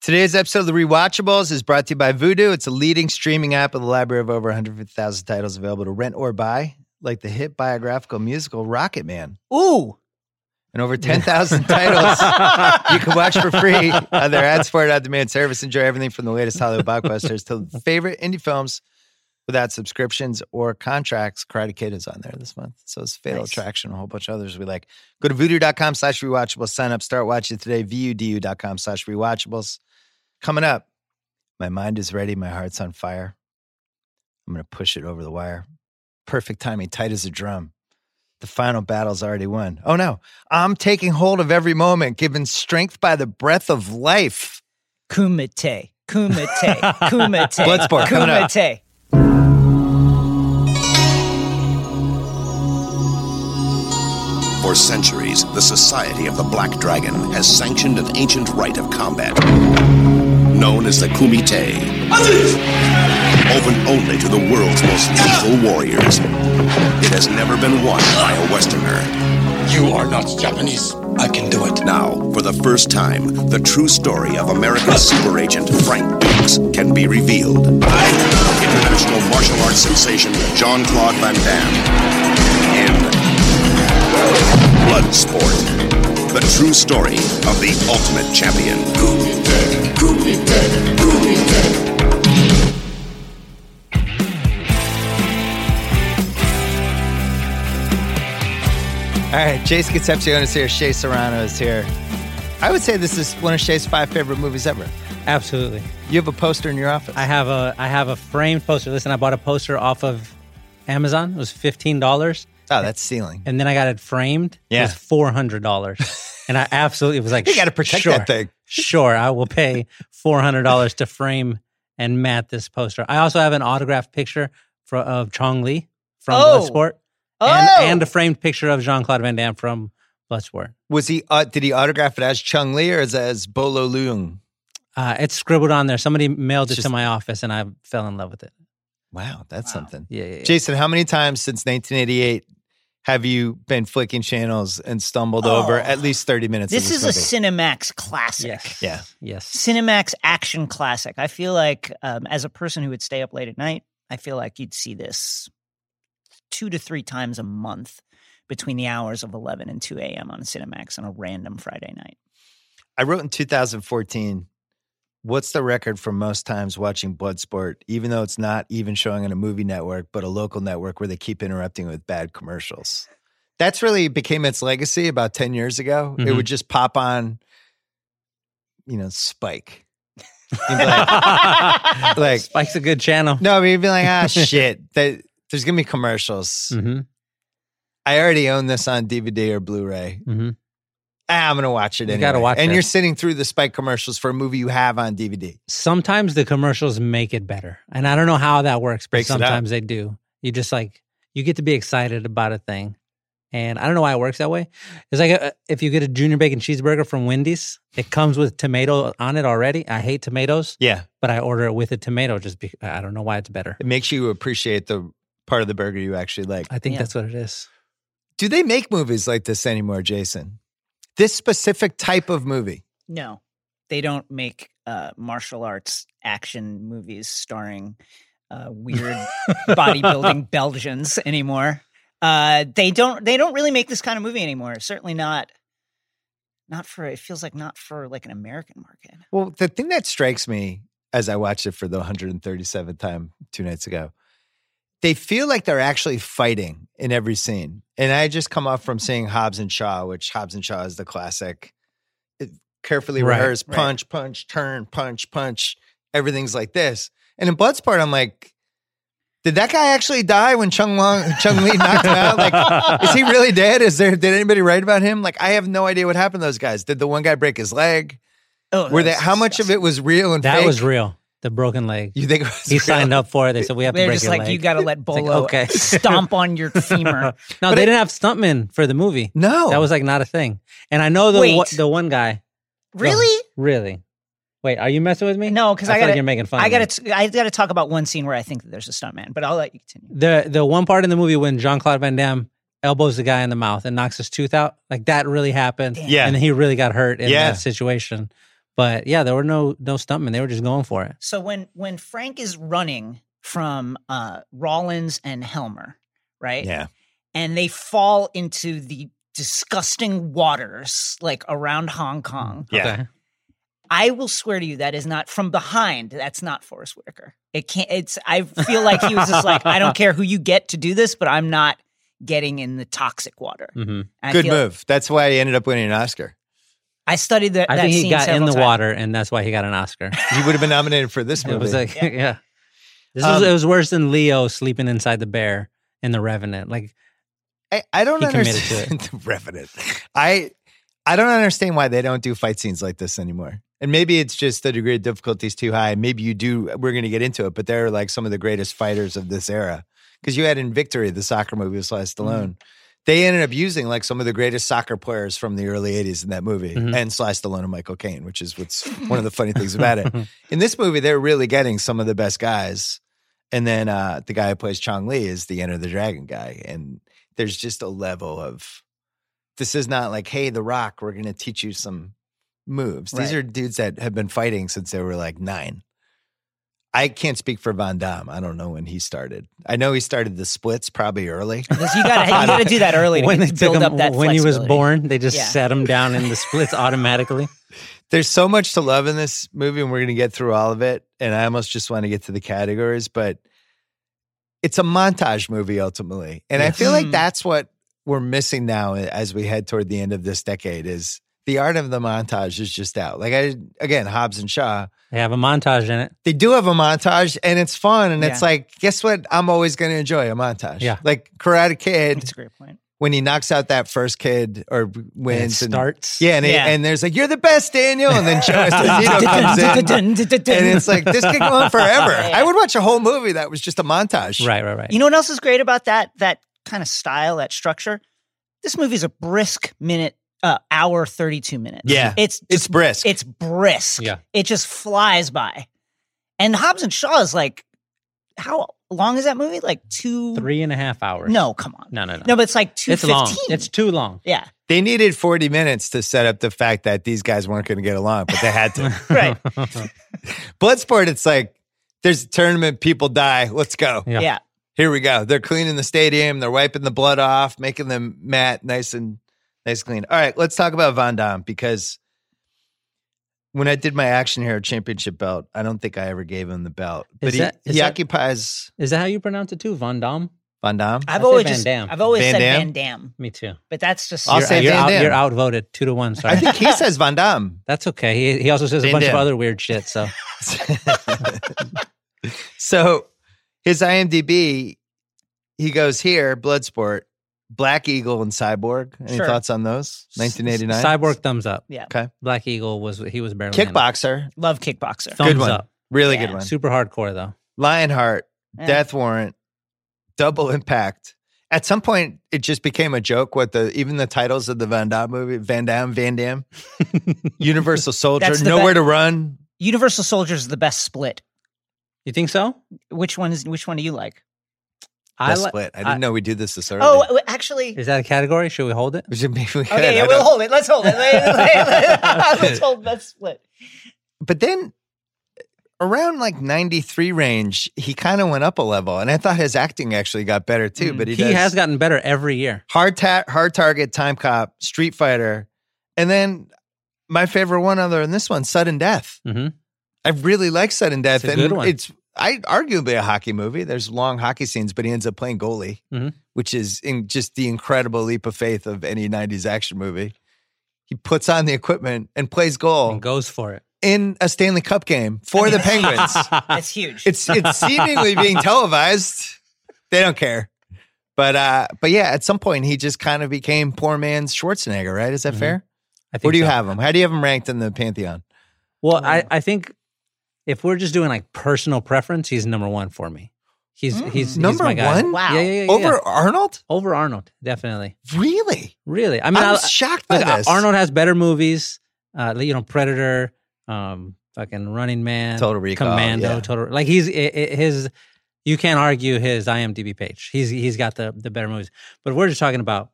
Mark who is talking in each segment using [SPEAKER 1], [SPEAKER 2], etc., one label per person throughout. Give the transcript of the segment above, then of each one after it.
[SPEAKER 1] Today's episode of The Rewatchables is brought to you by Vudu. It's a leading streaming app with a library of over 150,000 titles available to rent or buy, like the hit biographical musical Rocket Man.
[SPEAKER 2] Ooh.
[SPEAKER 1] And over 10,000 titles you can watch for free on their ad supported on demand service. Enjoy everything from the latest Hollywood blockbusters to the favorite indie films without subscriptions or contracts. Karate Kid is on there this month. So it's Fatal
[SPEAKER 2] Nice.
[SPEAKER 1] Attraction, a whole bunch of others we like. Go to voodoo.com slash rewatchables. Sign up, start watching today. VUDU.com slash rewatchables. Coming up, my mind is ready. My heart's on fire. I'm going to push it over the wire. Perfect timing, tight as a drum. The final battle's already won. Oh no, I'm taking hold of every moment, given strength by the breath of life.
[SPEAKER 2] Kumite. Kumite. Kumite.
[SPEAKER 1] Bloodsport coming up.
[SPEAKER 2] Kumite.
[SPEAKER 3] For centuries, the Society of the Black Dragon has sanctioned an ancient rite of combat known as the Kumite, open only to the world's most lethal warriors. It has never been won by a Westerner.
[SPEAKER 4] You are not Japanese. I can do it.
[SPEAKER 3] Now, for the first time, the true story of America's super agent Frank Dukes can be revealed. International martial arts sensation Jean Claude Van Damme. And Bloodsport. The true story of the ultimate champion.
[SPEAKER 1] All right, Jace Concepcion is here. Shay Serrano is here. I would say this is one of Shay's five favorite movies ever.
[SPEAKER 5] Absolutely.
[SPEAKER 1] You have a poster in your office.
[SPEAKER 5] I have a I have a framed poster. Listen, I bought a poster off of Amazon. It was fifteen dollars,
[SPEAKER 1] oh, that's stealing.
[SPEAKER 5] and then I got it framed. It
[SPEAKER 1] Yeah.
[SPEAKER 5] was four hundred dollars, and I absolutely was like,
[SPEAKER 1] You gotta protect
[SPEAKER 5] sure,
[SPEAKER 1] that thing."
[SPEAKER 5] Sure, I will pay four hundred dollars to frame and mat this poster. I also have an autographed picture fro- of Chong Li from
[SPEAKER 2] Oh.
[SPEAKER 5] Bloodsport, and,
[SPEAKER 2] Oh.
[SPEAKER 5] and a framed picture of Jean Claude Van Damme from Bloodsport.
[SPEAKER 1] Was he? Uh, did he autograph it as Chung Lee or as, as Bolo Leung?
[SPEAKER 5] Uh, it's scribbled on there. Somebody mailed it
[SPEAKER 1] Just-
[SPEAKER 5] to my office, and I fell in love with it.
[SPEAKER 1] Wow, that's something.
[SPEAKER 5] Yeah, yeah, yeah.
[SPEAKER 1] Jason, how many times since 1988 have you been flicking channels and stumbled over
[SPEAKER 2] Oh.
[SPEAKER 1] at least 30 minutes?
[SPEAKER 2] This
[SPEAKER 1] of
[SPEAKER 2] is a
[SPEAKER 1] this movie?
[SPEAKER 2] Cinemax classic.
[SPEAKER 5] Yes.
[SPEAKER 1] Yeah.
[SPEAKER 5] Yes.
[SPEAKER 2] Cinemax action classic. I feel like, um, as a person who would stay up late at night, I feel like you'd see this two to three times a month between the hours of 11 and 2 a.m. on Cinemax on a random Friday night.
[SPEAKER 1] I wrote in 2014. What's the record for most times watching Bloodsport, even though it's not even showing on a movie network, but a local network where they keep interrupting with bad commercials? That's really became its legacy about 10 years ago. It
[SPEAKER 5] Mhm.
[SPEAKER 1] would just pop on, you know, Spike. You'd be like,
[SPEAKER 5] like,
[SPEAKER 1] like-
[SPEAKER 5] Spike's a good channel.
[SPEAKER 1] no, but you'd be like, ah, shit. That, there's going to be commercials.
[SPEAKER 5] hmm
[SPEAKER 1] I already own this on DVD or Blu ray.
[SPEAKER 5] hmm
[SPEAKER 1] Ah, I'm going to watch it
[SPEAKER 5] You
[SPEAKER 1] anyway.
[SPEAKER 5] gotta watch
[SPEAKER 1] and
[SPEAKER 5] it.
[SPEAKER 1] you're sitting through the Spike commercials for a movie you have on DVD.
[SPEAKER 5] Sometimes the commercials make it better, and I don't know how that works, but
[SPEAKER 1] Breaks it up.
[SPEAKER 5] sometimes they do. You just like you get to be excited about a thing, and I don't know why it works that way. It's like uh if you get a junior bacon cheeseburger from Wendy's, it comes with tomato on it already. I hate tomatoes,
[SPEAKER 1] Yeah.
[SPEAKER 5] but I order it with a tomato just because I don't know why it's better.
[SPEAKER 1] It makes you appreciate the part of the burger you actually like.
[SPEAKER 5] I think
[SPEAKER 2] Yeah.
[SPEAKER 5] that's what it is.
[SPEAKER 1] Do they make movies like this anymore, Jason? This specific type of movie.
[SPEAKER 2] No, they don't make uh, martial arts action movies starring uh, weird bodybuilding Belgians anymore. Uh, they don't. They don't really make this kind of movie anymore. Certainly not. Not for. It feels like not for like an American market.
[SPEAKER 1] Well, the thing that strikes me as I watched it for the 137th time two nights ago, they feel like they're actually fighting in every scene. And I just come off from seeing Hobbs and Shaw, which Hobbs and Shaw is the classic it- carefully
[SPEAKER 5] Right,
[SPEAKER 1] rehearsed
[SPEAKER 2] right.
[SPEAKER 1] punch, punch, turn, punch, punch. Everything's like this. And in Bloodsport, I'm like, did that guy actually die when Chung Long Chung Lee knocked him out? Oh, Like, is he really dead? Is there did anybody write about him? Like, I have no idea what happened to those guys. Did the one guy break his leg?
[SPEAKER 2] Oh,
[SPEAKER 1] Were they how much of it was real and
[SPEAKER 5] That
[SPEAKER 1] fake?
[SPEAKER 5] was real. The broken leg.
[SPEAKER 1] You think it was
[SPEAKER 5] he signed up for it. They said we have to
[SPEAKER 2] They're
[SPEAKER 5] break
[SPEAKER 2] just
[SPEAKER 5] your
[SPEAKER 2] like
[SPEAKER 5] leg.
[SPEAKER 2] you got to let
[SPEAKER 5] like,
[SPEAKER 2] Bolo
[SPEAKER 5] okay.
[SPEAKER 2] stomp on your femur.
[SPEAKER 5] No,
[SPEAKER 1] But
[SPEAKER 5] they
[SPEAKER 1] it-
[SPEAKER 5] didn't have stuntmen for the movie.
[SPEAKER 1] No,
[SPEAKER 5] That was like not a thing. And I know the
[SPEAKER 2] Wait.
[SPEAKER 5] wa- the one guy.
[SPEAKER 2] really?
[SPEAKER 5] Really? Wait, are you messing with me?
[SPEAKER 2] No, because
[SPEAKER 5] I,
[SPEAKER 2] I,
[SPEAKER 5] feel
[SPEAKER 2] got.
[SPEAKER 5] like
[SPEAKER 2] to
[SPEAKER 5] you're making fun.
[SPEAKER 2] I
[SPEAKER 5] of
[SPEAKER 2] got
[SPEAKER 5] me.
[SPEAKER 2] to. I got to talk about one scene where I think that there's a stuntman, but I'll let you continue.
[SPEAKER 5] the the one part in the movie when Jean Claude Van Damme elbows the guy in the mouth and knocks his tooth out. Like that really happened.
[SPEAKER 2] Damn.
[SPEAKER 1] Yeah.
[SPEAKER 5] and he really got hurt in
[SPEAKER 1] Yeah.
[SPEAKER 5] that situation. But yeah, there were no no stuntmen. They were just going for it.
[SPEAKER 2] So when when Frank is running from uh, Rollins and Helmer, right?
[SPEAKER 1] Yeah.
[SPEAKER 2] And they fall into the disgusting waters like around Hong Kong.
[SPEAKER 1] Yeah.
[SPEAKER 5] Okay.
[SPEAKER 2] I will swear to you that is not from behind. That's not Forrest Whitaker. It can't. It's. I feel like he was just like, I don't care who you get to do this, but I'm not getting in the toxic water.
[SPEAKER 5] hmm
[SPEAKER 2] And I
[SPEAKER 1] Good
[SPEAKER 2] feel-
[SPEAKER 1] move. That's why he ended up winning an Oscar.
[SPEAKER 2] I studied that.
[SPEAKER 5] I
[SPEAKER 2] that
[SPEAKER 5] think he
[SPEAKER 2] scene
[SPEAKER 5] got in
[SPEAKER 2] several
[SPEAKER 5] the
[SPEAKER 2] times.
[SPEAKER 5] water, and that's why he got an Oscar.
[SPEAKER 1] He would have been nominated for this movie.
[SPEAKER 5] it was like, yeah.
[SPEAKER 2] Yeah.
[SPEAKER 5] This was,
[SPEAKER 1] Um,
[SPEAKER 5] it was worse than Leo sleeping inside the bear in The Revenant. Like,
[SPEAKER 1] I, I don't
[SPEAKER 5] He committed to
[SPEAKER 1] understand the Revenant. I I don't understand why they don't do fight scenes like this anymore. And maybe it's just the degree of difficulty is too high. Maybe you do. We're going to get into it, but they're like some of the greatest fighters of this era. Because you had in Victory, the soccer movie with Sly
[SPEAKER 5] Mm-hmm.
[SPEAKER 1] Stallone. They ended up using like some of the greatest soccer players from the early '80s in that movie,
[SPEAKER 5] Mhm.
[SPEAKER 1] and Sly Stallone and Michael Caine, which is what's one of the funny things about it. In this movie, they're really getting some of the best guys. And then uh, the guy who plays Chong Li is the Enter the Dragon guy. And there's just a level of this is not like, hey, The Rock, we're going to teach you some moves. These
[SPEAKER 2] Right.
[SPEAKER 1] are dudes that have been fighting since they were like nine. I can't speak for Van Damme. I don't know when he started. I know he started the splits probably early.
[SPEAKER 2] Because you got you got to do that early to
[SPEAKER 5] when they took
[SPEAKER 2] build up
[SPEAKER 5] him,
[SPEAKER 2] that
[SPEAKER 5] when he was
[SPEAKER 2] flexibility.
[SPEAKER 5] born, they just
[SPEAKER 2] Yeah.
[SPEAKER 5] set him down in the splits automatically.
[SPEAKER 1] There's so much to love in this movie, and we're going to get through all of it. And I almost just want to get to the categories, but it's a montage movie ultimately. And I
[SPEAKER 5] Yes.
[SPEAKER 1] feel like
[SPEAKER 2] Mhm.
[SPEAKER 1] that's what we're missing now eh, as we head toward the end of this decade is the art of the montage is just out. Like I again, Hobbs and Shaw,
[SPEAKER 5] They have a montage in it.
[SPEAKER 1] they do have a montage and it's fun. And it's
[SPEAKER 2] Yeah.
[SPEAKER 1] like, guess what? I'm always going to enjoy a montage.
[SPEAKER 5] Yeah.
[SPEAKER 1] Like Karate Kid,
[SPEAKER 2] That's a great point.
[SPEAKER 1] when he knocks out that first kid or
[SPEAKER 5] And it
[SPEAKER 1] wins and
[SPEAKER 5] starts.
[SPEAKER 1] yeah, and, it-
[SPEAKER 2] Yeah.
[SPEAKER 1] and there's like, you're the best, Daniel. And then Joe Esposito comes in. And it's like, this could go on forever. I would watch a whole movie that was just a montage.
[SPEAKER 5] Right, right, right.
[SPEAKER 2] You know what else is great about that that kind of style, that structure? This movie's a brisk minute, uh, hour thirty two minutes.
[SPEAKER 1] Yeah.
[SPEAKER 2] it's
[SPEAKER 1] It's brisk.
[SPEAKER 2] it's brisk.
[SPEAKER 5] Yeah.
[SPEAKER 2] it just flies by. And Hobbs and Shaw is like, how long is that movie? Like two?
[SPEAKER 5] Three and a half hours.
[SPEAKER 2] No, come on.
[SPEAKER 5] no, no, no.
[SPEAKER 2] No, but it's like two
[SPEAKER 5] it's
[SPEAKER 2] fifteen.
[SPEAKER 5] long. It's too long.
[SPEAKER 2] yeah,
[SPEAKER 1] they needed 40 minutes to set up the fact that these guys weren't going to get along, but they had to.
[SPEAKER 2] right.
[SPEAKER 1] Bloodsport, it's like, there's a tournament, people die, let's go.
[SPEAKER 5] Yeah.
[SPEAKER 2] Yeah.
[SPEAKER 1] Here we go. They're cleaning the stadium, they're wiping the blood off, making the mat nice and nice clean. All right, let's talk about Von Damme because when I did my action hero championship belt, I don't think I ever gave him the belt. But he,
[SPEAKER 5] that- is
[SPEAKER 1] he
[SPEAKER 5] that-
[SPEAKER 1] occupies
[SPEAKER 5] Is that how you pronounce it too? Von Damme?
[SPEAKER 1] Van Damme.
[SPEAKER 5] I
[SPEAKER 2] I've
[SPEAKER 5] say
[SPEAKER 2] always
[SPEAKER 5] Van
[SPEAKER 2] just,
[SPEAKER 5] Damme.
[SPEAKER 2] I've always
[SPEAKER 1] Van
[SPEAKER 2] said
[SPEAKER 1] Damme?
[SPEAKER 2] Van Damme,
[SPEAKER 5] Me too.
[SPEAKER 2] but that's just
[SPEAKER 1] I'll
[SPEAKER 5] you're, uh,
[SPEAKER 1] say
[SPEAKER 5] you're
[SPEAKER 1] Van
[SPEAKER 5] out,
[SPEAKER 1] Damme.
[SPEAKER 5] you're outvoted two to one. Sorry.
[SPEAKER 1] I think he says Van Damme.
[SPEAKER 5] That's okay. He, he also says
[SPEAKER 1] Van
[SPEAKER 5] a bunch
[SPEAKER 1] Damme.
[SPEAKER 5] of other weird shit. So
[SPEAKER 1] so his IMDb, he goes here, Bloodsport, Black Eagle, and Cyborg. Any
[SPEAKER 2] Sure.
[SPEAKER 1] thoughts on those? 1989.
[SPEAKER 5] Cyborg thumbs up.
[SPEAKER 2] Yeah.
[SPEAKER 1] Okay.
[SPEAKER 5] Black Eagle was he was barely in it.
[SPEAKER 1] Kickboxer.
[SPEAKER 2] love kickboxer.
[SPEAKER 5] Thumbs
[SPEAKER 1] Good one.
[SPEAKER 5] up.
[SPEAKER 1] Really
[SPEAKER 2] Yeah.
[SPEAKER 1] good one.
[SPEAKER 5] Super hardcore though.
[SPEAKER 1] Lionheart,
[SPEAKER 2] Yeah.
[SPEAKER 1] Death Warrant, Double Impact. At some point, it just became a joke what the even the titles of the Van Damme movie, Van Damme, Van Damme, Universal Soldier,
[SPEAKER 2] That's the
[SPEAKER 1] Nowhere
[SPEAKER 2] be-
[SPEAKER 1] to Run.
[SPEAKER 2] Universal Soldier is the best split.
[SPEAKER 5] You think so?
[SPEAKER 2] Which one is which one do you like?
[SPEAKER 5] I
[SPEAKER 1] Best
[SPEAKER 5] li-
[SPEAKER 1] split. I
[SPEAKER 5] I-
[SPEAKER 1] didn't know we do this this early.
[SPEAKER 2] Oh, w- actually,
[SPEAKER 5] Is that a category? Should we hold it?
[SPEAKER 1] We should- maybe we could.
[SPEAKER 2] okay,
[SPEAKER 1] I
[SPEAKER 2] yeah,
[SPEAKER 1] don't-
[SPEAKER 2] we'll hold it. Let's hold it. Let's hold that split.
[SPEAKER 1] but then around like 93 range he kind of went up a level and i thought his acting actually got better too
[SPEAKER 2] Mhm.
[SPEAKER 1] but he,
[SPEAKER 5] He
[SPEAKER 1] does
[SPEAKER 5] has gotten better every year.
[SPEAKER 1] hard, ta- hard target time cop street fighter and then my favorite one other than this one sudden death
[SPEAKER 5] Mhm.
[SPEAKER 1] i really like sudden death
[SPEAKER 5] It's
[SPEAKER 1] and
[SPEAKER 5] a good one.
[SPEAKER 1] it's I arguably a hockey movie. There's long hockey scenes, but he ends up playing goalie,
[SPEAKER 5] Mhm.
[SPEAKER 1] which is in just the incredible leap of faith of any '90s action movie. He puts on the equipment and plays goal
[SPEAKER 5] And goes for it.
[SPEAKER 1] in a Stanley Cup game for the Penguins.
[SPEAKER 2] That's huge.
[SPEAKER 1] it's it's seemingly being televised. They don't care. But uh, but yeah, at some point he just kind of became poor man's Schwarzenegger, right? Is that
[SPEAKER 5] Mhm.
[SPEAKER 1] fair?
[SPEAKER 5] I think
[SPEAKER 1] Where do you
[SPEAKER 5] so.
[SPEAKER 1] have him? How do you have him ranked in the pantheon?
[SPEAKER 5] Well, I, I think if we're just doing like personal preference, he's number one for me. He's
[SPEAKER 2] Mm.
[SPEAKER 5] he's he's
[SPEAKER 1] Number
[SPEAKER 5] my guy.
[SPEAKER 1] one?
[SPEAKER 2] Wow.
[SPEAKER 5] Yeah, yeah, yeah, yeah.
[SPEAKER 1] Over Arnold?
[SPEAKER 5] over Arnold, definitely.
[SPEAKER 1] Really?
[SPEAKER 5] Really, I
[SPEAKER 1] I
[SPEAKER 5] mean, I,
[SPEAKER 1] was shocked by
[SPEAKER 5] look,
[SPEAKER 1] this.
[SPEAKER 5] Arnold has better movies. Uh, you know, Predator, um, fucking Running Man,
[SPEAKER 1] Total Recall,
[SPEAKER 5] Commando,
[SPEAKER 1] yeah.
[SPEAKER 5] Total. Like he's i i his. You can't argue his IMDb page. He's he's got the the better movies. But we're just talking about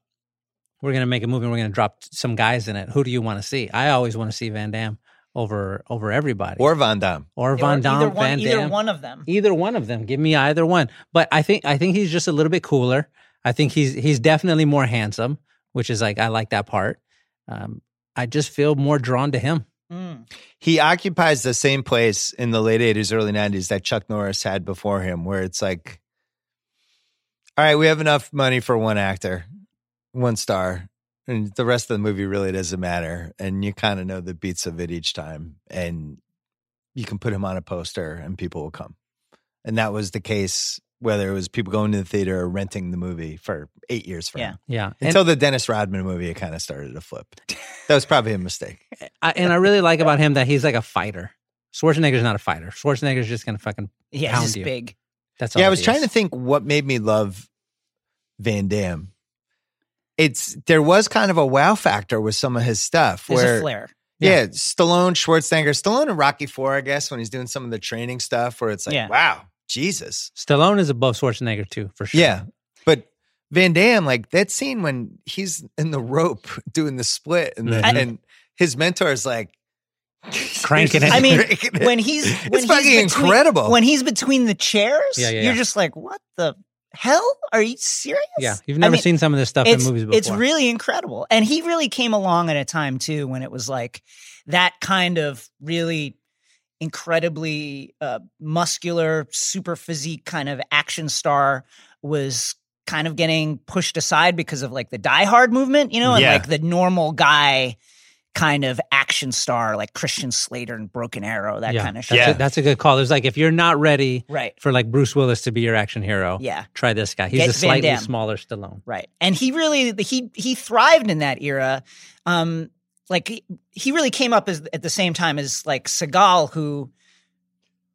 [SPEAKER 5] we're gonna make a movie. and We're gonna drop some guys in it. Who do you want to see? I always want to see Van Damme. over over everybody.
[SPEAKER 1] Or Van Damme.
[SPEAKER 5] or
[SPEAKER 2] Or
[SPEAKER 5] Van Damme,
[SPEAKER 2] either one,
[SPEAKER 5] Van
[SPEAKER 2] either
[SPEAKER 5] Damme.
[SPEAKER 2] one of them.
[SPEAKER 5] either one of them. Give me either one. But I think I think he's just a little bit cooler. I think he's he's definitely more handsome, which is like I like that part. Um, I just feel more drawn to him.
[SPEAKER 2] Mm.
[SPEAKER 1] He occupies the same place in the late 80s, early 90s that Chuck Norris had before him, where it's like, all right, we have enough money for one actor, one star, and the rest of the movie really doesn't matter. And you kind of know the beats of it each time. And you can put him on a poster and people will come. And that was the case, whether it was people going to the theater or renting the movie for eight years for
[SPEAKER 2] Yeah.
[SPEAKER 1] him.
[SPEAKER 5] Yeah, and
[SPEAKER 1] Until the Dennis Rodman movie, it kind of started to flip. That was probably a mistake.
[SPEAKER 5] I, and I really like about him that he's like a fighter. Schwarzenegger's not a fighter. Schwarzenegger's just gonna fucking.
[SPEAKER 2] Yeah,
[SPEAKER 5] Pound
[SPEAKER 2] he's
[SPEAKER 5] you.
[SPEAKER 2] big.
[SPEAKER 5] That's all
[SPEAKER 1] yeah, I
[SPEAKER 5] it
[SPEAKER 1] was trying
[SPEAKER 5] is.
[SPEAKER 1] to think what made me love Van Damme. It's there was kind of a wow factor with some of his stuff.
[SPEAKER 2] There's
[SPEAKER 1] where,
[SPEAKER 2] a flair.
[SPEAKER 1] Yeah. Stallone, Schwarzenegger, Stallone and Rocky Four, I guess, when he's doing some of the training stuff, where it's like,
[SPEAKER 2] Yeah.
[SPEAKER 1] wow, Jesus,
[SPEAKER 5] Stallone is above Schwarzenegger too, for sure.
[SPEAKER 1] yeah. But Van Damme, like that scene when he's in the rope doing the split, and the,
[SPEAKER 2] Mm-hmm.
[SPEAKER 5] Mhm.
[SPEAKER 1] and his mentor's like
[SPEAKER 5] Cranking it.
[SPEAKER 2] I mean,
[SPEAKER 1] Cranking it.
[SPEAKER 2] When he's when
[SPEAKER 1] it's
[SPEAKER 2] he's
[SPEAKER 1] fucking
[SPEAKER 2] between-
[SPEAKER 1] incredible.
[SPEAKER 2] When he's between the chairs,
[SPEAKER 5] Yeah, yeah,
[SPEAKER 2] you're
[SPEAKER 5] yeah.
[SPEAKER 2] just like, what the hell? Are you serious?
[SPEAKER 5] yeah. You've
[SPEAKER 2] I
[SPEAKER 5] never
[SPEAKER 2] mean,
[SPEAKER 5] seen some of this stuff in
[SPEAKER 2] it's,
[SPEAKER 5] movies before.
[SPEAKER 2] It's really incredible. And he really came along at a time too when it was like that kind of really incredibly uh, muscular, super physique kind of action star was kind of getting pushed aside because of like the Die Hard movement, you know, and
[SPEAKER 1] Yeah.
[SPEAKER 2] like the normal guy kind of action star like Christian Slater and Broken Arrow, that
[SPEAKER 5] Yeah,
[SPEAKER 2] kind of
[SPEAKER 5] That's,
[SPEAKER 2] shit.
[SPEAKER 1] Yeah.
[SPEAKER 5] a, that's a good call. There's like if you're not ready
[SPEAKER 2] Right.
[SPEAKER 5] for like Bruce Willis to be your action hero,
[SPEAKER 2] Yeah.
[SPEAKER 5] try this guy. He's
[SPEAKER 2] Get
[SPEAKER 5] a
[SPEAKER 2] Van
[SPEAKER 5] slightly
[SPEAKER 2] Damme.
[SPEAKER 5] smaller Stallone.
[SPEAKER 2] Right. And he really he he thrived in that era. Um like he, he really came up as at the same time as like Seagal who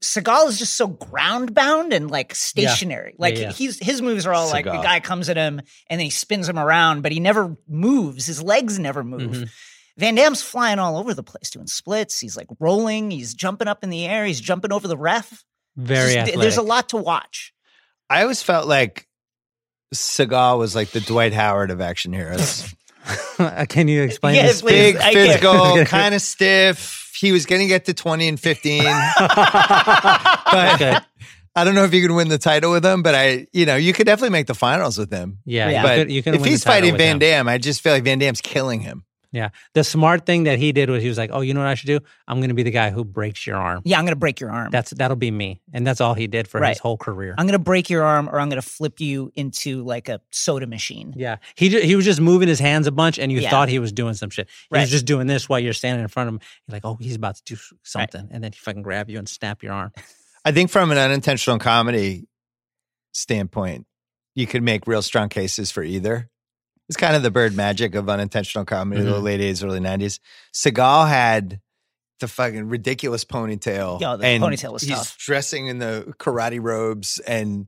[SPEAKER 2] Seagal is just so ground bound and like stationary. Like
[SPEAKER 5] yeah.
[SPEAKER 2] he's his moves are all like the
[SPEAKER 1] Seagal.
[SPEAKER 2] guy comes at him and then he spins him around, but he never moves. His legs never move.
[SPEAKER 5] Mhm.
[SPEAKER 2] Van Damme's flying all over the place doing splits. He's like rolling, he's jumping up in the air, he's jumping over the ref.
[SPEAKER 5] Very
[SPEAKER 2] Just-
[SPEAKER 5] athletic.
[SPEAKER 2] there's a lot to watch.
[SPEAKER 1] I always felt like Seagal was like the Dwight Howard of action heroes.
[SPEAKER 5] Can you explain
[SPEAKER 2] Yeah,
[SPEAKER 5] this?
[SPEAKER 2] please.
[SPEAKER 1] Big,
[SPEAKER 2] I can't-
[SPEAKER 1] physical, kind of stiff. He was going to get to 20 and 15. but
[SPEAKER 5] Okay.
[SPEAKER 1] I don't know if you can win the title with him, but I, you know, you could definitely make the finals with him.
[SPEAKER 5] Yeah,
[SPEAKER 2] Yeah.
[SPEAKER 5] You,
[SPEAKER 1] But
[SPEAKER 5] could, you can
[SPEAKER 1] if
[SPEAKER 5] win
[SPEAKER 1] he's
[SPEAKER 5] the title
[SPEAKER 1] fighting
[SPEAKER 5] with
[SPEAKER 1] Van
[SPEAKER 5] him.
[SPEAKER 1] Damme, I just feel like Van Damme's killing him.
[SPEAKER 5] Yeah, the smart thing that he did was he was like, "Oh, you know what I should do? I'm going to be the guy who breaks your arm.
[SPEAKER 2] Yeah, I'm gonna break your arm.
[SPEAKER 5] That's that'll be me." And that's all he did for
[SPEAKER 2] Right.
[SPEAKER 5] his whole career.
[SPEAKER 2] I'm gonna break your arm or I'm gonna flip you into like a soda machine.
[SPEAKER 5] yeah, he ju- he was just moving his hands a bunch, and you
[SPEAKER 2] Yeah.
[SPEAKER 5] thought he was doing some shit. He
[SPEAKER 2] Right.
[SPEAKER 5] was just doing this while you're standing in front of him. You're like, "Oh, he's about to do something," and then he fucking grab you and snap your arm.
[SPEAKER 1] I think from an unintentional comedy standpoint, you could make real strong cases for either. It's kind of the bird magic of unintentional comedy, of the
[SPEAKER 5] Mhm.
[SPEAKER 2] Mm-hmm.
[SPEAKER 1] late 80s, early 90s. Seagal had the fucking ridiculous ponytail.
[SPEAKER 2] Yeah, the
[SPEAKER 1] and
[SPEAKER 2] ponytail was
[SPEAKER 1] he's
[SPEAKER 2] tough.
[SPEAKER 1] dressing in the karate robes and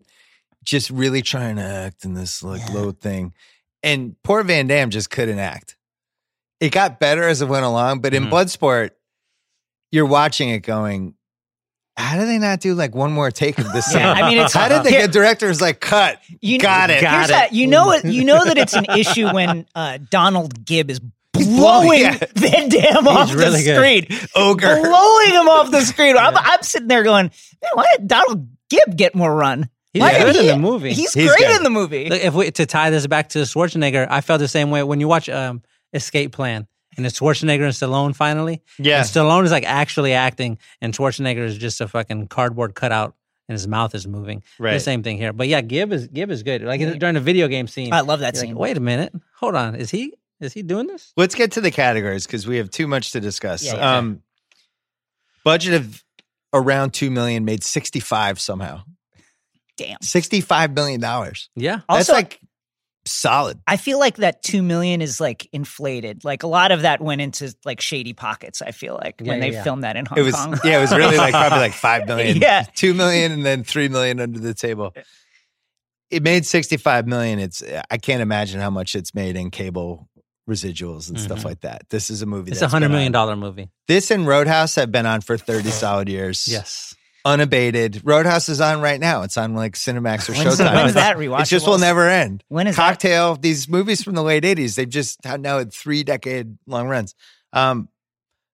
[SPEAKER 1] just really trying to act in this like
[SPEAKER 2] Yeah.
[SPEAKER 1] low thing. And poor Van Damme just couldn't act. It got better as it went along, but in
[SPEAKER 2] Mm-hmm.
[SPEAKER 5] Mhm.
[SPEAKER 1] Bloodsport, you're watching it going, how do they not do like one more take of this?
[SPEAKER 2] Yeah,
[SPEAKER 1] scene?
[SPEAKER 2] I mean, it's-
[SPEAKER 1] how did the
[SPEAKER 2] Here-
[SPEAKER 1] director was like cut?
[SPEAKER 2] You
[SPEAKER 1] Got it.
[SPEAKER 2] Here's
[SPEAKER 5] Got
[SPEAKER 2] that.
[SPEAKER 5] it.
[SPEAKER 2] You know it. You know that it's an issue when uh, Donald Gibb is blowing
[SPEAKER 1] yeah.
[SPEAKER 2] Van Damme off
[SPEAKER 5] really
[SPEAKER 2] the
[SPEAKER 5] good.
[SPEAKER 2] screen,
[SPEAKER 1] Ogre.
[SPEAKER 2] blowing him off the screen. I'm, I'm sitting there going, "Man, why did Donald Gibb get more run?
[SPEAKER 5] He's
[SPEAKER 2] Why did
[SPEAKER 5] good
[SPEAKER 2] he-
[SPEAKER 5] in the movie.
[SPEAKER 2] He's,
[SPEAKER 1] He's
[SPEAKER 2] great
[SPEAKER 1] good.
[SPEAKER 2] in the movie.
[SPEAKER 5] Look, if we to tie this back to Schwarzenegger, I felt the same way when you watch um, Escape Plan and it's Schwarzenegger and Stallone finally.
[SPEAKER 1] Yeah.
[SPEAKER 5] And Stallone is like actually acting, and Schwarzenegger is just a fucking cardboard cutout, and his mouth is moving. The
[SPEAKER 1] Right.
[SPEAKER 5] same thing here, but yeah, Gibb is Gibb is good. Like during the video game scene,
[SPEAKER 2] I love that
[SPEAKER 5] you're like,
[SPEAKER 2] scene.
[SPEAKER 5] Wait a minute, hold on, is he is he doing this?
[SPEAKER 1] Let's get to the categories because we have too much to discuss.
[SPEAKER 2] Yeah, yeah.
[SPEAKER 1] Um, budget of around two million made sixty five somehow.
[SPEAKER 2] Damn.
[SPEAKER 1] Sixty five million dollars.
[SPEAKER 5] Yeah,
[SPEAKER 1] That's
[SPEAKER 2] Also,
[SPEAKER 1] like solid.
[SPEAKER 2] I feel like that two million is like inflated. Like a lot of that went into like shady pockets. I feel like
[SPEAKER 5] Yeah,
[SPEAKER 2] when
[SPEAKER 5] yeah,
[SPEAKER 2] they
[SPEAKER 5] yeah.
[SPEAKER 2] filmed that in Hong
[SPEAKER 1] It was
[SPEAKER 2] Kong.
[SPEAKER 1] yeah, it was really like probably like five million.
[SPEAKER 2] Yeah.
[SPEAKER 1] Two million and then three million under the table. It made sixty five million. It's I can't imagine how much it's made in cable residuals and
[SPEAKER 5] Mhm.
[SPEAKER 1] stuff like that. This is a movie
[SPEAKER 5] it's a
[SPEAKER 1] that's been
[SPEAKER 5] hundred million
[SPEAKER 1] on-
[SPEAKER 5] dollar movie.
[SPEAKER 1] This and Roadhouse have been on for 30 solid years.
[SPEAKER 5] Yes,
[SPEAKER 1] Unabated. Roadhouse is on right now. It's on like Cinemax or
[SPEAKER 2] When's,
[SPEAKER 1] Showtime.
[SPEAKER 2] when's
[SPEAKER 1] It's-
[SPEAKER 2] that rewatch?
[SPEAKER 1] It just will never end.
[SPEAKER 2] When is that?
[SPEAKER 1] Cocktail, these movies from the late 80s, they've just had now had three decade long runs. Um,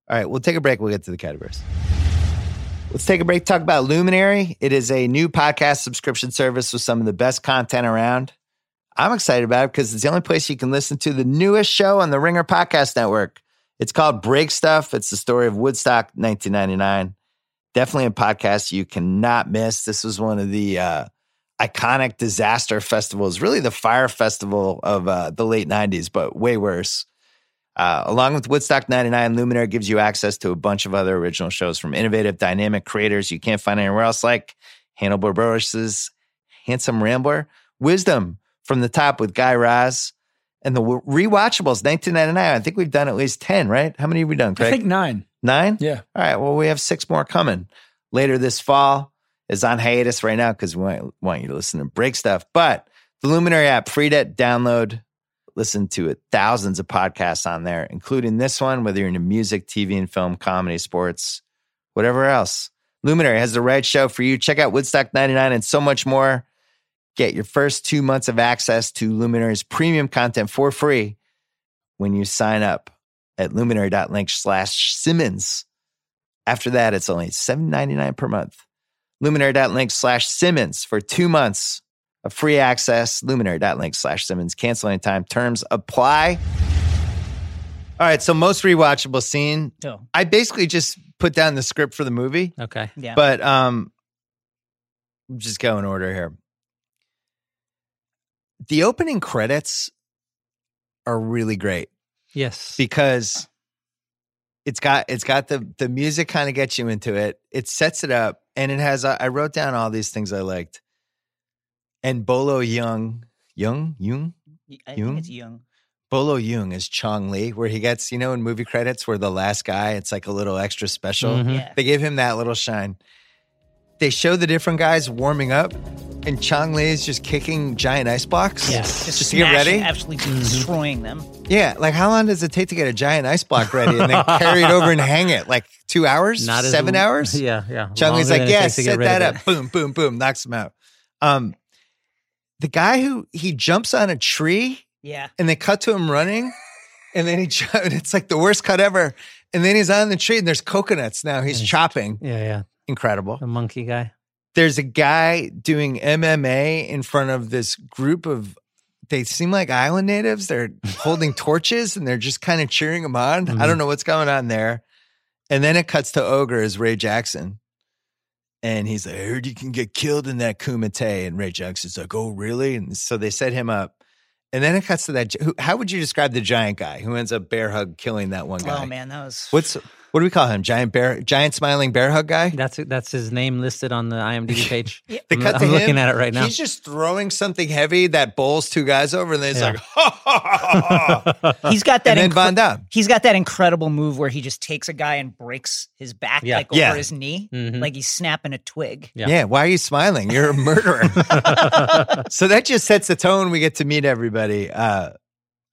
[SPEAKER 1] All right, we'll take a break. We'll get to the categories. Let's take a break. Talk about Luminary. It is a new podcast subscription service with some of the best content around. I'm excited about it because it's the only place you can listen to the newest show on the Ringer Podcast Network. It's called Break Stuff. It's the story of Woodstock 1999. Definitely a podcast you cannot miss. This was one of the uh, iconic disaster festivals, really the fire festival of uh, the late 90s, but way worse. Uh, along with Woodstock 99, Luminary gives you access to a bunch of other original shows from innovative, dynamic creators you can't find anywhere else, like Hannibal Burris's Handsome Rambler, Wisdom from the Top with Guy Raz, and the Rewatchables 1999. I think we've done at least 10, right? How many have we done,
[SPEAKER 6] I
[SPEAKER 1] Craig?
[SPEAKER 6] think nine.
[SPEAKER 1] Nine?
[SPEAKER 6] Yeah.
[SPEAKER 1] All right. Well, we have six more coming later this fall. Is on hiatus right now because we want, want you to listen to break stuff. But the Luminary app, free to download, listen to it. Thousands of podcasts on there, including this one, whether you're into music, TV and film, comedy, sports, whatever else. Luminary has the right show for you. Check out Woodstock 99 and so much more. Get your first two months of access to Luminary's premium content for free when you sign up at luminary.link slash Simmons. After that, it's only $7.99 per month. Luminary.link slash Simmons for two months of free access. Luminary.link slash Simmons. Cancel anytime. Terms apply. All right. So, most rewatchable scene.
[SPEAKER 2] So,
[SPEAKER 1] I basically just put down the script for the movie,
[SPEAKER 5] Okay.
[SPEAKER 2] yeah.
[SPEAKER 1] but um, just go in order here. The opening credits are really great
[SPEAKER 5] Yes.
[SPEAKER 1] because it's got it's got the the music kind of gets you into it. It sets it up, and it has. I I wrote down all these things I liked, and Bolo Young, Young, Young,
[SPEAKER 2] I
[SPEAKER 1] Jung?
[SPEAKER 2] think it's Jung.
[SPEAKER 1] Bolo Young is Chong Lee, where he gets you know in movie credits where the last guy, it's like a little extra special.
[SPEAKER 5] Mhm.
[SPEAKER 2] Yeah.
[SPEAKER 1] Mm-hmm. They gave him that little shine. They show the different guys warming up, and Chong Lee is just kicking giant ice blocks.
[SPEAKER 5] Yes.
[SPEAKER 1] just to get
[SPEAKER 2] smashing-
[SPEAKER 1] ready.
[SPEAKER 2] Absolutely
[SPEAKER 5] Mm-hmm.
[SPEAKER 2] destroying them.
[SPEAKER 1] Yeah, like how long does it take to get a giant ice block ready and then carry it over and hang it? Like two hours?
[SPEAKER 5] Not as-
[SPEAKER 1] Seven hours?
[SPEAKER 5] Yeah. Yeah.
[SPEAKER 1] Chung Lee's
[SPEAKER 5] Longer
[SPEAKER 1] like,
[SPEAKER 5] than it
[SPEAKER 1] yeah,
[SPEAKER 5] takes to get
[SPEAKER 1] set
[SPEAKER 5] rid of
[SPEAKER 1] that
[SPEAKER 5] it.
[SPEAKER 1] up. Boom, boom, boom, knocks him out. Um, the guy who he jumps on a tree
[SPEAKER 2] Yeah.
[SPEAKER 1] and they cut to him running, and then he ju- and it's like the worst cut ever. And then he's on the tree and there's coconuts now. He's
[SPEAKER 5] Mm.
[SPEAKER 1] chopping.
[SPEAKER 5] Yeah. Yeah.
[SPEAKER 1] Incredible
[SPEAKER 5] The monkey guy.
[SPEAKER 1] there's a guy doing MMA in front of this group of they seem like island natives. They're holding torches and they're just kind of cheering him on. I
[SPEAKER 5] Mm-hmm.
[SPEAKER 1] don't know what's going on there. And then it cuts to Ogre as Ray Jackson. And he's like, I heard you can get killed in that Kumite. And Ray Jackson's like, oh, really? And so they set him up. And then it cuts to that. gi- Who, how would you describe the giant guy who ends up bear hug killing that one guy?
[SPEAKER 2] Oh man, that was
[SPEAKER 1] What's, what do we call him? Giant bear, giant smiling bear hug guy?
[SPEAKER 5] That's that's his name listed on the IMDb page.
[SPEAKER 2] Yeah.
[SPEAKER 1] They
[SPEAKER 5] I'm,
[SPEAKER 1] cut to
[SPEAKER 5] I'm looking
[SPEAKER 1] him.
[SPEAKER 5] at it right now.
[SPEAKER 1] He's just throwing something heavy that bowls two guys over, and then he's
[SPEAKER 5] Yeah.
[SPEAKER 1] like, ha, ha, ha, ha, ha.
[SPEAKER 2] he's got that
[SPEAKER 1] and then
[SPEAKER 2] incre-
[SPEAKER 1] Von Damme.
[SPEAKER 2] He's got that incredible move where he just takes a guy and breaks his back
[SPEAKER 5] Yeah.
[SPEAKER 2] like
[SPEAKER 1] Yeah.
[SPEAKER 2] over his knee,
[SPEAKER 5] Mhm.
[SPEAKER 2] like he's snapping a twig.
[SPEAKER 5] Yeah.
[SPEAKER 1] Yeah. why are you smiling? You're a murderer. so that just sets the tone. We get to meet everybody. Uh,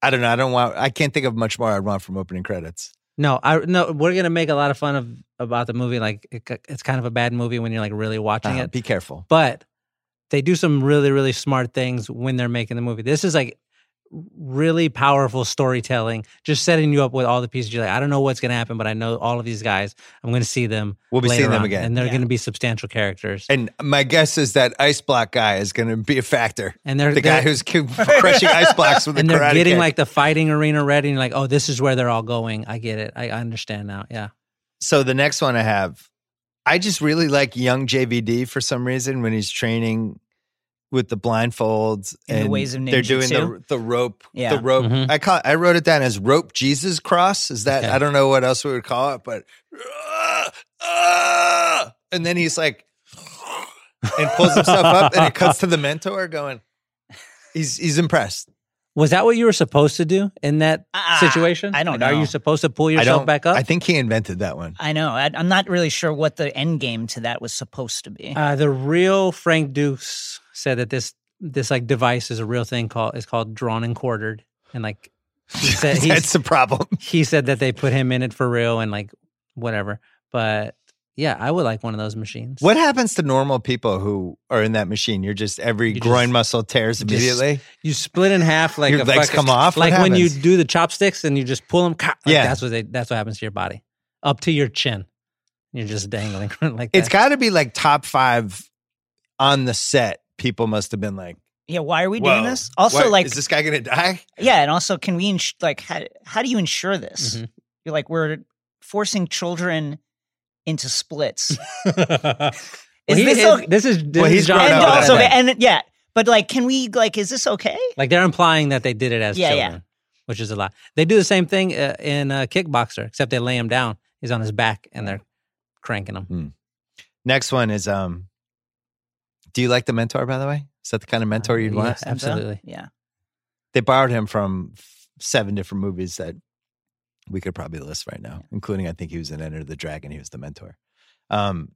[SPEAKER 1] I don't know. I don't want. I can't think of much more I'd want from opening credits.
[SPEAKER 5] No, I no. We're gonna make a lot of fun of about the movie. Like it, it's kind of a bad movie when you're like really watching
[SPEAKER 1] Uh,
[SPEAKER 5] it.
[SPEAKER 1] be careful.
[SPEAKER 5] But they do some really really smart things when they're making the movie. This is like really powerful storytelling, just setting you up with all the pieces. You're like, I don't know what's gonna happen, but I know all of these guys. I'm gonna see them.
[SPEAKER 1] We'll be
[SPEAKER 5] later
[SPEAKER 1] seeing them
[SPEAKER 5] on,
[SPEAKER 1] again.
[SPEAKER 5] and they're
[SPEAKER 2] Yeah.
[SPEAKER 5] gonna be substantial characters.
[SPEAKER 1] And my guess is that ice block guy is going to be a factor.
[SPEAKER 5] And they're
[SPEAKER 1] The guy
[SPEAKER 5] they're-
[SPEAKER 1] who's cu- crushing ice blocks with the
[SPEAKER 5] and they're
[SPEAKER 1] karate
[SPEAKER 5] getting
[SPEAKER 1] kick.
[SPEAKER 5] like the fighting arena ready. And you're like, oh, this is where they're all going. I get it. I, I understand now. Yeah.
[SPEAKER 1] So the next one I have, I just really like young JVD for some reason when he's training with the blindfolds
[SPEAKER 2] In the
[SPEAKER 1] and
[SPEAKER 2] ways of
[SPEAKER 1] they're doing the
[SPEAKER 2] ninjutsu.
[SPEAKER 1] the rope,
[SPEAKER 2] Yeah.
[SPEAKER 1] the rope.
[SPEAKER 5] Mhm.
[SPEAKER 1] I call I wrote it down as rope Jesus cross. Is that
[SPEAKER 5] Okay.
[SPEAKER 1] I don't know what else we would call it, but ah, ah. and then he's like and pulls himself up and it cuts to the mentor going. He's he's impressed.
[SPEAKER 5] Was that what you were supposed to do in that
[SPEAKER 2] Ah,
[SPEAKER 5] situation?
[SPEAKER 2] I don't
[SPEAKER 5] Are
[SPEAKER 2] know.
[SPEAKER 5] you supposed to pull
[SPEAKER 1] I
[SPEAKER 5] yourself
[SPEAKER 1] don't
[SPEAKER 5] back up?
[SPEAKER 1] I think he invented that one.
[SPEAKER 2] I know. I, I'm not really sure what the end game to that was supposed to be.
[SPEAKER 5] uh, the real Frank Dukes said that this this like device is a real thing called is called drawn and quartered, and like he said he,
[SPEAKER 1] That's the problem.
[SPEAKER 5] he said that they put him in it for real and like whatever. But yeah, I would like one of those machines.
[SPEAKER 1] What happens to normal people who are in that machine? You're just every
[SPEAKER 5] You
[SPEAKER 1] groin
[SPEAKER 5] just-
[SPEAKER 1] muscle tears
[SPEAKER 5] you just-
[SPEAKER 1] immediately.
[SPEAKER 5] You split in half like
[SPEAKER 1] Your
[SPEAKER 5] a
[SPEAKER 1] legs
[SPEAKER 5] fucking-
[SPEAKER 1] come off? What
[SPEAKER 5] like when you
[SPEAKER 1] happens?
[SPEAKER 5] do the chopsticks and you just pull them. Like
[SPEAKER 1] Yeah.
[SPEAKER 5] that's what they, that's what happens to your body. up to your chin. You're just dangling like that.
[SPEAKER 1] It's got to be like top five on the set. People must have been like,
[SPEAKER 2] Yeah, why are we
[SPEAKER 1] Whoa.
[SPEAKER 2] doing this? Also,
[SPEAKER 1] "What?
[SPEAKER 2] like,
[SPEAKER 1] is this guy gonna die?
[SPEAKER 2] yeah, and also, can we ins- like how how do you insure this?
[SPEAKER 1] Mm-hmm.
[SPEAKER 5] Mhm.
[SPEAKER 2] You're like we're forcing children into splits.
[SPEAKER 5] Well,
[SPEAKER 2] Is
[SPEAKER 5] he-
[SPEAKER 2] this
[SPEAKER 5] is-
[SPEAKER 2] okay?
[SPEAKER 5] this is this
[SPEAKER 1] Well,
[SPEAKER 5] is
[SPEAKER 1] he's
[SPEAKER 5] John
[SPEAKER 1] grown
[SPEAKER 2] and
[SPEAKER 1] up
[SPEAKER 5] Travolta.
[SPEAKER 2] also,
[SPEAKER 1] that.
[SPEAKER 2] and yeah, but like, can we like, is this okay?
[SPEAKER 5] Like they're implying that they did it as
[SPEAKER 2] Yeah, yeah.
[SPEAKER 5] children, which is a lot. They do the same thing uh, in uh, Kickboxer, except they lay him down. He's on his back and they're cranking him.
[SPEAKER 1] Next one is um. Do you like the mentor? By the way, is that the kind of mentor you'd
[SPEAKER 5] Yeah,
[SPEAKER 1] want?
[SPEAKER 5] Absolutely.
[SPEAKER 2] Yeah.
[SPEAKER 1] They borrowed him from f- seven different movies that we could probably list right now, including I think he was in Enter the Dragon. He was the mentor. Um,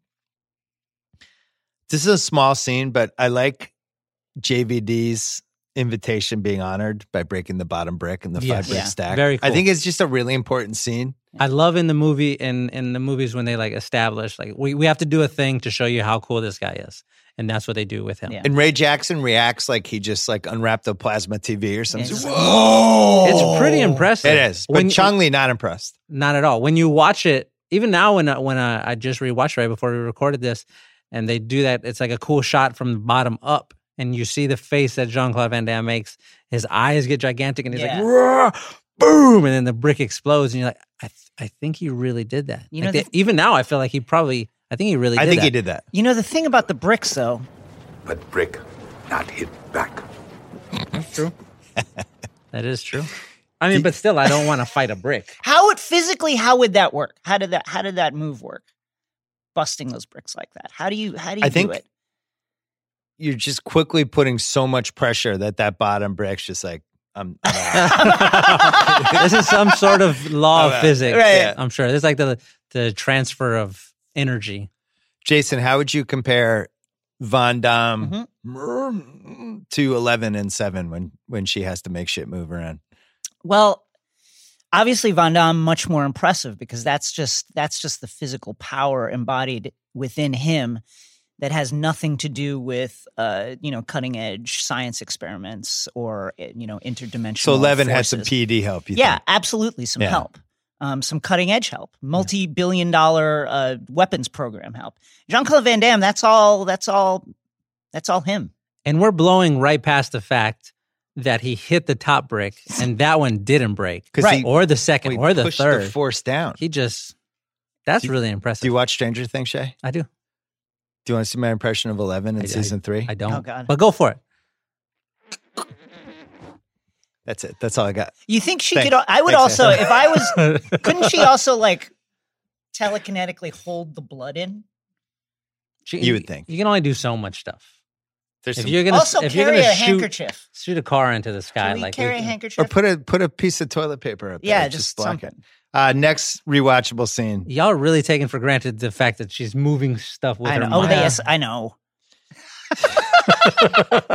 [SPEAKER 1] this is a small scene, but I like JVD's invitation being honored by breaking the bottom brick in the
[SPEAKER 5] Yes.
[SPEAKER 1] five brick
[SPEAKER 2] Yeah.
[SPEAKER 1] stack.
[SPEAKER 5] Very
[SPEAKER 1] I
[SPEAKER 5] cool.
[SPEAKER 1] think it's just a really important scene.
[SPEAKER 5] I love in the movie in in the movies when they like establish like we, we have to do a thing to show you how cool this guy is. And that's what they do with him.
[SPEAKER 2] Yeah.
[SPEAKER 1] And Ray Jackson reacts like he just like unwrapped a plasma TV or something.
[SPEAKER 2] Yeah, he's
[SPEAKER 1] Whoa!
[SPEAKER 5] It's pretty impressive.
[SPEAKER 1] Oh, It is, but
[SPEAKER 5] When-
[SPEAKER 1] Chong Lee not impressed.
[SPEAKER 5] not at all. When you watch it, even now when I- when I, I just rewatched right before we recorded this, and they do that, it's like a cool shot from the bottom up, and you see the face that Jean Claude Van Damme makes. His eyes get gigantic, and he's
[SPEAKER 2] Yeah.
[SPEAKER 5] like, "Roar!" boom, and then the brick explodes, and you're like, I th- I think he really did that.
[SPEAKER 2] You
[SPEAKER 5] Like,
[SPEAKER 2] know
[SPEAKER 5] they- even now, I feel like he probably, I think he really.
[SPEAKER 1] I
[SPEAKER 5] did
[SPEAKER 1] think he
[SPEAKER 5] that.
[SPEAKER 1] did that.
[SPEAKER 2] You know the thing about the bricks, though.
[SPEAKER 4] But brick, not hit back.
[SPEAKER 5] That is true. I mean, but still, I don't want to fight a brick.
[SPEAKER 2] How it physically? How would that work? How did that? How did that move work? Busting those bricks like that. How do you? How do you
[SPEAKER 1] I think-
[SPEAKER 2] do it?
[SPEAKER 1] You're just quickly putting so much pressure that that bottom brick's just like I'm. I'm out.
[SPEAKER 5] this is some sort of law
[SPEAKER 1] Alright.
[SPEAKER 5] of physics.
[SPEAKER 1] Right.
[SPEAKER 5] I'm sure. It's like the the transfer of energy.
[SPEAKER 1] Jason, how would you compare Von Dam
[SPEAKER 2] Mhm.
[SPEAKER 5] Mm-hmm.
[SPEAKER 1] to Eleven and Seven when when she has to make shit move around?
[SPEAKER 2] Well, obviously Van Damme much more impressive because that's just that's just the physical power embodied within him that has nothing to do with uh, you know cutting edge science experiments or eh, you know interdimensional.
[SPEAKER 1] So Eleven had some
[SPEAKER 2] forces.
[SPEAKER 1] PD help. You
[SPEAKER 2] yeah,
[SPEAKER 1] think?
[SPEAKER 2] absolutely some
[SPEAKER 1] Yeah.
[SPEAKER 2] help. Um, some cutting edge help, multi billion dollar uh, weapons program help. Jean Claude Van Damme, that's all. That's all. That's all him.
[SPEAKER 5] And we're blowing right past the fact that he hit the top brick and that one didn't break.
[SPEAKER 1] 'Cause he-
[SPEAKER 5] or the second
[SPEAKER 1] We
[SPEAKER 5] or the
[SPEAKER 1] pushed
[SPEAKER 5] third.
[SPEAKER 1] the force down.
[SPEAKER 5] he just that's
[SPEAKER 1] Do-
[SPEAKER 5] really
[SPEAKER 1] Do
[SPEAKER 5] impressive.
[SPEAKER 1] you watch Stranger Things, Shay?
[SPEAKER 5] I do.
[SPEAKER 1] Do you want to see my impression of Eleven in
[SPEAKER 5] I-
[SPEAKER 1] season three?
[SPEAKER 5] I don't.
[SPEAKER 2] Oh, God.
[SPEAKER 5] But go for it.
[SPEAKER 1] That's it. That's all I got.
[SPEAKER 2] You think she
[SPEAKER 1] Thanks.
[SPEAKER 2] could? al- I would
[SPEAKER 1] Thanks,
[SPEAKER 2] also,
[SPEAKER 1] Ed.
[SPEAKER 2] if I was Couldn't she also like telekinetically hold the blood in?
[SPEAKER 5] She-
[SPEAKER 1] You would think.
[SPEAKER 5] You can only do so much stuff.
[SPEAKER 1] There's
[SPEAKER 5] If
[SPEAKER 1] some-
[SPEAKER 5] you're gonna
[SPEAKER 2] also,
[SPEAKER 5] if you're
[SPEAKER 2] carry a
[SPEAKER 5] gonna shoot,
[SPEAKER 2] handkerchief.
[SPEAKER 5] shoot a car into the sky
[SPEAKER 2] Can we
[SPEAKER 5] like we
[SPEAKER 2] carry a
[SPEAKER 5] can-
[SPEAKER 1] or
[SPEAKER 2] handkerchief?
[SPEAKER 1] put a put a piece of toilet paper up there.
[SPEAKER 2] yeah, just,
[SPEAKER 1] block
[SPEAKER 2] something.
[SPEAKER 1] it. Uh, next rewatchable scene.
[SPEAKER 5] Y'all are really taking for granted the fact that she's moving stuff with
[SPEAKER 2] I
[SPEAKER 5] her
[SPEAKER 2] know. Oh,
[SPEAKER 5] mind.
[SPEAKER 2] they, yes, I know.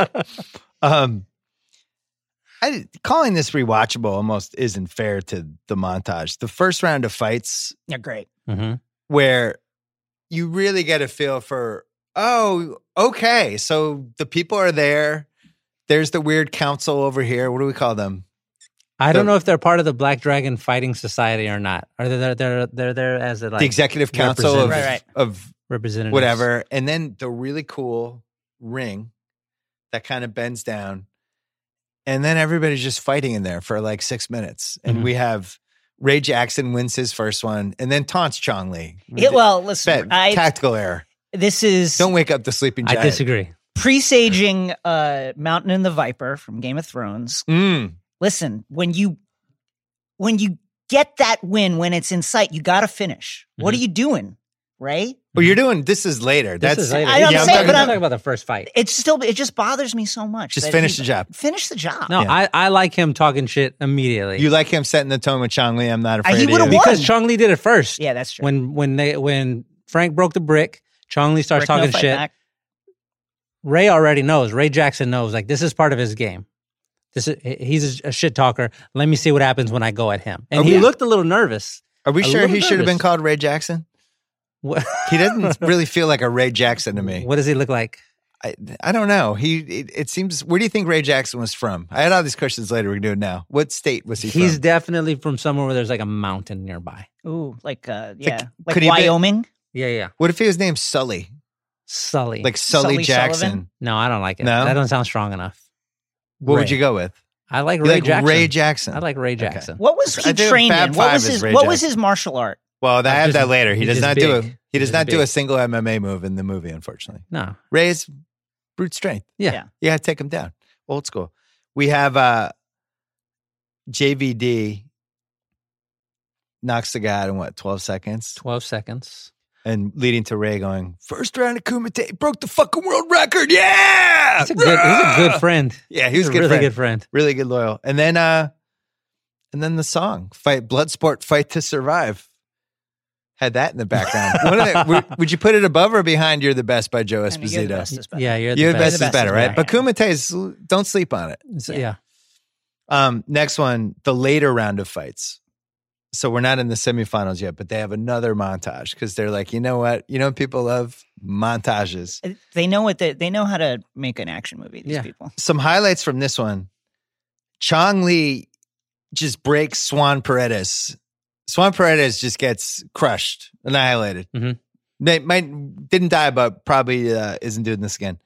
[SPEAKER 1] Um, I, calling this rewatchable almost isn't fair to the montage. The first round of fights
[SPEAKER 2] Yeah, great.
[SPEAKER 5] Mhm.
[SPEAKER 1] where you really get a feel for oh okay so the people are there there's the weird council over here what do we call them
[SPEAKER 5] I don't
[SPEAKER 1] The-
[SPEAKER 5] know if they're part of the Black Dragon Fighting Society or not. Are they they're they're they're there as a like
[SPEAKER 1] the executive council of,
[SPEAKER 2] Right, right.
[SPEAKER 1] of
[SPEAKER 5] representative
[SPEAKER 1] whatever and then the really cool ring that kind of bends down and then everybody's just fighting in there for like six minutes and
[SPEAKER 5] Mhm.
[SPEAKER 1] we have ray jackson wins his first one and then taunts chong lee
[SPEAKER 5] Mm-hmm.
[SPEAKER 2] Yeah, well,
[SPEAKER 1] Bet-
[SPEAKER 2] listen, I,
[SPEAKER 1] tactical error
[SPEAKER 2] this is
[SPEAKER 1] don't wake up the sleeping giant
[SPEAKER 5] I disagree.
[SPEAKER 2] presaging uh, Mountain and the Viper from Game of Thrones.
[SPEAKER 1] Mm.
[SPEAKER 2] Listen, when you when you get that win, when it's in sight, you got to finish.
[SPEAKER 5] Mm-hmm.
[SPEAKER 2] What are you doing, right?
[SPEAKER 1] Well, you're doing this is later.
[SPEAKER 5] This
[SPEAKER 1] That's
[SPEAKER 5] is later.
[SPEAKER 2] I- I'm
[SPEAKER 1] yeah,
[SPEAKER 2] saying,
[SPEAKER 1] I'm
[SPEAKER 2] but
[SPEAKER 1] talking
[SPEAKER 5] talking about the first fight.
[SPEAKER 2] It's still it just bothers me so much.
[SPEAKER 1] Just
[SPEAKER 2] that
[SPEAKER 1] finish
[SPEAKER 2] he-
[SPEAKER 1] the job.
[SPEAKER 2] Finish the job.
[SPEAKER 5] No,
[SPEAKER 1] Yeah.
[SPEAKER 5] I, I like him talking shit immediately.
[SPEAKER 1] You like him setting the tone with Chong Lee. I'm not
[SPEAKER 2] Uh,
[SPEAKER 1] afraid.
[SPEAKER 2] he
[SPEAKER 1] of
[SPEAKER 2] would've
[SPEAKER 1] you.
[SPEAKER 2] won.
[SPEAKER 5] because Chong Li did it first.
[SPEAKER 2] Yeah, that's true.
[SPEAKER 5] When when they when Frank broke the brick, Chong Li starts
[SPEAKER 2] Rick, no
[SPEAKER 5] talking
[SPEAKER 2] fight
[SPEAKER 5] shit.
[SPEAKER 2] back.
[SPEAKER 5] Ray already knows. Ray Jackson knows. Like this is part of his game. This is he- he's a shit talker. Let me see what happens when I go at him. And
[SPEAKER 1] Are
[SPEAKER 5] he
[SPEAKER 1] we-
[SPEAKER 5] looked a little nervous.
[SPEAKER 1] Are we
[SPEAKER 5] A
[SPEAKER 1] sure
[SPEAKER 5] little
[SPEAKER 1] he should have been
[SPEAKER 5] nervous.
[SPEAKER 1] called Ray Jackson?
[SPEAKER 5] What,
[SPEAKER 1] He doesn't really feel like a Ray Jackson to me.
[SPEAKER 5] what does he look like?
[SPEAKER 1] I, I don't know. He it, it seems. Where do you think Ray Jackson was from? I had all these questions later. We can do it now. What state was he
[SPEAKER 5] He's
[SPEAKER 1] from?
[SPEAKER 5] definitely from somewhere where there's like a mountain nearby.
[SPEAKER 2] Ooh, like uh,
[SPEAKER 1] Like,
[SPEAKER 2] yeah, like
[SPEAKER 1] could he be-
[SPEAKER 2] Wyoming.
[SPEAKER 5] Yeah, yeah.
[SPEAKER 1] What if he was named Sully,
[SPEAKER 5] Sully.
[SPEAKER 1] like Sully,
[SPEAKER 2] Sully
[SPEAKER 1] Jackson?
[SPEAKER 2] Sullivan?
[SPEAKER 5] no, I don't like it.
[SPEAKER 1] No?
[SPEAKER 5] That doesn't sound strong enough.
[SPEAKER 1] What would
[SPEAKER 5] Ray.
[SPEAKER 1] you go with?
[SPEAKER 5] I like
[SPEAKER 1] You
[SPEAKER 5] Ray
[SPEAKER 1] like
[SPEAKER 5] Jackson.
[SPEAKER 1] Ray Jackson.
[SPEAKER 5] I like Ray
[SPEAKER 1] Okay.
[SPEAKER 5] Jackson.
[SPEAKER 2] What was
[SPEAKER 1] I
[SPEAKER 2] he
[SPEAKER 1] think
[SPEAKER 2] trained
[SPEAKER 1] Fab
[SPEAKER 2] in? What
[SPEAKER 1] Five
[SPEAKER 2] was
[SPEAKER 1] is
[SPEAKER 2] his
[SPEAKER 1] Ray
[SPEAKER 2] What was
[SPEAKER 1] Jackson.
[SPEAKER 2] his martial art?
[SPEAKER 1] Well, I
[SPEAKER 5] I'm
[SPEAKER 1] have
[SPEAKER 5] just-
[SPEAKER 1] that later. He
[SPEAKER 5] he's
[SPEAKER 1] does
[SPEAKER 5] just
[SPEAKER 1] not do a
[SPEAKER 5] big.
[SPEAKER 1] he does
[SPEAKER 5] He's just
[SPEAKER 1] not do a
[SPEAKER 5] big.
[SPEAKER 1] single MMA move in the movie, unfortunately.
[SPEAKER 5] No.
[SPEAKER 1] Ray's brute strength.
[SPEAKER 5] Yeah.
[SPEAKER 2] Yeah.
[SPEAKER 1] You gotta take him down. Old school. We have uh JVD knocks the guy out in what, 12 seconds?
[SPEAKER 5] 12 seconds.
[SPEAKER 1] And leading to Ray going, first round of Kumite, broke the fucking world record. Yeah.
[SPEAKER 5] He's a good, he's a good friend.
[SPEAKER 1] Yeah, he was Uh, a
[SPEAKER 5] He's a
[SPEAKER 1] good
[SPEAKER 5] really
[SPEAKER 1] friend.
[SPEAKER 5] good friend.
[SPEAKER 1] Really good loyal. And then uh and then the song, Fight Blood Sport, Fight to Survive. Had that in the background. One of the- would, would you put it above or behind You're the Best by Joe
[SPEAKER 2] And you're the best
[SPEAKER 1] Esposito?
[SPEAKER 2] is better.
[SPEAKER 5] Yeah, you're the
[SPEAKER 1] You're
[SPEAKER 5] best.
[SPEAKER 1] the best is better, right?
[SPEAKER 5] Yeah.
[SPEAKER 1] But Kumate's don't sleep on it.
[SPEAKER 5] It's-
[SPEAKER 2] Yeah.
[SPEAKER 5] yeah.
[SPEAKER 1] Um, next one, the later round of fights. So we're not in the semifinals yet, but they have another montage because they're like, you know what? You know what people love? Montages.
[SPEAKER 2] Uh, They know what they they know how to make an action movie. These
[SPEAKER 5] Yeah.
[SPEAKER 2] people.
[SPEAKER 1] Some highlights from this one. Chong Lee just breaks Swan Paredes. Swan Paredes just gets crushed, annihilated.
[SPEAKER 5] Mhm.
[SPEAKER 1] They might didn't die, but probably uh, isn't doing this again.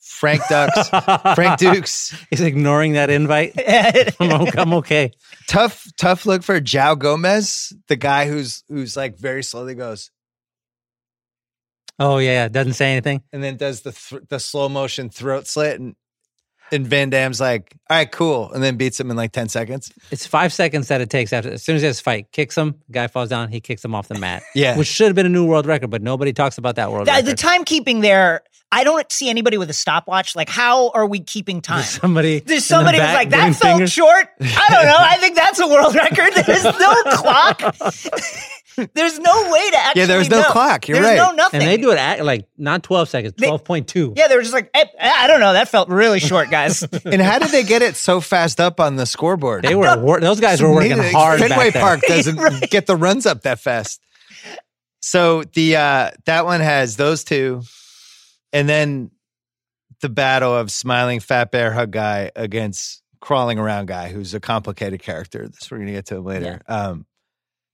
[SPEAKER 1] Frank Dukes, Frank Dukes
[SPEAKER 5] He's ignoring that invite. I'm, o- I'm okay.
[SPEAKER 1] tough tough look for Jao Gomez, the guy who's who's like very slowly goes
[SPEAKER 5] Oh, yeah. yeah. Doesn't say anything.
[SPEAKER 1] and then does the thr the slow motion throat slit and and Van Damme's like, all right, cool, and then beats him in like ten seconds.
[SPEAKER 5] It's five seconds that it takes after. As soon as this fight kicks him, guy falls down, he kicks him off the mat.
[SPEAKER 1] Yeah.
[SPEAKER 5] Which should have been a new world record, but nobody talks about that world
[SPEAKER 2] the,
[SPEAKER 5] record.
[SPEAKER 2] the timekeeping there, I don't see anybody with a stopwatch. Like, how are we keeping time?
[SPEAKER 5] There's somebody.
[SPEAKER 2] There's
[SPEAKER 5] in the
[SPEAKER 2] somebody who's
[SPEAKER 5] back
[SPEAKER 2] like,
[SPEAKER 5] doing
[SPEAKER 2] that felt
[SPEAKER 5] fingers.
[SPEAKER 2] short. I don't know. I think that's a world record. There's no clock. There's no way to actually.
[SPEAKER 1] Yeah, there was no
[SPEAKER 2] know.
[SPEAKER 1] clock. You're
[SPEAKER 2] There's
[SPEAKER 1] right.
[SPEAKER 2] no nothing.
[SPEAKER 5] And they do it at like not 12 seconds,
[SPEAKER 2] They-
[SPEAKER 5] 12.2.
[SPEAKER 2] Yeah, they were just like, eh, I don't know. That felt really short, guys.
[SPEAKER 1] And how did they get it so fast up on the scoreboard?
[SPEAKER 5] They were wor- those guys were working
[SPEAKER 1] Neither-
[SPEAKER 5] hard. back
[SPEAKER 1] Fenway
[SPEAKER 5] there.
[SPEAKER 1] Park doesn't
[SPEAKER 2] Right.
[SPEAKER 1] get the runs up that fast. So the uh that one has those two, and then the battle of smiling fat bear hug guy against crawling around guy, who's a complicated character. That's what we're gonna get to later. Um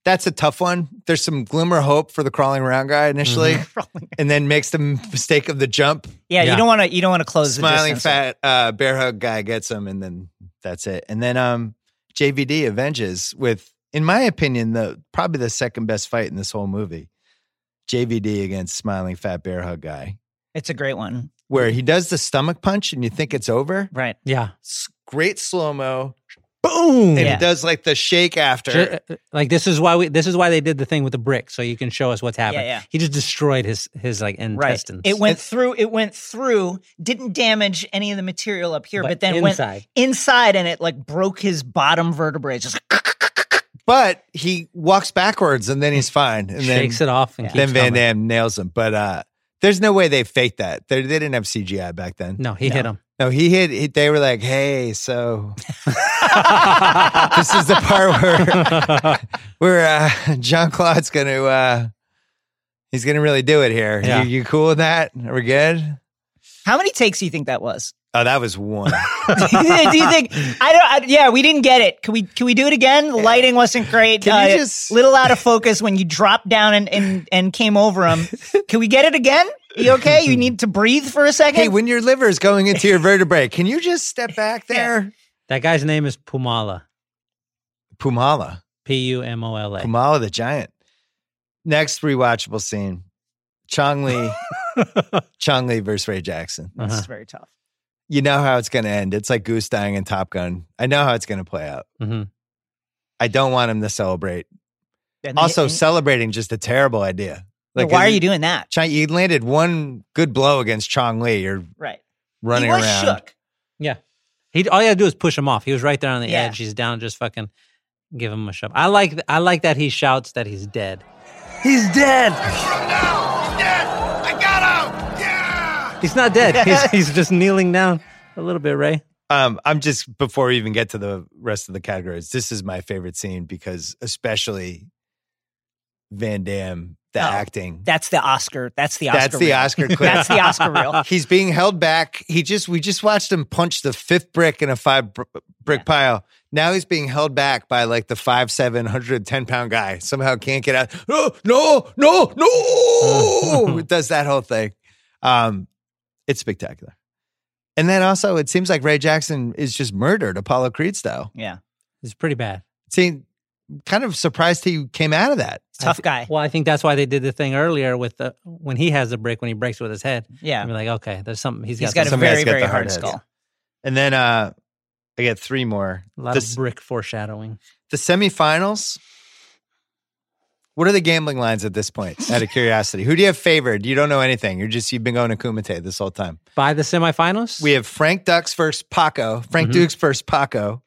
[SPEAKER 1] that's a tough one. There's some glimmer hope for the crawling around guy initially,
[SPEAKER 5] Mm-hmm.
[SPEAKER 1] and then makes the mistake of the jump.
[SPEAKER 2] Yeah,
[SPEAKER 5] Yeah.
[SPEAKER 2] you don't want to. You don't want to close.
[SPEAKER 1] Smiling
[SPEAKER 2] the distance.
[SPEAKER 1] fat uh, bear hug guy gets him, and then that's it. And then um, JVD avenges with, in my opinion, the probably the second best fight in this whole movie. JVD against smiling fat bear hug guy,
[SPEAKER 2] It's a great one,
[SPEAKER 1] where he does the stomach punch and you think it's over.
[SPEAKER 2] right?
[SPEAKER 5] Yeah.
[SPEAKER 1] S- Great slow mo,
[SPEAKER 5] Boom.
[SPEAKER 1] and he
[SPEAKER 2] Yeah.
[SPEAKER 1] does like the shake after.
[SPEAKER 5] Ju- uh, like this is why we this is why they did the thing with the brick so you can show us what's happened.
[SPEAKER 2] yeah.
[SPEAKER 5] He just destroyed his his like intestines.
[SPEAKER 2] Right. It went through. It went through. Didn't damage any of the material up here, but,
[SPEAKER 5] But
[SPEAKER 2] then went
[SPEAKER 5] inside.
[SPEAKER 2] inside, and it like broke his bottom vertebrae. Just
[SPEAKER 1] but he walks backwards, and then he's fine. And
[SPEAKER 5] shakes
[SPEAKER 1] then,
[SPEAKER 5] it off and
[SPEAKER 1] then
[SPEAKER 5] keeps
[SPEAKER 1] Van
[SPEAKER 5] coming.
[SPEAKER 1] Damme nails him. But uh, there's no way they faked that. They, they didn't have CGI back then.
[SPEAKER 5] No, he hit him.
[SPEAKER 1] No, he hit. He, they were like, "Hey, so this is the part where where uh, John Claude's going to uh, he's going to really do it here.
[SPEAKER 5] Yeah.
[SPEAKER 1] You, you cool with that? Are we good?
[SPEAKER 2] how many takes do you think that was?
[SPEAKER 1] Oh, that was one.
[SPEAKER 2] do you think? I don't. I, yeah, we didn't get it. Can we? Can we do it again? The lighting wasn't great. Uh,
[SPEAKER 1] Can you just-
[SPEAKER 2] little out of focus when you dropped down and and, and came over him. can we get it again? You okay? You need to breathe for a second.
[SPEAKER 1] hey, when your liver is going into your vertebrae, can you just step back there?
[SPEAKER 5] That guy's name is Pumala.
[SPEAKER 1] Pumala,
[SPEAKER 5] P U M O L A.
[SPEAKER 1] Pumala the giant. Next rewatchable scene: Chong Li, Chong Li versus Ray Jackson.
[SPEAKER 2] This
[SPEAKER 5] Uh-huh.
[SPEAKER 2] is very tough.
[SPEAKER 1] You know how it's going to end. It's like Goose dying in Top Gun. I know how it's going to play out.
[SPEAKER 5] Mhm.
[SPEAKER 1] I don't want him to celebrate.
[SPEAKER 2] And the-
[SPEAKER 1] Also,
[SPEAKER 2] and-
[SPEAKER 1] celebrating just a terrible idea.
[SPEAKER 2] yeah, why are you doing that?
[SPEAKER 1] Chong, you landed one good blow against Chong Lee. You're
[SPEAKER 2] Right.
[SPEAKER 1] running
[SPEAKER 2] he was
[SPEAKER 1] around.
[SPEAKER 2] shook.
[SPEAKER 5] Yeah. He all you gotta do is push him off. He was right there on the
[SPEAKER 2] Yeah.
[SPEAKER 5] edge. He's down, just fucking give him a shove. I like I like that he shouts that he's dead. He's dead.
[SPEAKER 3] I got him! Yeah!
[SPEAKER 5] He's not dead. he's he's just kneeling down a little bit, Ray.
[SPEAKER 1] Um, I'm just before we even get to the rest of the categories. This is my favorite scene because, especially Van Damme the
[SPEAKER 2] Oh,
[SPEAKER 1] acting.
[SPEAKER 2] That's the Oscar. That's the
[SPEAKER 1] That's
[SPEAKER 2] Oscar.
[SPEAKER 1] the
[SPEAKER 2] reel.
[SPEAKER 1] Oscar clip.
[SPEAKER 2] That's the Oscar reel.
[SPEAKER 1] He's being held back. He just we just watched him punch the fifth brick in a five br- brick
[SPEAKER 2] Yeah.
[SPEAKER 1] pile. Now he's being held back by like the five seven hundred ten pound guy. Somehow can't get out. No, no, no, no. It Does that whole thing. Um, it's spectacular. And then also, it seems like Ray Jackson is just murdered Apollo Creed style.
[SPEAKER 2] Yeah,
[SPEAKER 5] It's pretty bad.
[SPEAKER 1] Seemed kind of surprised he came out of that.
[SPEAKER 2] tough guy.
[SPEAKER 5] Well, I think that's why they did the thing earlier with the when he has the brick when he breaks with his head.
[SPEAKER 2] Yeah,
[SPEAKER 5] I'm like, okay, there's something he's
[SPEAKER 2] he's
[SPEAKER 5] got,
[SPEAKER 2] got a
[SPEAKER 5] some,
[SPEAKER 1] somebody that's
[SPEAKER 2] very
[SPEAKER 1] got
[SPEAKER 2] very
[SPEAKER 1] the hard
[SPEAKER 2] hard
[SPEAKER 1] heads.
[SPEAKER 2] skull.
[SPEAKER 1] And then uh, I got three more.
[SPEAKER 5] a lot
[SPEAKER 1] This-
[SPEAKER 5] of brick foreshadowing.
[SPEAKER 1] the semifinals. What are the gambling lines at this point? Out of curiosity, who do you have favored? You don't know anything. You're just you've been going to Kumite this whole time.
[SPEAKER 5] By the semifinals,
[SPEAKER 1] We have Frank Ducks versus Paco. Frank
[SPEAKER 5] Mhm.
[SPEAKER 1] Dukes versus Paco,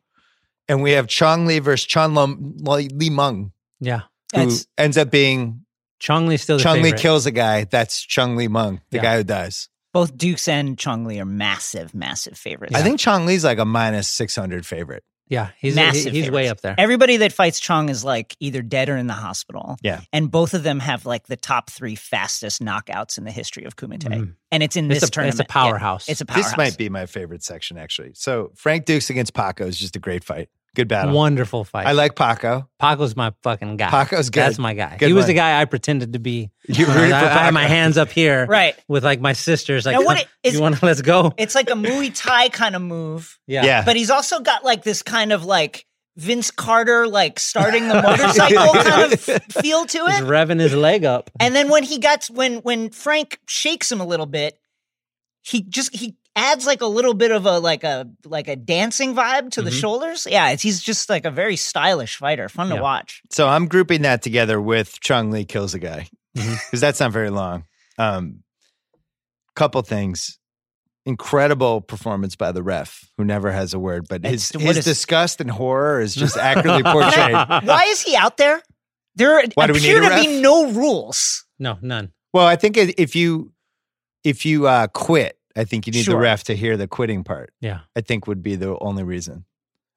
[SPEAKER 1] and we have Chong Lee versus Chon Lom- Li Li Meng,
[SPEAKER 5] yeah,
[SPEAKER 1] who
[SPEAKER 2] That's-
[SPEAKER 1] ends up being
[SPEAKER 5] Chong Lee's still the
[SPEAKER 1] Chong Lee
[SPEAKER 5] favorite.
[SPEAKER 1] kills a guy. That's Chong Lee Meng, the
[SPEAKER 5] Yeah.
[SPEAKER 1] guy who dies.
[SPEAKER 2] Both Dukes and Chong Li are massive, massive favorites.
[SPEAKER 1] I think Chong Lee's like a minus six hundred favorite.
[SPEAKER 5] Yeah, he's he-
[SPEAKER 2] Massive
[SPEAKER 5] he's way
[SPEAKER 2] favorites.
[SPEAKER 5] up there.
[SPEAKER 2] Everybody that fights Chong is like either dead or in the hospital.
[SPEAKER 1] Yeah.
[SPEAKER 2] And both of them have like the top three fastest knockouts in the history of Kumite.
[SPEAKER 5] Mhm.
[SPEAKER 2] And it's in
[SPEAKER 5] It's
[SPEAKER 2] this
[SPEAKER 5] a- it's
[SPEAKER 2] tournament.
[SPEAKER 5] a powerhouse.
[SPEAKER 2] Yeah, it's a powerhouse.
[SPEAKER 1] This might be my favorite section actually. So Frank Dukes against Paco is just a great fight. Good battle.
[SPEAKER 5] Wonderful fight.
[SPEAKER 1] I like Paco.
[SPEAKER 5] Paco's my fucking guy.
[SPEAKER 1] Paco's good.
[SPEAKER 5] That's my guy.
[SPEAKER 1] Good
[SPEAKER 5] he was
[SPEAKER 1] one.
[SPEAKER 5] the guy I pretended to be.
[SPEAKER 1] You
[SPEAKER 5] I,
[SPEAKER 1] rooted for
[SPEAKER 5] I
[SPEAKER 1] Paco.
[SPEAKER 5] had my hands up here,
[SPEAKER 2] Right.
[SPEAKER 5] with like my sisters. Like,
[SPEAKER 2] Now, what it- is-
[SPEAKER 5] you want to let's go?
[SPEAKER 2] It's like a Muay Thai kind of move.
[SPEAKER 5] Yeah,
[SPEAKER 1] Yeah.
[SPEAKER 2] But he's also got like this kind of like Vince Carter, like starting the motorcycle kind of feel to
[SPEAKER 5] He's
[SPEAKER 2] it.
[SPEAKER 5] revving his leg up.
[SPEAKER 2] And then when he gets when when Frank shakes him a little bit, he just he adds like a little bit of a like a like a dancing vibe to the
[SPEAKER 1] Mm-hmm.
[SPEAKER 5] Mhm.
[SPEAKER 2] shoulders. Yeah, it's, he's just like a very stylish fighter, fun to
[SPEAKER 5] Yeah.
[SPEAKER 2] watch.
[SPEAKER 1] So I'm grouping that together with Chung Lee kills a guy
[SPEAKER 2] Mm-hmm.
[SPEAKER 5] Mhm.
[SPEAKER 1] because that's not very long. Um, couple things. Incredible performance by the ref, who never has a word, but his,
[SPEAKER 2] It's- what
[SPEAKER 1] his
[SPEAKER 2] is-
[SPEAKER 1] disgust and horror is just accurately portrayed.
[SPEAKER 2] Why is he out there? There
[SPEAKER 1] Why do we
[SPEAKER 2] appear
[SPEAKER 1] need a
[SPEAKER 2] to be
[SPEAKER 1] ref?
[SPEAKER 2] no rules.
[SPEAKER 5] No, none.
[SPEAKER 1] Well, I think if you if you uh, quit, I think you need the
[SPEAKER 2] Sure.
[SPEAKER 1] ref to hear the quitting part.
[SPEAKER 5] Yeah.
[SPEAKER 1] I think would be the only reason.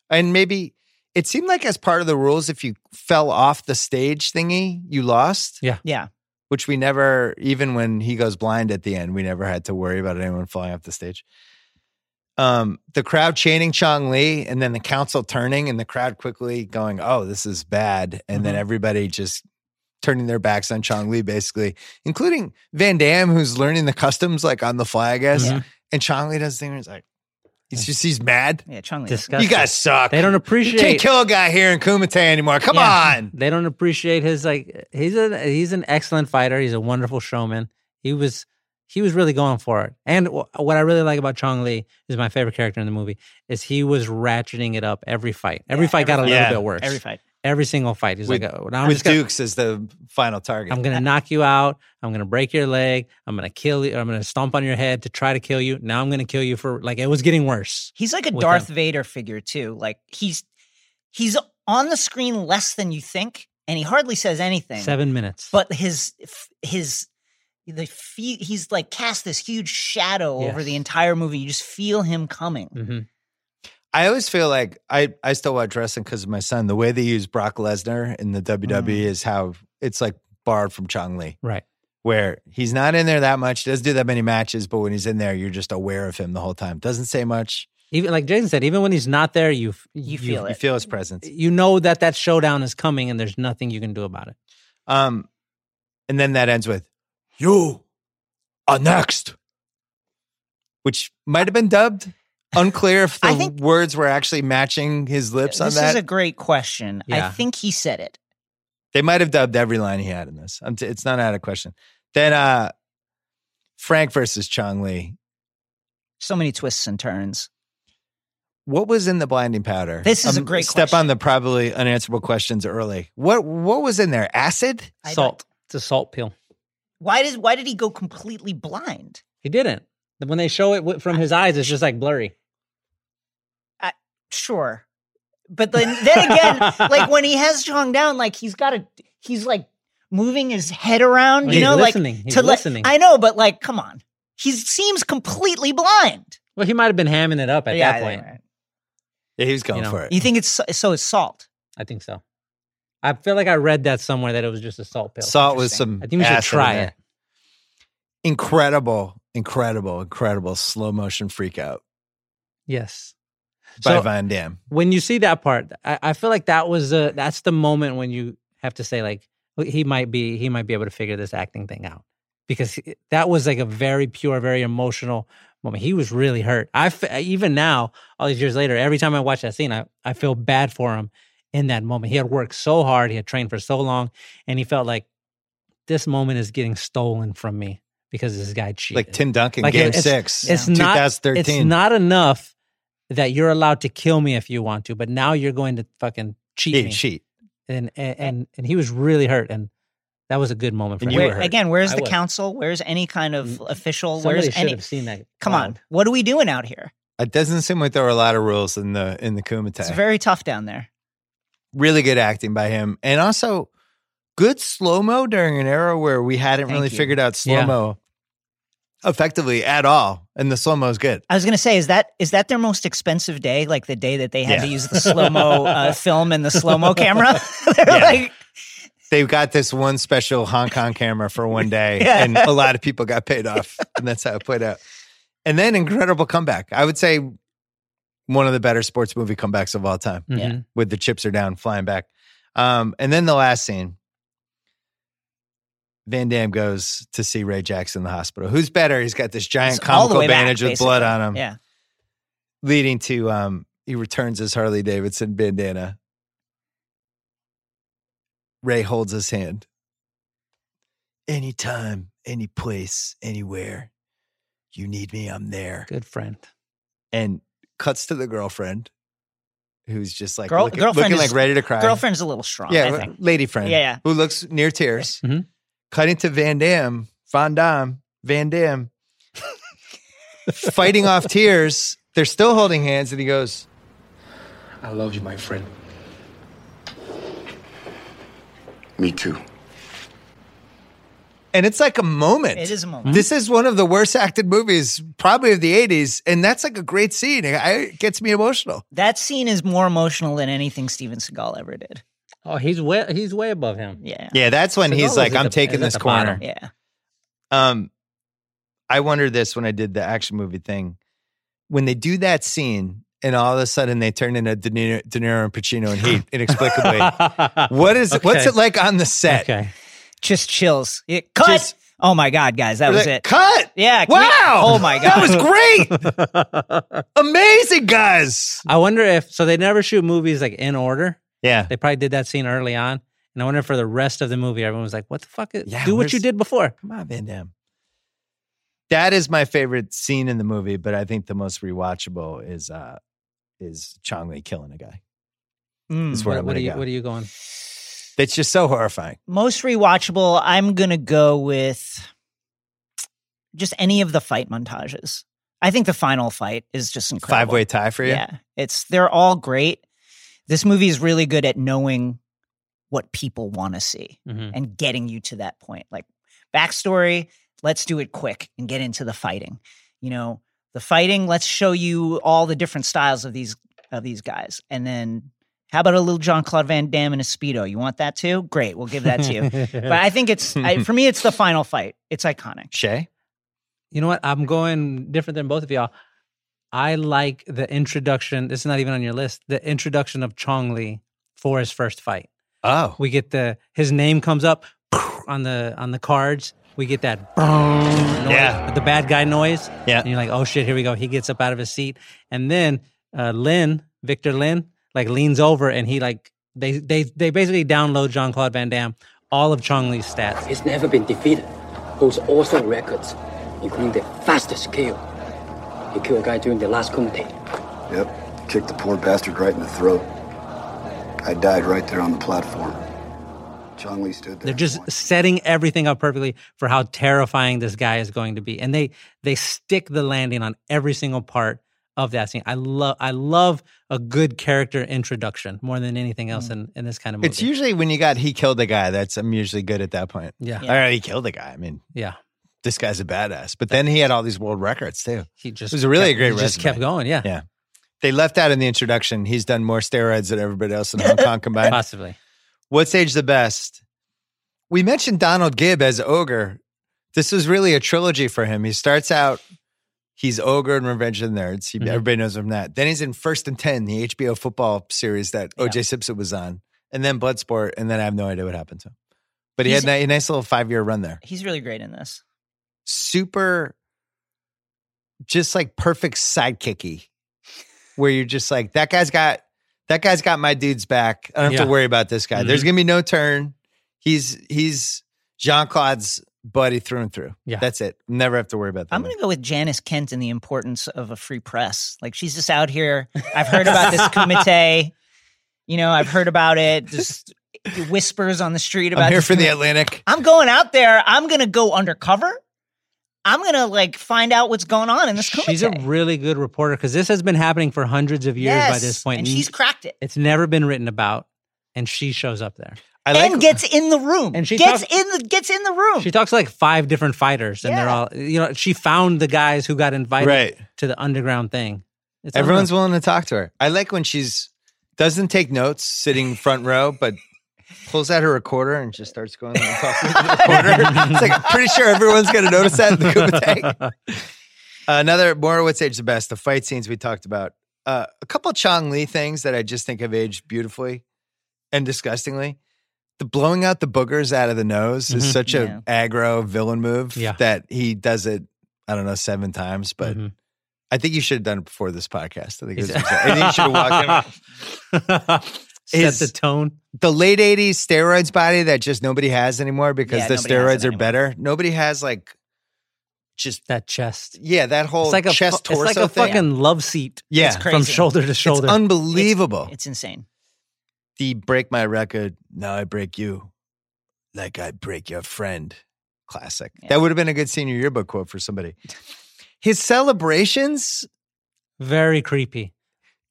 [SPEAKER 1] And maybe it seemed like as part of the rules, if you fell off the stage thingy, you lost.
[SPEAKER 5] Yeah.
[SPEAKER 2] Yeah.
[SPEAKER 1] Which we never, even when he goes blind at the end, we never had to worry about anyone falling off the stage. Um, the crowd chanting Chong Lee, and then the council turning, and the crowd quickly going, "Oh, this is bad," and then
[SPEAKER 5] Mhm.
[SPEAKER 1] everybody just turning their backs on Chong Lee, basically, including Van Damme, who's learning the customs like on the fly, I guess.
[SPEAKER 5] Mhm.
[SPEAKER 1] And Chong Lee does the thing where he's like, he's just he's mad.
[SPEAKER 2] Yeah, Chung Li.
[SPEAKER 5] Disgusting.
[SPEAKER 1] You guys suck.
[SPEAKER 5] They don't
[SPEAKER 1] You can't
[SPEAKER 5] appreciate.
[SPEAKER 1] kill a guy here in Kumite anymore. Come
[SPEAKER 5] Yeah.
[SPEAKER 1] on.
[SPEAKER 5] They don't appreciate his like. He's a he's an excellent fighter. He's a wonderful showman. He was he was really going for it. And wh- what I really like about Chong Li is my favorite character in the movie is he was ratcheting it up every fight. Every
[SPEAKER 2] Yeah,
[SPEAKER 5] fight got a
[SPEAKER 1] every
[SPEAKER 5] little
[SPEAKER 1] fight.
[SPEAKER 5] bit worse.
[SPEAKER 2] Every fight.
[SPEAKER 5] Every single fight. He's
[SPEAKER 1] With-
[SPEAKER 5] like, oh, now I'm
[SPEAKER 1] With
[SPEAKER 5] just gonna,
[SPEAKER 1] Dukes as the final target.
[SPEAKER 5] I'm gonna knock you out. I'm gonna break your leg. I'm gonna kill you. I'm gonna stomp on your head to try to kill you. Now I'm gonna kill you for like it was getting worse.
[SPEAKER 2] He's like a
[SPEAKER 5] with
[SPEAKER 2] Darth
[SPEAKER 5] him.
[SPEAKER 2] Vader figure too. Like he's he's on the screen less than you think, and he hardly says anything.
[SPEAKER 5] Seven minutes.
[SPEAKER 2] but his f- his the fe- he's like cast this huge shadow over the
[SPEAKER 5] Yes.
[SPEAKER 2] entire movie. You just feel him coming.
[SPEAKER 5] Mhm.
[SPEAKER 1] I always feel like I, I still watch wrestling because of my son. The way they use Brock Lesnar in the WWE
[SPEAKER 2] Mm.
[SPEAKER 1] is how it's like borrowed from Chong Lee,
[SPEAKER 5] right.
[SPEAKER 1] where he's not in there that much, doesn't do that many matches, but when he's in there, you're just aware of him the whole time. Doesn't say much.
[SPEAKER 5] Even like Jason said, even when he's not there, you f-
[SPEAKER 2] You feel
[SPEAKER 1] You
[SPEAKER 2] it. Mm.
[SPEAKER 1] feel his presence.
[SPEAKER 5] you know that that showdown is coming and there's nothing you can do about it.
[SPEAKER 1] Um, and then that ends with "You are next," which might have been dubbed. Unclear if the
[SPEAKER 2] I think-
[SPEAKER 1] words were actually matching his lips
[SPEAKER 2] Uh, This
[SPEAKER 1] on
[SPEAKER 2] is
[SPEAKER 1] that.
[SPEAKER 2] a great question. I
[SPEAKER 5] Yeah.
[SPEAKER 2] think he said it.
[SPEAKER 1] they might have dubbed every line he had in this. I'm t- it's not out of question. Then uh, Frank versus Chong Lee.
[SPEAKER 2] So many twists and turns.
[SPEAKER 1] What was in the blinding powder? Um,
[SPEAKER 2] This is a great
[SPEAKER 1] step
[SPEAKER 2] question.
[SPEAKER 1] on the probably unanswerable questions early. What what was in there? Acid?
[SPEAKER 2] I don't-
[SPEAKER 5] Salt. It's a salt pill.
[SPEAKER 2] Why did why did he go completely blind?
[SPEAKER 5] He didn't. When they show it wi- from his eyes, it's just like blurry.
[SPEAKER 2] Sure, but then then again, like when he has Chong down, like he's got a he's like moving his head around. You
[SPEAKER 5] He's
[SPEAKER 2] know,
[SPEAKER 5] listening.
[SPEAKER 2] like
[SPEAKER 5] He's
[SPEAKER 2] to let-
[SPEAKER 5] listening.
[SPEAKER 2] I know, but like, come on, he seems completely blind
[SPEAKER 5] Well, he might have been hamming it up at
[SPEAKER 2] Yeah,
[SPEAKER 5] that
[SPEAKER 2] I
[SPEAKER 5] point.
[SPEAKER 2] think-
[SPEAKER 1] Yeah, he was going
[SPEAKER 5] You know.
[SPEAKER 1] for it.
[SPEAKER 2] You think it's so? It's salt.
[SPEAKER 5] I think so. I feel like I read that somewhere that it was just a salt pill.
[SPEAKER 1] Salt with
[SPEAKER 2] Interesting.
[SPEAKER 1] some.
[SPEAKER 5] I think we should
[SPEAKER 1] acid in
[SPEAKER 5] try
[SPEAKER 1] there.
[SPEAKER 5] it.
[SPEAKER 1] Incredible, incredible, incredible slow motion freak out
[SPEAKER 5] Yes.
[SPEAKER 1] by
[SPEAKER 5] So-
[SPEAKER 1] Van Damme.
[SPEAKER 5] when you see that part, I, I feel like that was the that's the moment when you have to say like he might be he might be able to figure this acting thing out because he- that was like a very pure, very emotional moment. He was really hurt. I f- even now all these years later, every time I watch that scene, I I feel bad for him in that moment. He had worked so hard, he had trained for so long, and he felt like this moment is getting stolen from me because this guy cheated.
[SPEAKER 1] Like Tim Duncan,
[SPEAKER 5] Like,
[SPEAKER 1] Game
[SPEAKER 5] it's-
[SPEAKER 1] Six,
[SPEAKER 5] it's not-
[SPEAKER 1] 2013.
[SPEAKER 5] It's not enough that you're allowed to kill me if you want to, but now you're going to fucking cheat
[SPEAKER 1] Yeah,
[SPEAKER 5] me.
[SPEAKER 1] cheat.
[SPEAKER 5] And, and and and he was really hurt, and that was a good moment for
[SPEAKER 1] And
[SPEAKER 5] him.
[SPEAKER 1] you
[SPEAKER 2] Where-
[SPEAKER 1] were hurt.
[SPEAKER 2] again, where's
[SPEAKER 5] I
[SPEAKER 2] the
[SPEAKER 5] was. Mm,
[SPEAKER 2] council? Where's any kind of official?
[SPEAKER 5] Somebody
[SPEAKER 2] where's
[SPEAKER 5] should
[SPEAKER 2] any?
[SPEAKER 5] have seen that.
[SPEAKER 2] Come
[SPEAKER 5] cloud.
[SPEAKER 2] on, what are we doing out here?
[SPEAKER 1] It doesn't seem like there were a lot of rules in the in the Kumite.
[SPEAKER 2] It's very tough down there.
[SPEAKER 1] really good acting by him, and also good slow mo during an era where we hadn't
[SPEAKER 2] Thank
[SPEAKER 1] really
[SPEAKER 2] you.
[SPEAKER 1] figured out
[SPEAKER 5] Yeah.
[SPEAKER 1] slow mo effectively at all. And the slow mo is good.
[SPEAKER 2] I was gonna say, is that is that their most expensive day? Like the day that they had
[SPEAKER 1] Yeah.
[SPEAKER 2] to use the slow mo uh, film and the slow mo camera. They're
[SPEAKER 1] Yeah.
[SPEAKER 2] like,
[SPEAKER 1] They've got this one special Hong Kong camera for one day,
[SPEAKER 2] Yeah.
[SPEAKER 1] and a lot of people got paid off, and that's how it played out. And then incredible comeback. I would say one of the better sports movie comebacks of all time.
[SPEAKER 5] Mhm.
[SPEAKER 2] Yeah.
[SPEAKER 1] with the chips are down, flying back. Um, and then the last scene, Van Damme goes to see Ray Jackson in the hospital. Who's better? He's got this giant
[SPEAKER 2] it's all the
[SPEAKER 1] comical
[SPEAKER 2] way back,
[SPEAKER 1] bandage with blood
[SPEAKER 2] basically.
[SPEAKER 1] on him,
[SPEAKER 2] Yeah,
[SPEAKER 1] leading to um, he returns his Harley Davidson bandana. Ray holds his hand. Anytime, any place, anywhere, you need me, I'm there.
[SPEAKER 5] Good friend.
[SPEAKER 1] And cuts to the girlfriend, who's just like
[SPEAKER 2] Girl-
[SPEAKER 1] looking,
[SPEAKER 2] girlfriend
[SPEAKER 1] looking
[SPEAKER 2] is-
[SPEAKER 1] like ready to cry
[SPEAKER 2] girlfriend's a little strong.
[SPEAKER 1] yeah,
[SPEAKER 2] I
[SPEAKER 1] l-
[SPEAKER 2] think.
[SPEAKER 1] lady friend.
[SPEAKER 2] Yeah, yeah. Mm-hmm.
[SPEAKER 1] Who looks near tears.
[SPEAKER 5] Mhm.
[SPEAKER 1] Cutting to Van Dam, Van Dam, Van Dam, fighting off tears. They're still holding hands, and he goes,
[SPEAKER 4] I love you, my friend.
[SPEAKER 3] Me too.
[SPEAKER 1] and it's like a moment.
[SPEAKER 2] It is a moment.
[SPEAKER 1] This is one of the worst acted movies, probably of the '80s, and that's like a great scene. I, it gets me emotional.
[SPEAKER 2] That scene is more emotional than anything Steven Seagal ever did.
[SPEAKER 5] Oh, he's way he's way above him.
[SPEAKER 2] Yeah,
[SPEAKER 1] Yeah, that's when
[SPEAKER 5] Seagal
[SPEAKER 1] he's
[SPEAKER 5] is
[SPEAKER 1] like,
[SPEAKER 5] at
[SPEAKER 1] "I'm
[SPEAKER 5] the-
[SPEAKER 1] taking
[SPEAKER 5] is at
[SPEAKER 1] this
[SPEAKER 5] the
[SPEAKER 1] corner."
[SPEAKER 5] bottom.
[SPEAKER 2] yeah.
[SPEAKER 1] Um, I wondered this when I did the action movie thing. When they do that scene, and all of a sudden they turn into De Niro, De Niro and Pacino in Heat inexplicably. what is what's
[SPEAKER 5] Okay.
[SPEAKER 1] it like on the set?
[SPEAKER 5] Okay.
[SPEAKER 2] Just chills. Yeah, cut.
[SPEAKER 1] Just-
[SPEAKER 2] oh my god, guys, that
[SPEAKER 1] They're
[SPEAKER 2] was
[SPEAKER 1] like,
[SPEAKER 2] it.
[SPEAKER 1] Cut.
[SPEAKER 2] Yeah. can we-
[SPEAKER 1] Wow.
[SPEAKER 2] oh my god.
[SPEAKER 1] That was great. Amazing guys.
[SPEAKER 5] I wonder if so they never shoot movies like in order.
[SPEAKER 1] Yeah.
[SPEAKER 5] They probably did that scene early on, and I wonder if for the rest of the movie everyone was like, "What the fuck? Is,
[SPEAKER 1] Yeah,
[SPEAKER 5] do what you
[SPEAKER 1] where's-
[SPEAKER 5] did before."
[SPEAKER 1] Come on, Van Damme. That is my favorite scene in the movie, but I think the most rewatchable is uh is Chong Li killing a guy.
[SPEAKER 2] Mm.
[SPEAKER 1] Is where I'm
[SPEAKER 5] what, are
[SPEAKER 1] gonna
[SPEAKER 5] you,
[SPEAKER 1] go.
[SPEAKER 5] what are you going?
[SPEAKER 1] That's just so horrifying.
[SPEAKER 2] Most rewatchable. I'm gonna go with just any of the fight montages. I think the final fight is just incredible.
[SPEAKER 1] Five way tie for you.
[SPEAKER 2] Yeah, it's they're all great. This movie is really good at knowing what people want to see.
[SPEAKER 5] Mhm.
[SPEAKER 2] and getting you to that point. Like backstory, let's do it quick and get into the fighting. You know, the fighting, let's show you all the different styles of these of these guys. And then how about a little John Claude Van Damme in a speedo? You want that too? Great, we'll give that to you. but I think it's I, for me it's the final fight. It's iconic.
[SPEAKER 1] Shay.
[SPEAKER 5] You know what? I'm going different than both of y'all. I like the introduction. This is not even on your list. The introduction of Chong Li for his first fight.
[SPEAKER 1] Oh.
[SPEAKER 5] We get the his name comes up on the on the cards. We get that noise,
[SPEAKER 1] Yeah.
[SPEAKER 5] the bad guy noise.
[SPEAKER 1] Yeah.
[SPEAKER 5] And you're like, oh shit, here we go. He gets up out of his seat, and then uh, Lin, Victor Lin, like leans over and he like they they they basically download Jean Claude Van Damme all of Chong Li's stats.
[SPEAKER 6] He's never been defeated. Holds all awesome records, including the fastest kill. He killed a guy during the last Kumite.
[SPEAKER 7] Yep, kicked the poor bastard right in the throat. I died right there on the platform. Chong Li stood there.
[SPEAKER 5] They're
[SPEAKER 7] and
[SPEAKER 5] just
[SPEAKER 7] watched.
[SPEAKER 5] setting everything up perfectly for how terrifying this guy is going to be, and they they stick the landing on every single part of that scene. I love I love a good character introduction more than anything else in, in this kind of movie.
[SPEAKER 1] Mm. It's usually when you got he killed a guy. That's I'm usually good at that point.
[SPEAKER 5] yeah,
[SPEAKER 1] All right, he killed a guy. I mean,
[SPEAKER 5] yeah.
[SPEAKER 1] this guy's a badass. But then he had all these world records too.
[SPEAKER 5] He just
[SPEAKER 1] It was a really
[SPEAKER 5] kept,
[SPEAKER 1] great
[SPEAKER 5] He just
[SPEAKER 1] resume.
[SPEAKER 5] kept going. Yeah,
[SPEAKER 1] Yeah. They left out in the introduction. He's done more steroids than everybody else in Hong Kong combined.
[SPEAKER 5] possibly.
[SPEAKER 1] What's age the best? We mentioned Donald Gibb as Ogre. This was really a trilogy for him. He starts out, he's Ogre and Revenge of the Nerds. He,
[SPEAKER 2] Mm-hmm.
[SPEAKER 5] Mhm.
[SPEAKER 1] Everybody knows him from that. Then he's in First and Ten, the HBO football series that
[SPEAKER 2] Yeah.
[SPEAKER 1] OJ Simpson was on, and then Bloodsport, and then I have no idea what happened to him. But he
[SPEAKER 2] He's-
[SPEAKER 1] had a ni- a nice little five year run there.
[SPEAKER 2] He's really great in this.
[SPEAKER 1] Super, just like perfect sidekicky, where you're just like that guy's got that guy's got my dude's back. I don't have
[SPEAKER 5] Yeah.
[SPEAKER 1] to worry about this guy. There's
[SPEAKER 5] Mhm.
[SPEAKER 1] gonna be no turn. He's he's Jean Claude's buddy through and through.
[SPEAKER 5] Yeah.
[SPEAKER 1] that's it. Never have to worry about that.
[SPEAKER 2] I'm
[SPEAKER 1] one.
[SPEAKER 2] going to go with Janice Kent and the importance of a free press. Like she's just out here. I've heard about this kumite. You know, I've heard about it. Just whispers on the street about
[SPEAKER 1] I'm here
[SPEAKER 2] this
[SPEAKER 1] for the
[SPEAKER 2] kumite.
[SPEAKER 1] Atlantic.
[SPEAKER 2] I'm going out there. I'm going to go undercover. I'm going to like find out what's going on in this kumite.
[SPEAKER 5] She's a really good reporter because this has been happening for hundreds of years by
[SPEAKER 2] Yes,
[SPEAKER 5] this point.
[SPEAKER 2] and she's cracked it.
[SPEAKER 5] it's never been written about, and she shows up there.
[SPEAKER 1] I like
[SPEAKER 2] and gets in the room.
[SPEAKER 5] And she
[SPEAKER 2] gets
[SPEAKER 5] talks-
[SPEAKER 2] in the gets in the
[SPEAKER 1] Oh.
[SPEAKER 2] room.
[SPEAKER 5] She talks to like five different fighters, and they're
[SPEAKER 2] Yeah.
[SPEAKER 5] all you know. She found the guys who got invited
[SPEAKER 1] right.
[SPEAKER 5] to the underground thing. It's
[SPEAKER 1] Everyone's
[SPEAKER 5] unreal.
[SPEAKER 1] willing to talk to her. I like when she's doesn't take notes sitting front row, but pulls out her recorder and just starts going and talking to the recorder. it's like I'm pretty sure everyone's going to notice that in the Kumite. Another Morowitz aged the best. The fight scenes we talked about. Uh, a couple Chong Lee things that I just think have aged beautifully and disgustingly. The blowing out the boogers out of the nose is
[SPEAKER 5] Mhm.
[SPEAKER 1] such a aggro villain move
[SPEAKER 5] Yeah.
[SPEAKER 1] that he does it. I don't know seven times, but
[SPEAKER 5] Mhm.
[SPEAKER 1] I think you should have done it before this podcast. I think, it was,
[SPEAKER 5] He's-
[SPEAKER 1] I think you should have walked in.
[SPEAKER 5] set
[SPEAKER 1] His-
[SPEAKER 5] the tone.
[SPEAKER 1] the late 80s steroids body that just nobody has anymore because
[SPEAKER 2] Yeah,
[SPEAKER 1] the
[SPEAKER 2] nobody has
[SPEAKER 1] steroids
[SPEAKER 2] it
[SPEAKER 1] are
[SPEAKER 2] anymore.
[SPEAKER 1] better. Nobody has like just
[SPEAKER 5] That chest.
[SPEAKER 1] yeah, that whole
[SPEAKER 5] It's like a
[SPEAKER 1] chest
[SPEAKER 5] fu- it's
[SPEAKER 1] torso
[SPEAKER 5] like a
[SPEAKER 1] thing.
[SPEAKER 5] fucking love seat
[SPEAKER 1] yeah,
[SPEAKER 2] It's
[SPEAKER 5] from
[SPEAKER 2] Crazy.
[SPEAKER 5] shoulder to shoulder.
[SPEAKER 1] it's unbelievable.
[SPEAKER 2] It's insane.
[SPEAKER 1] the break my record, now I break you, like I break your friend. Classic.
[SPEAKER 2] Yeah.
[SPEAKER 1] That would have been a good senior yearbook quote for somebody. His celebrations
[SPEAKER 5] Very creepy.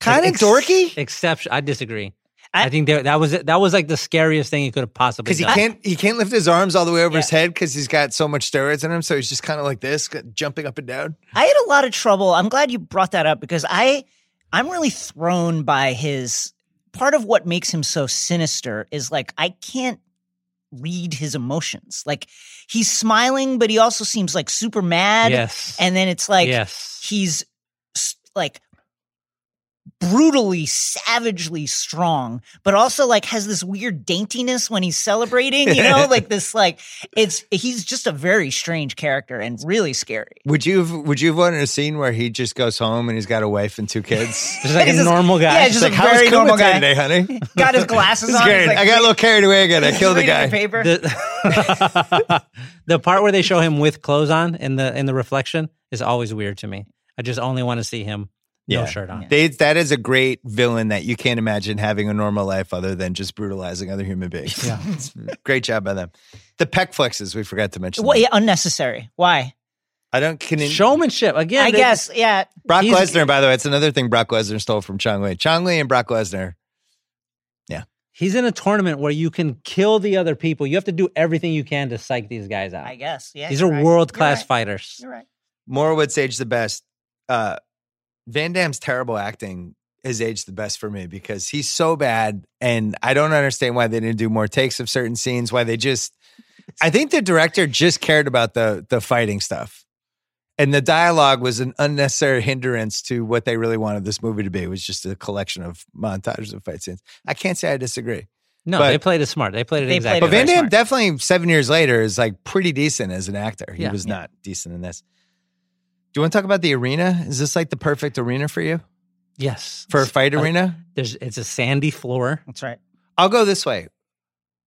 [SPEAKER 1] kind of
[SPEAKER 5] Ex-
[SPEAKER 1] dorky
[SPEAKER 5] Exception. I disagree.
[SPEAKER 2] I-
[SPEAKER 5] I, think there, that was that was like the scariest thing he could have possibly.
[SPEAKER 1] because he
[SPEAKER 5] done.
[SPEAKER 1] can't he can't lift his arms all the way over
[SPEAKER 2] Yeah.
[SPEAKER 1] his head because he's got so much steroids in him. So he's just kind of like this, jumping up and down.
[SPEAKER 2] I had a lot of trouble. I'm glad you brought that up because I I'm really thrown by his part of what makes him so sinister is like I can't read his emotions. Like he's smiling but he also seems like super mad
[SPEAKER 5] Yes.
[SPEAKER 2] and then it's like
[SPEAKER 5] yes.
[SPEAKER 2] he's s- like brutally savagely strong but also like has this weird daintiness when he's celebrating you know like this like it's he's just a very strange character and really scary
[SPEAKER 1] Would you have, would you have wanted a scene where he just goes home and he's got a wife and two kids?
[SPEAKER 5] Just like
[SPEAKER 2] he's
[SPEAKER 5] a
[SPEAKER 2] just-
[SPEAKER 5] normal guy.
[SPEAKER 2] yeah,
[SPEAKER 1] It's
[SPEAKER 2] just a
[SPEAKER 1] like, "How was
[SPEAKER 2] very normal
[SPEAKER 1] Kumite
[SPEAKER 2] guy."
[SPEAKER 1] today, honey.
[SPEAKER 2] got his glasses
[SPEAKER 1] This is
[SPEAKER 2] on.
[SPEAKER 1] great. I got a little carried away again. I killed the guy.
[SPEAKER 2] Paper.
[SPEAKER 5] the, the part where they show him with clothes on in the in the reflection is always weird to me. I just only want to see him
[SPEAKER 1] Yeah.
[SPEAKER 5] no shirt on.
[SPEAKER 1] They, that is a great villain that you can't imagine having a normal life other than just brutalizing other human beings.
[SPEAKER 5] Yeah.
[SPEAKER 1] It's- great job by them. The pec flexes we forgot to mention.
[SPEAKER 2] Well,
[SPEAKER 1] them.
[SPEAKER 2] yeah, unnecessary. Why?
[SPEAKER 1] I don't. Can
[SPEAKER 5] Showmanship again.
[SPEAKER 2] I
[SPEAKER 5] they-
[SPEAKER 2] guess. Yeah.
[SPEAKER 1] Brock
[SPEAKER 5] he's-
[SPEAKER 1] Lesnar, by the way, it's another thing Brock Lesnar stole from Chong Lee. Chong Lee and Brock Lesnar.
[SPEAKER 5] he's in a tournament where you can kill the other people. You have to do everything you can to psych these guys out.
[SPEAKER 2] I guess. Yeah.
[SPEAKER 5] These
[SPEAKER 2] you're
[SPEAKER 5] are
[SPEAKER 2] right.
[SPEAKER 5] world class
[SPEAKER 2] You're right.
[SPEAKER 5] fighters.
[SPEAKER 2] You're right.
[SPEAKER 1] Morowitz aged the best. Uh, Van Damme's terrible acting has aged the best for me because he's so bad, and I don't understand why they didn't do more takes of certain scenes. Why they just, I think the director just cared about the the fighting stuff, and the dialogue was an unnecessary hindrance to what they really wanted this movie to be. It was just a collection of montages of fight scenes. I can't say I disagree,
[SPEAKER 5] No,
[SPEAKER 1] But-
[SPEAKER 5] they played it smart. They played it
[SPEAKER 2] They
[SPEAKER 5] exactly.
[SPEAKER 2] played
[SPEAKER 1] but
[SPEAKER 2] it
[SPEAKER 1] Van
[SPEAKER 5] right.
[SPEAKER 2] very
[SPEAKER 1] Damme
[SPEAKER 2] smart.
[SPEAKER 1] definitely seven years later is like pretty decent as an actor. He
[SPEAKER 5] Yeah.
[SPEAKER 1] was not decent in this. Do you want to talk about the arena? Is this like the perfect arena for you
[SPEAKER 5] yes,
[SPEAKER 1] for a fight
[SPEAKER 5] Uh,
[SPEAKER 1] arena?
[SPEAKER 5] There's it's a sandy floor.
[SPEAKER 2] That's right.
[SPEAKER 1] I'll go this way.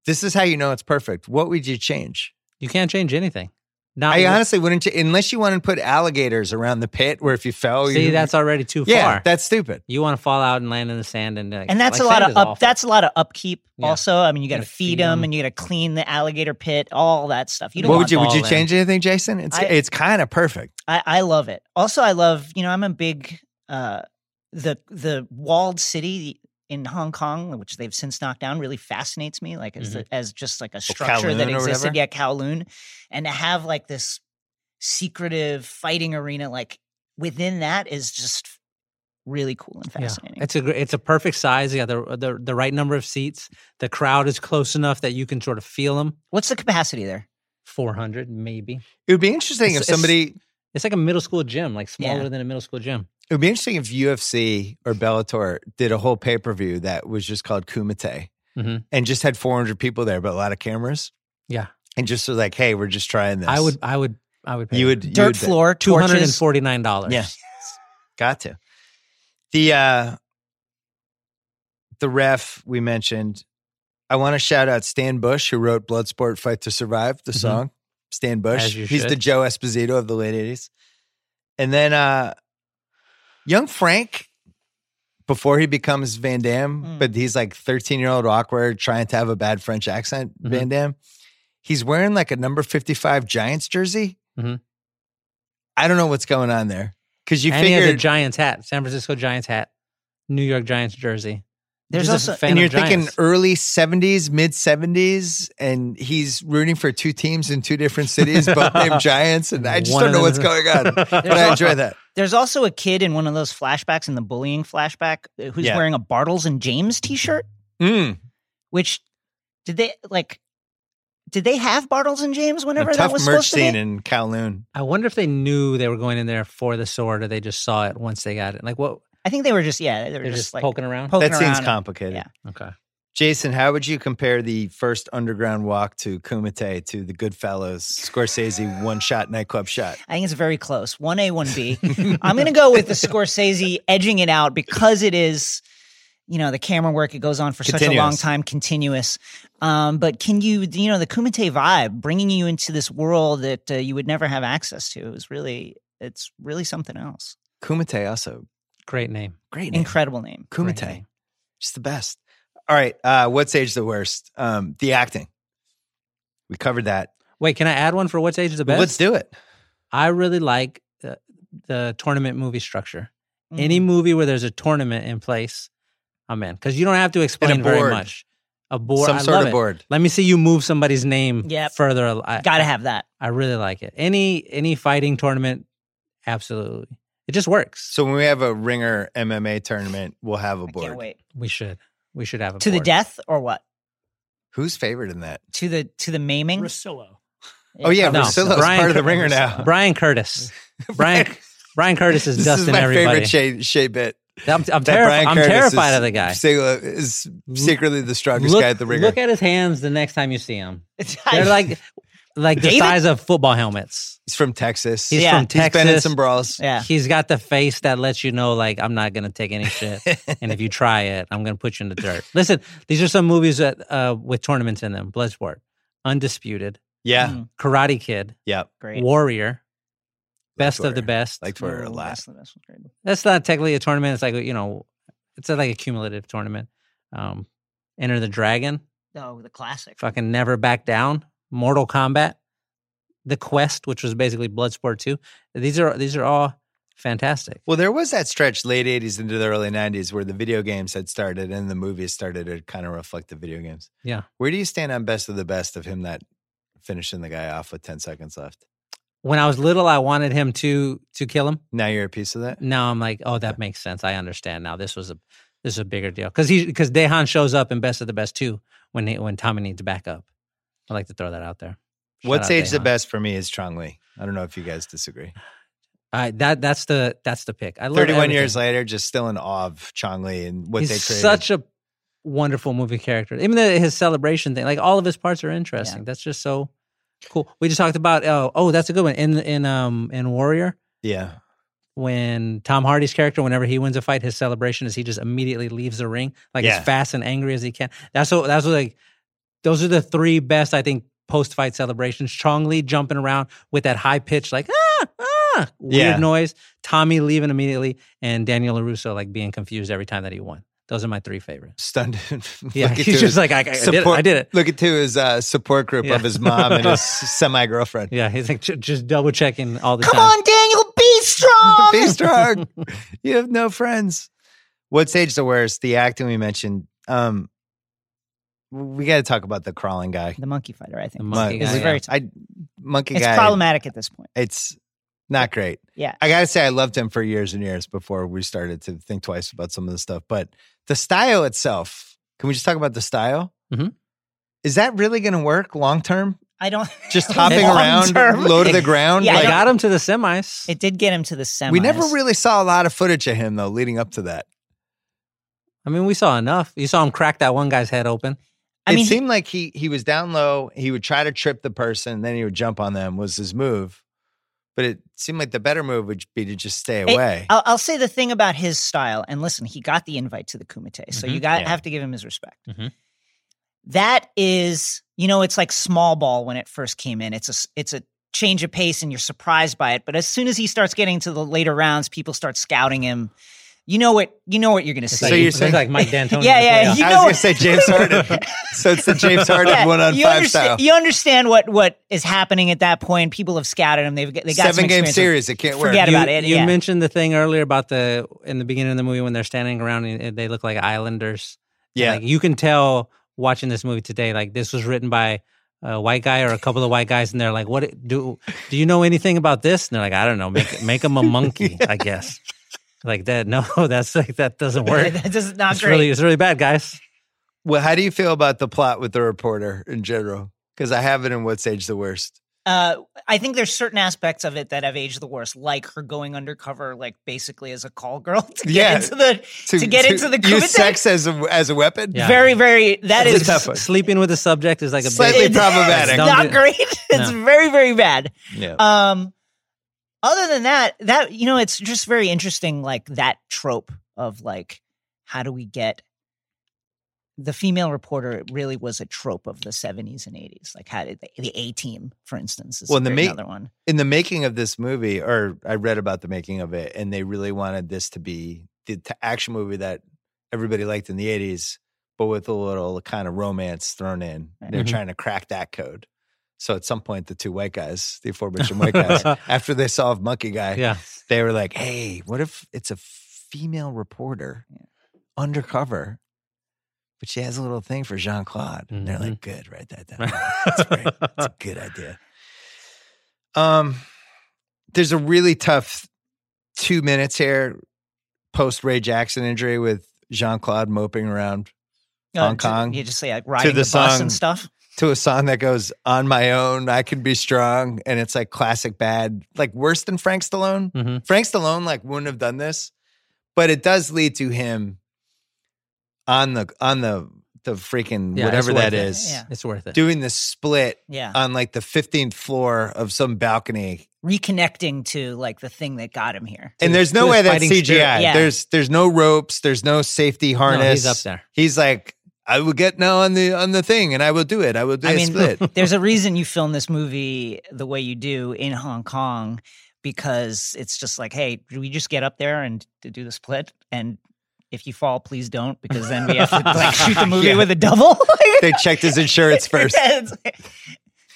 [SPEAKER 1] This is how you know it's perfect. What would you change?
[SPEAKER 5] You can't change anything. Not
[SPEAKER 1] I
[SPEAKER 5] with-
[SPEAKER 1] honestly wouldn't, cha- unless you want to put alligators around the pit where if you fell,
[SPEAKER 5] see
[SPEAKER 1] you,
[SPEAKER 5] that's already too
[SPEAKER 1] yeah,
[SPEAKER 5] far.
[SPEAKER 1] that's stupid.
[SPEAKER 5] you want to fall out and land in the sand, and like,
[SPEAKER 2] And that's
[SPEAKER 5] like
[SPEAKER 2] a lot
[SPEAKER 5] sand
[SPEAKER 2] of
[SPEAKER 5] is
[SPEAKER 2] up.
[SPEAKER 5] awful.
[SPEAKER 2] That's a lot of upkeep.
[SPEAKER 5] Yeah.
[SPEAKER 2] Also, I mean, you got to
[SPEAKER 5] Gotta
[SPEAKER 2] feed
[SPEAKER 5] feed
[SPEAKER 2] them,
[SPEAKER 5] 'em.
[SPEAKER 2] and you got to clean the alligator pit. All that stuff. You don't
[SPEAKER 1] What
[SPEAKER 2] want
[SPEAKER 1] would you would
[SPEAKER 5] ball
[SPEAKER 1] you
[SPEAKER 5] in.
[SPEAKER 1] change anything, Jason? It's
[SPEAKER 2] I-
[SPEAKER 1] it's kind of perfect.
[SPEAKER 2] I, I love it. Also, I love, you know, I'm a big uh the the walled city in Hong Kong, which they've since knocked down, really fascinates me. Like as
[SPEAKER 5] Mm-hmm.
[SPEAKER 2] the, as just like a structure that
[SPEAKER 1] Kowloon or
[SPEAKER 2] existed.
[SPEAKER 1] whatever?
[SPEAKER 2] Yeah, Kowloon. And to have like this secretive fighting arena, like within that is just really cool and fascinating.
[SPEAKER 5] It's a gr- it's a perfect size. Yeah, the the the right number of seats. The crowd is close enough that you can sort of feel them.
[SPEAKER 2] What's the capacity there?
[SPEAKER 5] Four hundred maybe.
[SPEAKER 1] It would be interesting
[SPEAKER 5] It's-
[SPEAKER 1] if somebody.
[SPEAKER 5] It's like a middle school gym, like smaller
[SPEAKER 2] Yeah.
[SPEAKER 5] than a middle school gym.
[SPEAKER 1] It would be interesting if UFC or Bellator did a whole pay per view that was just called Kumite
[SPEAKER 5] Mhm.
[SPEAKER 1] and just had 400 people there, but a lot of cameras.
[SPEAKER 5] Yeah.
[SPEAKER 1] And just was like, hey, we're just trying this.
[SPEAKER 5] I would I would I would pay
[SPEAKER 1] you would, you
[SPEAKER 2] Dirt
[SPEAKER 1] would-
[SPEAKER 2] floor,
[SPEAKER 5] two hundred and
[SPEAKER 2] torches.
[SPEAKER 5] forty nine dollars.
[SPEAKER 1] Yeah. Got to. The, uh, the ref we mentioned, I want to shout out Stan Bush, who wrote Bloodsport Fight to Survive, the
[SPEAKER 5] Mhm.
[SPEAKER 1] song. Stan Bush.
[SPEAKER 5] As you
[SPEAKER 1] He's
[SPEAKER 5] should.
[SPEAKER 1] the Joe Esposito of the late 80s. And then uh, young Frank, before he becomes Van Damme,
[SPEAKER 2] Mm.
[SPEAKER 1] but he's like 13 year old, awkward, trying to have a bad French accent,
[SPEAKER 5] Mhm.
[SPEAKER 1] Van Damme. He's wearing like a number 55 Giants jersey.
[SPEAKER 5] Mhm.
[SPEAKER 1] I don't know what's going on there. Cause you
[SPEAKER 5] and he has a
[SPEAKER 1] figured,
[SPEAKER 5] Giants hat, San Francisco Giants hat, New York Giants jersey.
[SPEAKER 2] There's
[SPEAKER 5] Just a
[SPEAKER 2] also-
[SPEAKER 5] fan
[SPEAKER 1] and
[SPEAKER 5] of
[SPEAKER 1] you're thinking
[SPEAKER 5] Giants.
[SPEAKER 1] early 70s, mid 70s, and he's rooting for two teams in two different cities, both named Giants. And I just
[SPEAKER 5] One
[SPEAKER 1] don't
[SPEAKER 5] of
[SPEAKER 1] know
[SPEAKER 5] them
[SPEAKER 1] what's
[SPEAKER 5] is-
[SPEAKER 1] going on. But I enjoy that.
[SPEAKER 2] There's also a kid in one of those flashbacks in the bullying flashback uh, who's
[SPEAKER 1] Yeah.
[SPEAKER 2] wearing a Bartles and James t-shirt,
[SPEAKER 5] Hmm.
[SPEAKER 1] Mm,
[SPEAKER 2] which did they like did they have Bartles and James whenever
[SPEAKER 1] a
[SPEAKER 2] that
[SPEAKER 1] tough
[SPEAKER 2] was
[SPEAKER 1] merch
[SPEAKER 2] supposed to be?
[SPEAKER 1] scene in Kowloon.
[SPEAKER 5] I wonder if they knew they were going in there for the sword, or they just saw it once they got it. Like what?
[SPEAKER 2] I think they were just yeah, they were
[SPEAKER 5] They're
[SPEAKER 2] just,
[SPEAKER 5] just,
[SPEAKER 2] like
[SPEAKER 5] poking around.
[SPEAKER 2] poking
[SPEAKER 1] That seems
[SPEAKER 2] around.
[SPEAKER 1] complicated.
[SPEAKER 2] Yeah.
[SPEAKER 5] okay.
[SPEAKER 1] Jason, how would you compare the first underground walk to Kumite to the Goodfellas Scorsese one shot nightclub shot?
[SPEAKER 2] I think it's very close. 1A, 1B. I'm going to go with the Scorsese edging it out because it is, you know, the camera work, it goes on for such a long
[SPEAKER 1] Continuous.
[SPEAKER 2] time, continuous. Um, but can you, you know, the Kumite vibe, bringing you into this world that uh, you would never have access to is really, it's really something else.
[SPEAKER 1] Kumite also
[SPEAKER 5] Great name.
[SPEAKER 1] great name.
[SPEAKER 2] Incredible name.
[SPEAKER 5] Great
[SPEAKER 1] Kumite,
[SPEAKER 5] name.
[SPEAKER 1] just the best. All right, uh, what's age the worst? Um, the acting. We covered that.
[SPEAKER 5] Wait, can I add one for what's age is the best?
[SPEAKER 1] Let's do it.
[SPEAKER 5] I really like the, the tournament movie structure.
[SPEAKER 2] Mm.
[SPEAKER 5] Any movie where there's a tournament in place, I'm in because you don't have to explain very
[SPEAKER 1] board.
[SPEAKER 5] much. A board,
[SPEAKER 1] Some
[SPEAKER 5] I
[SPEAKER 1] sort
[SPEAKER 5] love
[SPEAKER 1] of
[SPEAKER 5] it.
[SPEAKER 1] board.
[SPEAKER 5] Let me see you move somebody's name
[SPEAKER 2] Yep.
[SPEAKER 5] further. al- I,
[SPEAKER 2] Mm. Gotta have that.
[SPEAKER 5] I really like it. Any any fighting tournament, absolutely. It just works.
[SPEAKER 1] So when we have a ringer MMA tournament, we'll have a
[SPEAKER 2] I
[SPEAKER 1] board.
[SPEAKER 2] can't wait.
[SPEAKER 5] We should we should have a
[SPEAKER 2] To the
[SPEAKER 5] board.
[SPEAKER 2] death or what?
[SPEAKER 1] Who's favored in that?
[SPEAKER 2] To the, to the maiming?
[SPEAKER 8] Rosillo.
[SPEAKER 1] Oh yeah,
[SPEAKER 5] No,
[SPEAKER 1] Russillo's
[SPEAKER 5] Brian
[SPEAKER 1] part of the
[SPEAKER 5] Cur-
[SPEAKER 1] ringer now.
[SPEAKER 5] Brian Curtis. Brian Brian Curtis is
[SPEAKER 1] This
[SPEAKER 5] dusting
[SPEAKER 1] is my
[SPEAKER 5] everybody.
[SPEAKER 1] favorite Shea, Shea bit.
[SPEAKER 5] I'm, I'm,
[SPEAKER 1] that
[SPEAKER 5] terrif-
[SPEAKER 1] Brian
[SPEAKER 5] I'm
[SPEAKER 1] Curtis
[SPEAKER 5] terrified
[SPEAKER 1] is
[SPEAKER 5] of the guy.
[SPEAKER 1] Sigla is secretly the strongest
[SPEAKER 5] Look,
[SPEAKER 1] guy at the ringer.
[SPEAKER 5] look at his hands the next time you see him.
[SPEAKER 2] I-
[SPEAKER 5] They're like like the
[SPEAKER 2] David-
[SPEAKER 5] size of football helmets.
[SPEAKER 1] he's from Texas.
[SPEAKER 5] He's
[SPEAKER 2] Yeah.
[SPEAKER 5] from
[SPEAKER 1] He's
[SPEAKER 5] Texas.
[SPEAKER 1] been in some brawls.
[SPEAKER 2] yeah.
[SPEAKER 5] He's got the face that lets you know, like, I'm not gonna take any shit. and if you try it, I'm gonna put you in the dirt. Listen, these are some movies that uh, with tournaments in them. Bloodsport, Undisputed,
[SPEAKER 1] Yeah.
[SPEAKER 2] Mm,
[SPEAKER 5] Karate Kid,
[SPEAKER 1] Yeah.
[SPEAKER 2] great.
[SPEAKER 5] Warrior, Best of the
[SPEAKER 1] Warrior.
[SPEAKER 5] Best.
[SPEAKER 1] Liked Warrior a
[SPEAKER 2] Ooh,
[SPEAKER 1] lot.
[SPEAKER 2] that's the best one. Great.
[SPEAKER 5] That's not technically a tournament. It's like you know, it's like a cumulative tournament. Um, Enter the Dragon,
[SPEAKER 2] Oh, the classic.
[SPEAKER 5] fucking Never Back Down, Mortal Kombat, The Quest, which was basically Bloodsport two. These are these are all fantastic.
[SPEAKER 1] Well, there was that stretch late 80s into the early 90s where the video games had started and the movies started to kind of reflect the video games.
[SPEAKER 5] Yeah.
[SPEAKER 1] Where do you stand on best of the best of him not finishing the guy off with 10 seconds left?
[SPEAKER 5] When I was little, I wanted him to to kill him.
[SPEAKER 1] Now you're a piece of that?
[SPEAKER 5] Now I'm like, oh, that makes sense. I understand now. This was a this is a bigger deal because he because Dehan shows up in Best of the Best two when he, when Tommy needs backup. I like to throw that out there. Shout
[SPEAKER 1] What's
[SPEAKER 5] out
[SPEAKER 1] age the
[SPEAKER 5] Daehan.
[SPEAKER 1] best for me is Chong Lee. I don't know if you guys disagree.
[SPEAKER 5] I that that's the that's the pick. I love
[SPEAKER 1] 31 years
[SPEAKER 5] everything.
[SPEAKER 1] later, just still in awe of Chong Lee and what
[SPEAKER 5] he's
[SPEAKER 1] they created.
[SPEAKER 5] such a wonderful movie character. Even the, his celebration thing, like all of his parts are interesting. That's just so cool. We just talked about oh oh that's a good one in in um in Warrior
[SPEAKER 1] yeah.
[SPEAKER 5] when Tom Hardy's character whenever he wins a fight, his celebration is he just immediately leaves the ring like
[SPEAKER 1] Yeah.
[SPEAKER 5] as fast and angry as he can. That's what that's what like those are the three best I think post fight celebrations. Chong Lee jumping around with that high pitch like ah ah weird
[SPEAKER 1] Yeah.
[SPEAKER 5] noise. Tommy leaving immediately and Daniel Larusso like being confused every time that he won. Those are my three favorites.
[SPEAKER 1] Stunned.
[SPEAKER 5] Yeah,
[SPEAKER 1] Look at
[SPEAKER 5] he's
[SPEAKER 1] you.
[SPEAKER 5] just like I, I did it. I did it.
[SPEAKER 1] Look at to his uh, support group
[SPEAKER 5] Yeah.
[SPEAKER 1] of his mom and his semi girlfriend.
[SPEAKER 5] Yeah, he's like ju- just double checking all the
[SPEAKER 2] Come
[SPEAKER 5] time.
[SPEAKER 2] on, Daniel, be strong.
[SPEAKER 1] Be strong. you have no friends. What's age the worst? The acting we mentioned. Um, we got to talk about the crawling guy.
[SPEAKER 2] the monkey fighter, I think.
[SPEAKER 5] The
[SPEAKER 1] Mon-
[SPEAKER 5] monkey guy,
[SPEAKER 2] It's
[SPEAKER 5] yeah.
[SPEAKER 2] very tough.
[SPEAKER 1] I monkey
[SPEAKER 2] It's
[SPEAKER 1] guy.
[SPEAKER 2] problematic at this point.
[SPEAKER 1] It's Not great.
[SPEAKER 2] Yeah.
[SPEAKER 1] I gotta say, I loved him for years and years before we started to think twice about some of the stuff. But the style itself, can we just talk about the style?
[SPEAKER 2] Mm-hmm.
[SPEAKER 5] Mhm.
[SPEAKER 1] Is that really gonna work long term?
[SPEAKER 2] I don't
[SPEAKER 1] Just hopping
[SPEAKER 2] Long
[SPEAKER 1] around,
[SPEAKER 2] term.
[SPEAKER 1] low to the ground.
[SPEAKER 2] Yeah, I
[SPEAKER 5] I
[SPEAKER 1] like,
[SPEAKER 5] got him to the semis.
[SPEAKER 2] It did get him to the semis.
[SPEAKER 1] we never really saw a lot of footage of him though, leading up to that.
[SPEAKER 5] I mean, we saw enough. You saw him crack that one guy's head open.
[SPEAKER 2] I
[SPEAKER 1] it
[SPEAKER 2] mean, he-
[SPEAKER 1] seemed like he he was down low. He would try to trip the person, then he would jump on them. Was his move, but it seemed like the better move would be to just stay
[SPEAKER 2] It-
[SPEAKER 1] away.
[SPEAKER 2] I'll, I'll say the thing about his style, and listen, he got the invite to the Kumite, so you
[SPEAKER 1] Mm-hmm. Yeah.
[SPEAKER 2] got
[SPEAKER 1] Mm-hmm.
[SPEAKER 2] have to give him his respect.
[SPEAKER 5] Mhm.
[SPEAKER 2] That is, you know, it's like small ball when it first came in. It's a s- it's a change of pace, and you're surprised by it. But as soon as he starts getting to the later rounds, people start scouting him. You know what? You know what you're going to see.
[SPEAKER 1] So you're
[SPEAKER 5] It's
[SPEAKER 1] saying-
[SPEAKER 5] like Mike D'Antoni.
[SPEAKER 2] Yeah,
[SPEAKER 5] in the
[SPEAKER 2] yeah,
[SPEAKER 5] playoffs.
[SPEAKER 2] you
[SPEAKER 1] I
[SPEAKER 2] know-
[SPEAKER 1] was gonna say James Harden. so it's the James Harden
[SPEAKER 2] Yeah,
[SPEAKER 1] one on
[SPEAKER 2] you
[SPEAKER 1] five
[SPEAKER 2] understand,
[SPEAKER 1] style.
[SPEAKER 2] You understand what what is happening at that point. People have scouted him. They've got- they got some
[SPEAKER 1] Seven game
[SPEAKER 2] experience
[SPEAKER 1] series.
[SPEAKER 2] with-
[SPEAKER 1] It can't work.
[SPEAKER 2] Forget
[SPEAKER 5] you,
[SPEAKER 2] about it,
[SPEAKER 5] You
[SPEAKER 2] yeah.
[SPEAKER 5] mentioned the thing earlier about the in the beginning of the movie when they're standing around and they look like islanders. And,
[SPEAKER 1] Yeah.
[SPEAKER 5] like, you can tell watching this movie today. Like this was written by a white guy or a couple of white guys, and they're like, "What do do you know anything about this?" And they're like, "I don't know. Make make him a monkey, I guess." Like that? No, that's like that doesn't work.
[SPEAKER 2] That does not
[SPEAKER 5] It's
[SPEAKER 2] great.
[SPEAKER 5] really it's really bad, guys.
[SPEAKER 1] Well, how do you feel about the plot with the reporter in general? Because I have it in What's Age the Worst.
[SPEAKER 2] uh, I think there's certain aspects of it that have aged the worst, like her going undercover, like basically as a call girl to get
[SPEAKER 1] Yeah.
[SPEAKER 2] into the to, get into the
[SPEAKER 1] use
[SPEAKER 2] Kumite.
[SPEAKER 1] sex as a, as a weapon.
[SPEAKER 5] Yeah.
[SPEAKER 2] Very, very. That
[SPEAKER 1] It's a
[SPEAKER 2] is
[SPEAKER 1] tough one.
[SPEAKER 5] Sleeping with the subject is like a
[SPEAKER 1] Slightly
[SPEAKER 5] big,
[SPEAKER 1] problematic.
[SPEAKER 2] It's
[SPEAKER 5] Don't
[SPEAKER 2] not
[SPEAKER 5] do-
[SPEAKER 2] great. It's very, very bad.
[SPEAKER 1] Yeah.
[SPEAKER 2] Um, other than that, that you know, it's just very interesting, like that trope of like, how do we get the female reporter? It really was a trope of the '70s and '80s. Like, how did the, the A Team, for instance, is
[SPEAKER 1] Well, and the
[SPEAKER 2] very-
[SPEAKER 1] ma-
[SPEAKER 2] another one.
[SPEAKER 1] in the making of this movie, or I read about the making of it, and they really wanted this to be the t- action movie that everybody liked in the '80s, but with a little kind of romance thrown in. They're
[SPEAKER 5] Mhm.
[SPEAKER 1] trying to crack that code. So at some point, the two white guys, the aforementioned white guys, after they solved Monkey Guy,
[SPEAKER 5] Yeah.
[SPEAKER 1] they were like, "Hey, what if it's a female reporter undercover?" But she has a little thing for Jean Claude. And they're like, good, write that down. That's great. That's a good idea. Um, there's a really tough two minutes here post Ray Jackson injury with Jean Claude moping around Hong
[SPEAKER 2] Uh, to-
[SPEAKER 1] Kong.
[SPEAKER 2] You just say like riding
[SPEAKER 1] the
[SPEAKER 2] the, bus
[SPEAKER 1] song.
[SPEAKER 2] and stuff.
[SPEAKER 1] to a song that goes on my own i can be strong and it's like classic bad like worse than frank stallone
[SPEAKER 5] Mhm.
[SPEAKER 1] frank stallone like wouldn't have done this but it does lead to him on the on the the freaking
[SPEAKER 5] Yeah,
[SPEAKER 1] whatever
[SPEAKER 5] it's worth
[SPEAKER 1] that
[SPEAKER 5] it.
[SPEAKER 1] is
[SPEAKER 2] Yeah.
[SPEAKER 5] It's worth it.
[SPEAKER 1] doing the split
[SPEAKER 2] Yeah,
[SPEAKER 1] on like the 15th floor of some balcony
[SPEAKER 2] reconnecting to like the thing that got him here.
[SPEAKER 1] and
[SPEAKER 5] To-
[SPEAKER 1] there's
[SPEAKER 5] to
[SPEAKER 1] no
[SPEAKER 5] his
[SPEAKER 1] way that's
[SPEAKER 5] fighting
[SPEAKER 1] cgi
[SPEAKER 5] spirit.
[SPEAKER 2] Yeah.
[SPEAKER 1] there's there's no ropes there's no safety harness
[SPEAKER 5] No, he's up there.
[SPEAKER 1] he's like i will get now on the on the thing and i will do it i will do
[SPEAKER 2] I
[SPEAKER 1] a
[SPEAKER 2] mean,
[SPEAKER 1] split
[SPEAKER 2] there's a reason you film this movie the way you do in Hong Kong because it's just like, hey, do we just get up there and to do the split? And if you fall, please don't, because then we have to like shoot the movie
[SPEAKER 1] Yeah.
[SPEAKER 2] with a double.
[SPEAKER 1] they checked his insurance first
[SPEAKER 2] It's like-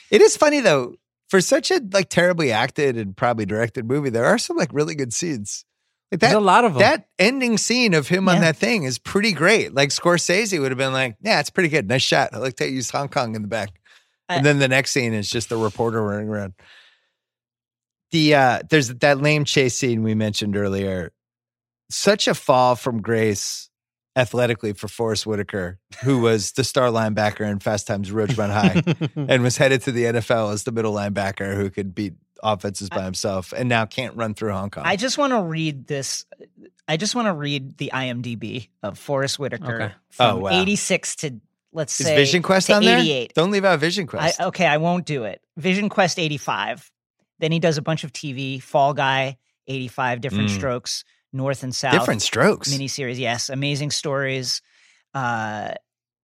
[SPEAKER 1] It is funny though, for such a like terribly acted and probably directed movie, there are some like really good scenes. Like
[SPEAKER 5] There's a
[SPEAKER 1] that
[SPEAKER 5] lot of them.
[SPEAKER 1] that ending scene of him on
[SPEAKER 2] Yeah.
[SPEAKER 1] that thing is pretty great. Like Scorsese would have been like, "Yeah, it's pretty good. Nice shot. I like that you used Hong Kong in the back."
[SPEAKER 2] I-
[SPEAKER 1] and then the next scene is just the reporter running around. The uh there's that lame chase scene we mentioned earlier. Such a fall from grace athletically for Forrest Whitaker, who was the star linebacker in Fast Times at Ridgemont High and was headed to the NFL as the middle linebacker who could beat offenses by himself and now can't run through Hong Kong.
[SPEAKER 2] I just want to read this. I just want to read the IMDb of Forrest Whitaker
[SPEAKER 5] Okay.
[SPEAKER 2] from
[SPEAKER 1] Oh, wow.
[SPEAKER 2] 86 to let's
[SPEAKER 1] is
[SPEAKER 2] say
[SPEAKER 1] Vision Quest
[SPEAKER 2] to
[SPEAKER 1] on there?
[SPEAKER 2] 88.
[SPEAKER 1] Don't leave out Vision
[SPEAKER 2] I, oh,
[SPEAKER 1] Quest.
[SPEAKER 2] okay, I won't do it. Vision Quest 85. Then he does a bunch of TV, Fall Guy 85, Different
[SPEAKER 1] Mm.
[SPEAKER 2] Strokes, North and South.
[SPEAKER 1] Different strokes.
[SPEAKER 2] Miniseries, yes. Amazing Stories. Uh,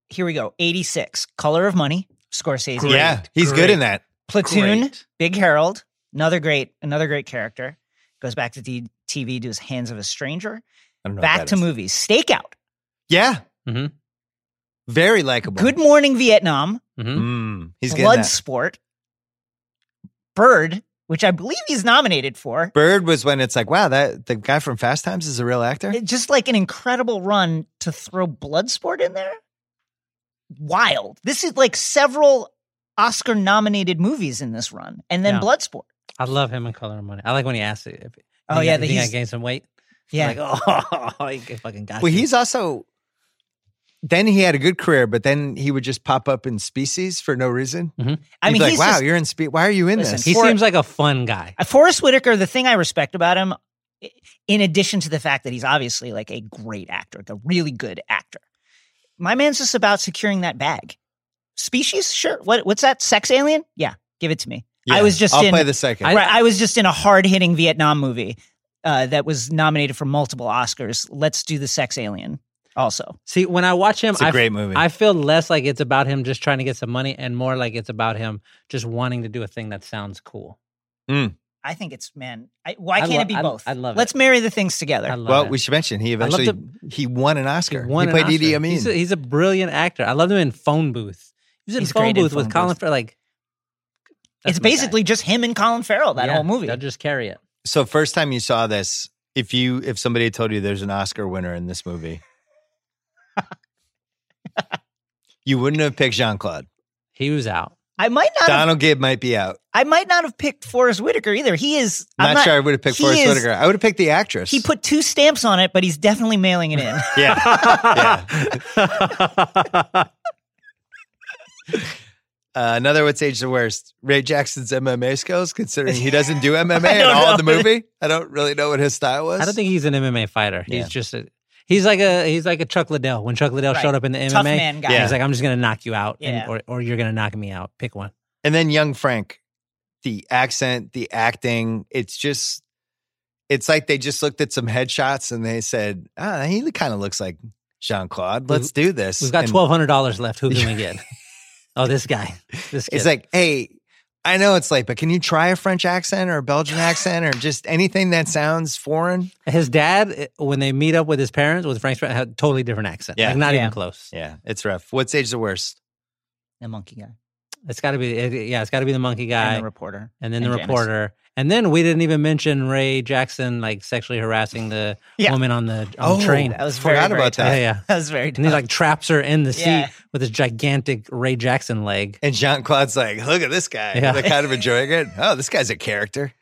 [SPEAKER 2] here we go. 86, Color of Money, Scorsese.
[SPEAKER 1] yeah, he's good in that.
[SPEAKER 2] Platoon,
[SPEAKER 5] Great.
[SPEAKER 2] Big Harold, another great, another great character. Goes back to D- TV, does Hands of a Stranger.
[SPEAKER 1] I don't know what
[SPEAKER 2] Back
[SPEAKER 1] that
[SPEAKER 2] to
[SPEAKER 1] is. Mm-hmm.
[SPEAKER 2] movies. Stakeout,
[SPEAKER 1] Yeah.
[SPEAKER 5] Mhm.
[SPEAKER 1] Very likable.
[SPEAKER 2] Good Morning Vietnam,
[SPEAKER 5] Mhm.
[SPEAKER 1] Mm, he's getting that.
[SPEAKER 2] Bloodsport, Bird, which I believe he's nominated for.
[SPEAKER 1] Bird was when it's like, wow, that the guy from Fast Times is a real actor.
[SPEAKER 2] It- just like an incredible run to throw Bloodsport in there. Wild. This is like several Oscar nominated movies in this run, and then
[SPEAKER 5] Yeah.
[SPEAKER 2] Bloodsport.
[SPEAKER 5] I love him in Color and Money. I like when he asks it. If,
[SPEAKER 2] Oh,
[SPEAKER 5] think
[SPEAKER 2] yeah,
[SPEAKER 5] I- you
[SPEAKER 2] that
[SPEAKER 5] think I
[SPEAKER 2] he's-
[SPEAKER 5] gained some weight.
[SPEAKER 2] Yeah.
[SPEAKER 5] Like, oh, he fucking got
[SPEAKER 1] Well,
[SPEAKER 5] you.
[SPEAKER 1] he's also. Then he had a good career, but then he would just pop up in Species for no reason.
[SPEAKER 2] I
[SPEAKER 1] You'd
[SPEAKER 2] mean,
[SPEAKER 1] be like,
[SPEAKER 2] he's
[SPEAKER 1] wow,
[SPEAKER 2] just-
[SPEAKER 1] you're in Species. Why are you in
[SPEAKER 2] Listen,
[SPEAKER 1] this?
[SPEAKER 5] he
[SPEAKER 2] for-
[SPEAKER 5] seems like a fun guy.
[SPEAKER 2] Uh, Forrest Whitaker, the thing I respect about him, i- in addition to the fact that he's obviously like a great actor, like a really good actor, my man's just about securing that bag. Species, sure. What what's that? Sex alien? Yeah, give it to me. I
[SPEAKER 1] Yeah,
[SPEAKER 2] was just
[SPEAKER 1] I'll
[SPEAKER 2] in.
[SPEAKER 1] play the second.
[SPEAKER 2] right, I was just in a hard hitting Vietnam movie uh, that was nominated for multiple Oscars. Let's do the sex alien. Also,
[SPEAKER 5] See, when I watch him,
[SPEAKER 1] it's a
[SPEAKER 5] I f-
[SPEAKER 1] great movie.
[SPEAKER 5] I feel less like it's about him just trying to get some money and more like it's about him just wanting to do a thing that sounds cool.
[SPEAKER 2] I think it's man. I, why
[SPEAKER 5] I
[SPEAKER 2] can't
[SPEAKER 5] lo-
[SPEAKER 2] it be
[SPEAKER 5] I-
[SPEAKER 2] both?
[SPEAKER 5] I love it.
[SPEAKER 2] Let's marry the things together.
[SPEAKER 5] I love
[SPEAKER 1] well,
[SPEAKER 5] it.
[SPEAKER 1] we should mention he
[SPEAKER 5] love
[SPEAKER 1] eventually he won an Oscar. He,
[SPEAKER 5] won an
[SPEAKER 1] played Idi
[SPEAKER 5] Oscar.
[SPEAKER 1] Amin.
[SPEAKER 5] He's a, he's a brilliant actor. I loved him in Phone Booth. He was in
[SPEAKER 2] He's
[SPEAKER 5] Phone
[SPEAKER 2] great in
[SPEAKER 5] Booth with
[SPEAKER 2] Phone
[SPEAKER 5] Colin
[SPEAKER 2] Booth.
[SPEAKER 5] Farrell. Like, that's
[SPEAKER 2] it's
[SPEAKER 5] my guy.
[SPEAKER 2] basically just him and Colin Farrell that
[SPEAKER 5] Yeah,
[SPEAKER 2] whole movie.
[SPEAKER 5] They'll just carry it.
[SPEAKER 1] so first time you saw this, if you if somebody had told you there's an Oscar winner in this movie, you wouldn't have picked Jean Claude.
[SPEAKER 5] He was out.
[SPEAKER 2] I might not. have
[SPEAKER 1] Donald Gibb might be out.
[SPEAKER 2] I might not have picked Forrest Whitaker either. He is.
[SPEAKER 1] Not,
[SPEAKER 2] I'm
[SPEAKER 1] sure I would have picked
[SPEAKER 2] he
[SPEAKER 1] Forrest
[SPEAKER 2] is-
[SPEAKER 1] Whitaker. I would have picked the actress.
[SPEAKER 2] He put two stamps on it, but he's definitely mailing it in.
[SPEAKER 1] yeah. yeah. Uh, another what's aged the worst? Ray Jackson's MMA skills, considering he doesn't do MMA at
[SPEAKER 2] don't
[SPEAKER 1] all in the
[SPEAKER 2] know.
[SPEAKER 1] movie. I don't really know what his style was.
[SPEAKER 5] I don't think he's an MMA fighter.
[SPEAKER 1] Yeah.
[SPEAKER 5] He's just a. He's like a he's like a Chuck Liddell. When Chuck Liddell
[SPEAKER 2] Right.
[SPEAKER 5] showed up in the
[SPEAKER 2] Tough
[SPEAKER 5] MMA,
[SPEAKER 2] man guy.
[SPEAKER 1] Yeah.
[SPEAKER 5] he's like, "I'm just gonna knock you out,
[SPEAKER 2] Yeah.
[SPEAKER 5] and, or or you're gonna knock me out. Pick one."
[SPEAKER 1] And then young Frank, the accent, the acting, it's just it's like they just looked at some headshots and they said, "Ah, he kind of looks like Jean-Claude. Let's do this."
[SPEAKER 5] We've got
[SPEAKER 1] And
[SPEAKER 5] twelve hundred dollars left. Who can we get? oh, this guy. This kid.
[SPEAKER 1] It's like, "Hey, I know it's late, but can you try a French accent or a Belgian accent or just anything that sounds foreign?"
[SPEAKER 5] his dad eh, when they meet up with his parents with Frank's parents, had a totally different accent.
[SPEAKER 1] Yeah.
[SPEAKER 5] like not
[SPEAKER 2] Yeah.
[SPEAKER 5] even close.
[SPEAKER 1] Yeah, it's rough. What's age the worst?
[SPEAKER 2] The monkey guy
[SPEAKER 5] It's got to be it, yeah, it's got to be the monkey guy
[SPEAKER 2] and the
[SPEAKER 5] and,
[SPEAKER 2] reporter. and
[SPEAKER 5] then the
[SPEAKER 2] Janice.
[SPEAKER 5] reporter. And then we didn't even mention Ray Jackson like sexually harassing the
[SPEAKER 2] Yeah.
[SPEAKER 5] woman on the on
[SPEAKER 1] Oh,
[SPEAKER 5] the train.
[SPEAKER 2] That was very,
[SPEAKER 1] forgot
[SPEAKER 2] very
[SPEAKER 1] about
[SPEAKER 5] Yeah,
[SPEAKER 1] that.
[SPEAKER 5] yeah.
[SPEAKER 2] That was very.
[SPEAKER 5] And he
[SPEAKER 2] tough.
[SPEAKER 5] like traps her in the seat
[SPEAKER 2] Yeah.
[SPEAKER 5] with his gigantic Ray Jackson leg.
[SPEAKER 1] And Jean Claude's like, look at this guy.
[SPEAKER 5] Yeah.
[SPEAKER 1] They're kind of enjoying it. Oh, this guy's a character.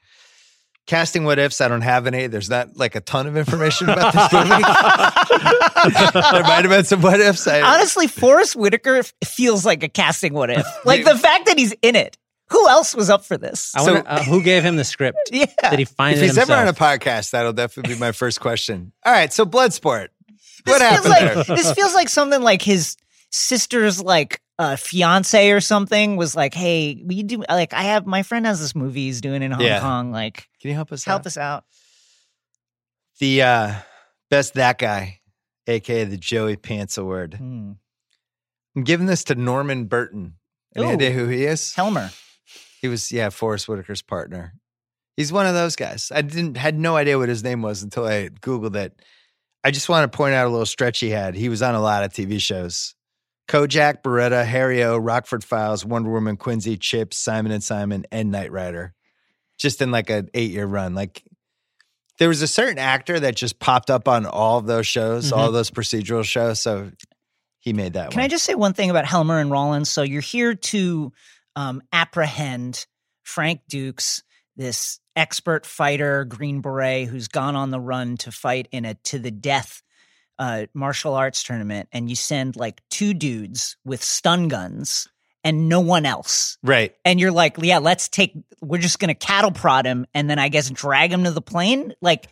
[SPEAKER 1] Casting what ifs, I don't have any. There's not like a ton of information about this movie. there might have been some what ifs. I,
[SPEAKER 2] Honestly, Forrest Whitaker f- feels like a casting what if. Like
[SPEAKER 1] Dude.
[SPEAKER 2] the fact that he's in it. Who else was up for this?
[SPEAKER 5] I wonder uh, who gave him the script.
[SPEAKER 2] yeah.
[SPEAKER 5] Did he find
[SPEAKER 1] if
[SPEAKER 5] it
[SPEAKER 1] he's
[SPEAKER 5] himself?
[SPEAKER 1] ever on a podcast, that'll definitely be my first question. All right, so Bloodsport. What
[SPEAKER 2] this feels
[SPEAKER 1] happened
[SPEAKER 2] like
[SPEAKER 1] there?
[SPEAKER 2] this feels like something like his sister's like uh fiance or something was like, hey, we do like I have my friend has this movie he's doing in Hong
[SPEAKER 1] Yeah.
[SPEAKER 2] Kong. Like,
[SPEAKER 1] Can you help us
[SPEAKER 2] help
[SPEAKER 1] out?
[SPEAKER 2] us out.
[SPEAKER 1] The uh, best that guy, aka the Joey Pants Award.
[SPEAKER 2] Hmm.
[SPEAKER 1] I'm giving this to Norman Burton. Any
[SPEAKER 2] Ooh.
[SPEAKER 1] idea who he is?
[SPEAKER 2] Helmer.
[SPEAKER 1] He was, yeah, Forrest Whitaker's partner. He's one of those guys. I didn't had no idea what his name was until I Googled it. I just want to point out a little stretch he had. He was on a lot of TV shows. Kojak, Beretta, Harry O, Rockford Files, Wonder Woman, Quincy, Chips, Simon and Simon, and Knight Rider. Just in like an eight year run. Like there was a certain actor that just popped up on all of those shows, all those procedural shows. So he made that
[SPEAKER 2] Can
[SPEAKER 1] one.
[SPEAKER 2] I just say one thing about Helmer and Rollins? So you're here to um, apprehend Frank Dukes, this expert fighter, Green Beret, who's gone on the run to fight in a to the death uh, martial arts tournament, and you send like two dudes with stun guns and no one else.
[SPEAKER 1] right.
[SPEAKER 2] And you're like, yeah, let's take, we're just going to cattle prod him and then I guess drag him to the plane. Like,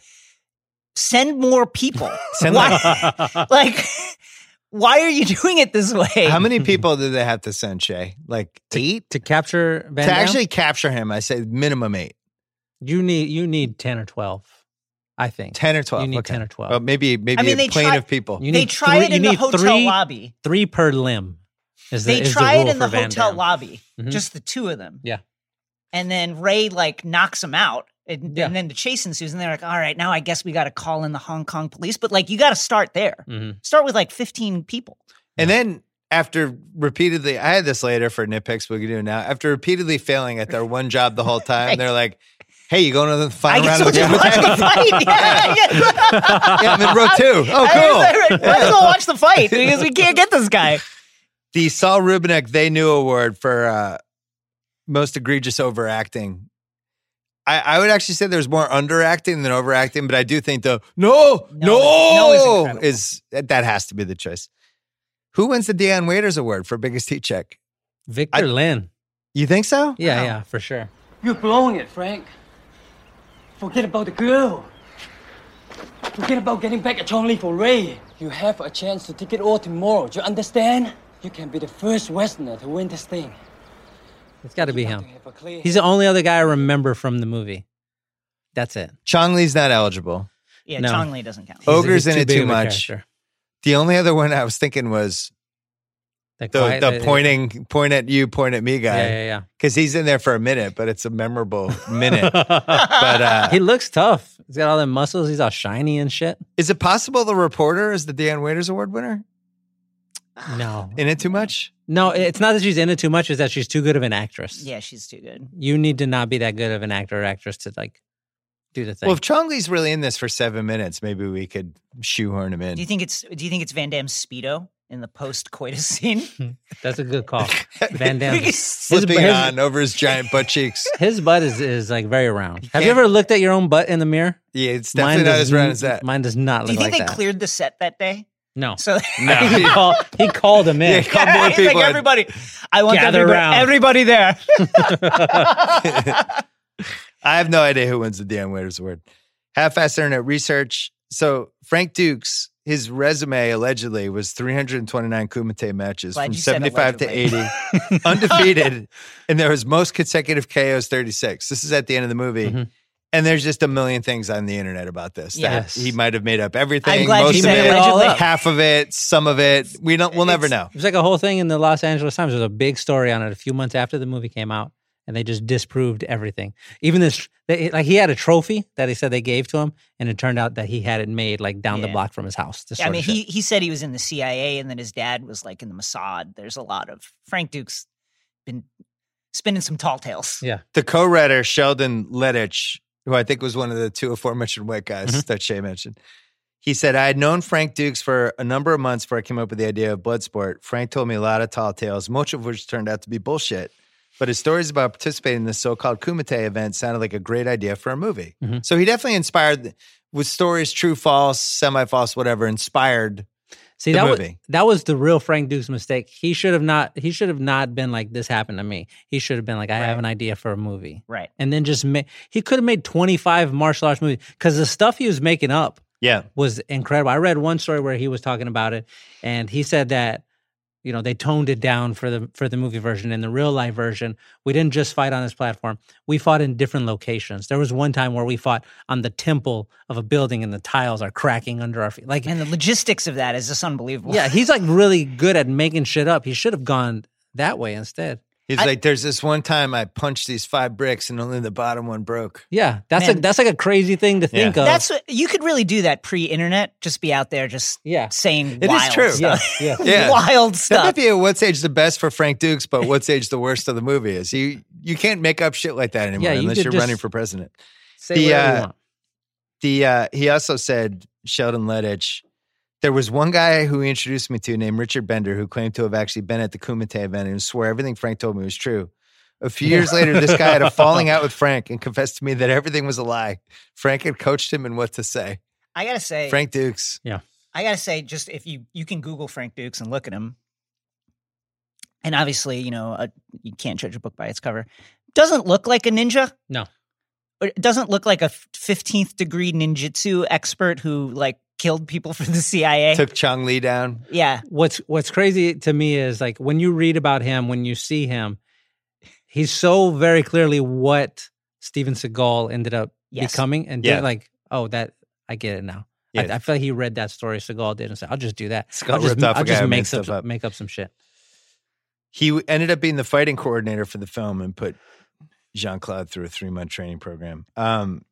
[SPEAKER 2] send more people.
[SPEAKER 1] Send
[SPEAKER 2] why, like, why are you doing it this way?
[SPEAKER 1] How many people did they have to send, Shay? Like eight?
[SPEAKER 5] to capture Van
[SPEAKER 1] to
[SPEAKER 5] Damme?
[SPEAKER 1] actually capture him, I say minimum eight,
[SPEAKER 5] you need you need ten or twelve, I think.
[SPEAKER 1] 10 or 12.
[SPEAKER 5] You need
[SPEAKER 1] okay.
[SPEAKER 5] 10 or 12.
[SPEAKER 1] Well, maybe maybe
[SPEAKER 2] I mean,
[SPEAKER 1] a
[SPEAKER 2] they
[SPEAKER 1] plane
[SPEAKER 2] try-
[SPEAKER 1] of people.
[SPEAKER 5] You
[SPEAKER 2] they
[SPEAKER 5] need
[SPEAKER 2] try
[SPEAKER 5] three-
[SPEAKER 2] it in the
[SPEAKER 5] you need
[SPEAKER 2] hotel
[SPEAKER 5] three-
[SPEAKER 2] lobby.
[SPEAKER 5] Three per limb. Is the,
[SPEAKER 2] They
[SPEAKER 5] is the
[SPEAKER 2] try it
[SPEAKER 5] rule
[SPEAKER 2] in the
[SPEAKER 5] for Van
[SPEAKER 2] hotel
[SPEAKER 5] Damme.
[SPEAKER 2] lobby,
[SPEAKER 5] Mhm.
[SPEAKER 2] just the two of them.
[SPEAKER 5] Yeah.
[SPEAKER 2] And then Ray, like, knocks him out. And,
[SPEAKER 5] Yeah.
[SPEAKER 2] and then the chase ensues. And they're like, all right, now I guess we got to call in the Hong Kong police. But, like, you got to start there.
[SPEAKER 5] Mhm.
[SPEAKER 2] Start with like 15 people.
[SPEAKER 1] And then after repeatedly, I had this later for nitpicks, we can do it now. After repeatedly failing at their one job the whole time,
[SPEAKER 2] Right.
[SPEAKER 1] they're like, hey, you going to the
[SPEAKER 2] I
[SPEAKER 1] final round
[SPEAKER 2] guess we'll
[SPEAKER 1] of the
[SPEAKER 2] just watch the fight. Yeah, yeah.
[SPEAKER 1] Yeah, I'm in row two. Oh,
[SPEAKER 2] I
[SPEAKER 1] cool.
[SPEAKER 2] was- I read- Might as well watch the fight because we can't get this guy.
[SPEAKER 1] the Saul Rubinek They Knew Award for uh, most egregious overacting. I, I would actually say there's more underacting than overacting, but I do think the no, no,
[SPEAKER 2] no is incredible.
[SPEAKER 1] is, that that has to be the choice. Who wins the Deion Waiters Award for biggest heat check?
[SPEAKER 5] Victor Lynn.
[SPEAKER 1] You think so?
[SPEAKER 5] Yeah, yeah, for sure.
[SPEAKER 6] You're blowing it, Frank. Forget about the girl. Forget about getting back at Chong Li for Ray. You have a chance to take it all tomorrow. Do you understand? You can be the first Westerner to win this thing.
[SPEAKER 5] It's got to be
[SPEAKER 6] Got
[SPEAKER 5] him.
[SPEAKER 6] to have a clear
[SPEAKER 5] He's the only other guy I remember from the movie. That's it.
[SPEAKER 1] Chong Lee's not eligible.
[SPEAKER 2] Yeah,
[SPEAKER 5] No.
[SPEAKER 2] Chong Li doesn't count.
[SPEAKER 5] He's-
[SPEAKER 1] Ogre's
[SPEAKER 5] he's
[SPEAKER 1] in it
[SPEAKER 5] big
[SPEAKER 1] too
[SPEAKER 5] of a
[SPEAKER 1] much.
[SPEAKER 5] character.
[SPEAKER 1] The only other one I was thinking was
[SPEAKER 5] That
[SPEAKER 1] the
[SPEAKER 5] quiet- uh,
[SPEAKER 1] the pointing point at you, point at me
[SPEAKER 5] Yeah,
[SPEAKER 1] guy.
[SPEAKER 5] yeah,
[SPEAKER 1] Because he's in there for a minute, but it's a memorable minute.
[SPEAKER 5] yeah.
[SPEAKER 1] But uh,
[SPEAKER 5] he looks tough. He's got all them muscles. He's all shiny and shit.
[SPEAKER 1] is it possible the reporter is the Dan Waiters Award winner?
[SPEAKER 5] No,
[SPEAKER 1] In it too much?
[SPEAKER 5] no, it's not that she's in it too much. It's that she's too good of an actress.
[SPEAKER 2] Yeah, she's too good.
[SPEAKER 5] you need to not be that good of an actor or actress to like do the thing.
[SPEAKER 1] Well, if Chong Lee's really in this for seven minutes, maybe we could shoehorn him in.
[SPEAKER 2] Do you think it's Do you think it's Van Damme's speedo in the post coitus scene?
[SPEAKER 5] That's a good call, Van Damme. His,
[SPEAKER 1] slipping
[SPEAKER 5] his-
[SPEAKER 1] on over his giant butt cheeks.
[SPEAKER 5] his butt is, is like very round. Have you
[SPEAKER 1] can't-
[SPEAKER 5] ever looked at your own butt in the mirror?
[SPEAKER 1] Yeah, it's definitely not as round as that.
[SPEAKER 5] Mine does not look
[SPEAKER 2] Do you think
[SPEAKER 5] like
[SPEAKER 2] they
[SPEAKER 5] that.
[SPEAKER 2] cleared the set that day?
[SPEAKER 5] no,
[SPEAKER 2] So
[SPEAKER 5] I think he, called, he called him
[SPEAKER 1] Yeah,
[SPEAKER 5] in.
[SPEAKER 1] call more
[SPEAKER 2] He's like,
[SPEAKER 1] people.
[SPEAKER 2] everybody, I want
[SPEAKER 5] Gather
[SPEAKER 2] everybody,
[SPEAKER 5] round.
[SPEAKER 2] everybody there.
[SPEAKER 1] I have no idea who wins the Dan Waiters Award. Half-assed internet research. So Frank Dukes, his resume allegedly was 329 Kumite matches
[SPEAKER 2] Glad
[SPEAKER 1] from
[SPEAKER 2] you said
[SPEAKER 1] 75 to
[SPEAKER 2] allegedly.
[SPEAKER 1] 80, undefeated, and there was most consecutive KOs 36. This is at the end of the movie.
[SPEAKER 2] Mm-hmm.
[SPEAKER 5] Mhm.
[SPEAKER 1] And there's just a million things on the internet about this. that
[SPEAKER 5] Yes.
[SPEAKER 1] he might have made up everything.
[SPEAKER 2] I'm glad
[SPEAKER 1] most
[SPEAKER 2] you
[SPEAKER 1] of
[SPEAKER 2] said
[SPEAKER 1] it,
[SPEAKER 2] allegedly.
[SPEAKER 1] half of it, some of it. We don't. We'll never
[SPEAKER 2] It's-
[SPEAKER 1] know.
[SPEAKER 5] It was like a whole thing in the Los Angeles Times. There was a big story on it a few months after the movie came out, and they just disproved everything. Even this, they, like he had a trophy that they said they gave to him, and it turned out that he had it made like down the
[SPEAKER 2] Yeah.
[SPEAKER 5] block from his house. This
[SPEAKER 2] I
[SPEAKER 5] sort
[SPEAKER 2] mean,
[SPEAKER 5] of shit.
[SPEAKER 2] he he said he was in the CIA, and then his dad was like in the Mossad. There's a lot of Frank Duke's been spinning some tall tales.
[SPEAKER 5] Yeah.
[SPEAKER 1] the co-writer Sheldon Lettich, who I think was one of the two aforementioned white guys that Shay mentioned, he said, "I had known Frank Dukes for a number of months before I came up with the idea of Bloodsport. Frank told me a lot of tall tales, much of which turned out to be bullshit." But his stories about participating in the so-called Kumite event sounded like a great idea for a movie.
[SPEAKER 5] Mhm.
[SPEAKER 1] So he definitely inspired with stories, true, false, semi-false, whatever, inspired
[SPEAKER 5] See
[SPEAKER 1] the
[SPEAKER 5] that was
[SPEAKER 1] movie.
[SPEAKER 5] that was the real Frank Duke's mistake. He should have not. He should have not been like this happened to me. He should have been like I have
[SPEAKER 2] Right.
[SPEAKER 5] an idea for a movie,
[SPEAKER 2] Right.
[SPEAKER 5] and then just ma- he could have made twenty five martial arts movies because the stuff he was making up
[SPEAKER 1] Yeah.
[SPEAKER 5] was incredible. I read one story where he was talking about it, and he said that you know they toned it down for the for the movie version and the real life version. We didn't just fight on this platform; we fought in different locations. There was one time where we fought on the temple of a building, and the tiles are cracking under our feet. Like,
[SPEAKER 2] And the logistics of that is just unbelievable.
[SPEAKER 5] yeah, he's like really good at making shit up. He should have gone that way instead.
[SPEAKER 1] He's like, there's this one time I punched these five bricks and only the bottom one broke.
[SPEAKER 5] Yeah, that's
[SPEAKER 2] Man.
[SPEAKER 5] a, that's like a crazy thing to think of.
[SPEAKER 2] That's what- you could really do that pre-internet. Just be out there, just
[SPEAKER 5] yeah,
[SPEAKER 2] saying
[SPEAKER 1] It is
[SPEAKER 2] wild
[SPEAKER 1] true.
[SPEAKER 2] stuff.
[SPEAKER 5] yeah.
[SPEAKER 1] Yeah.
[SPEAKER 2] wild
[SPEAKER 1] That might
[SPEAKER 2] stuff.
[SPEAKER 1] be a what's age the best for Frank Dukes, but what's age the worst of the movie is. You you can't make up shit like that anymore
[SPEAKER 5] Yeah, you
[SPEAKER 1] unless
[SPEAKER 5] could
[SPEAKER 1] you're
[SPEAKER 5] just-
[SPEAKER 1] running for president.
[SPEAKER 5] Say
[SPEAKER 1] The,
[SPEAKER 5] whatever
[SPEAKER 1] uh,
[SPEAKER 5] you want.
[SPEAKER 1] The uh, he also said Sheldon Lettich. There was one guy who he introduced me to named Richard Bender who claimed to have actually been at the Kumite event and swore everything Frank told me was true. A few years later, this guy had a falling out with Frank and confessed to me that everything was a lie. Frank had coached him in what to say.
[SPEAKER 2] I gotta say,
[SPEAKER 1] Frank Dukes.
[SPEAKER 2] I gotta say, just if you you can Google Frank Dukes and look at him, and obviously, you know, uh you can't judge a book by its cover. Doesn't look like a ninja.
[SPEAKER 5] No.
[SPEAKER 2] Or it doesn't look like a fifteenth degree ninjutsu expert who like killed people for the CIA.
[SPEAKER 1] Took Chong Lee down.
[SPEAKER 2] yeah,
[SPEAKER 5] what's what's crazy to me is like when you read about him, when you see him, he's so very clearly what Steven Seagal ended up
[SPEAKER 2] Yes.
[SPEAKER 5] becoming, and
[SPEAKER 1] Yeah.
[SPEAKER 5] did like, oh, that I get it now.
[SPEAKER 1] Yeah.
[SPEAKER 5] I, I feel like he read that story Seagal did and said, "I'll just do that.
[SPEAKER 1] Seagal
[SPEAKER 5] I'll just,
[SPEAKER 1] ripped off a
[SPEAKER 5] I'll
[SPEAKER 1] guy
[SPEAKER 5] just
[SPEAKER 1] who
[SPEAKER 5] make
[SPEAKER 1] made stuff
[SPEAKER 5] some,
[SPEAKER 1] up."
[SPEAKER 5] make up some shit."
[SPEAKER 1] He w- ended up being the fighting coordinator for the film and put Jean Claude through a three month training program. Um,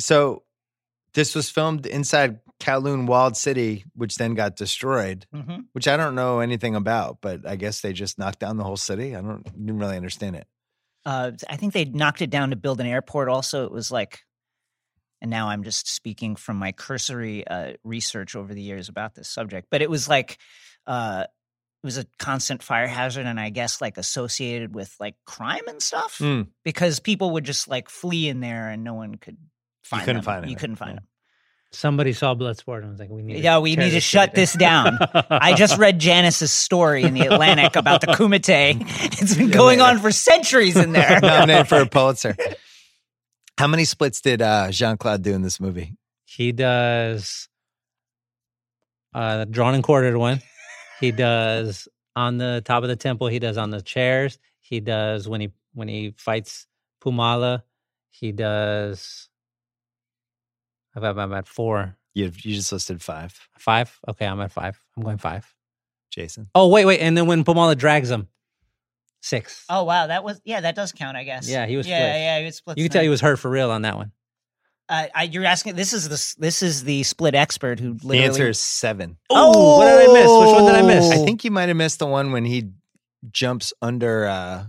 [SPEAKER 1] so this was filmed inside Kowloon Walled City, which then got destroyed,
[SPEAKER 2] hmm
[SPEAKER 1] which I don't know anything about, but I guess they just knocked down the whole city. I don't didn't really understand it.
[SPEAKER 2] uh, I think they knocked it down to build an airport. Also, it was like, and now I'm just speaking from my cursory uh, research over the years about this subject, but it was like uh, was a constant fire hazard and I guess like associated with like crime and stuff
[SPEAKER 1] Mm.
[SPEAKER 2] because people would just like flee in there and no one could find
[SPEAKER 1] couldn't
[SPEAKER 2] them.
[SPEAKER 1] find
[SPEAKER 2] You
[SPEAKER 1] anything,
[SPEAKER 2] couldn't find
[SPEAKER 1] yeah.
[SPEAKER 2] them.
[SPEAKER 5] Somebody saw Bloodsport and was like, "We need,
[SPEAKER 2] Yeah, we
[SPEAKER 5] tear
[SPEAKER 2] need to
[SPEAKER 5] this
[SPEAKER 2] shut
[SPEAKER 5] shit
[SPEAKER 2] this down. I just read Janice's story in the Atlantic about the Kumite. It's been going on for centuries in there.
[SPEAKER 1] Nominated for a Pulitzer. How many splits did uh, Jean Claude do in this movie?
[SPEAKER 5] He does uh drawn and quartered one. He does on the top of the temple, he does on the chairs, he does when he when he fights Pumala, he does I've- I'm at four.
[SPEAKER 1] You, you just listed five,
[SPEAKER 5] Five? Okay, I'm at five. I'm going five.
[SPEAKER 1] Jason.
[SPEAKER 5] Oh wait, wait, and then when Pumala drags him. Six.
[SPEAKER 2] Oh wow, that was yeah, that does count, I guess.
[SPEAKER 5] Yeah, he was
[SPEAKER 2] yeah,
[SPEAKER 5] split.
[SPEAKER 2] yeah, he was split.
[SPEAKER 5] you can tell
[SPEAKER 2] snake.
[SPEAKER 5] he was hurt for real on that one.
[SPEAKER 2] Uh, I, you're asking. This is the s- this is the split expert who literally.
[SPEAKER 1] The answer is seven.
[SPEAKER 5] Oh, what did I miss? Which one did I miss?
[SPEAKER 1] I think you might have missed the one when he jumps under uh,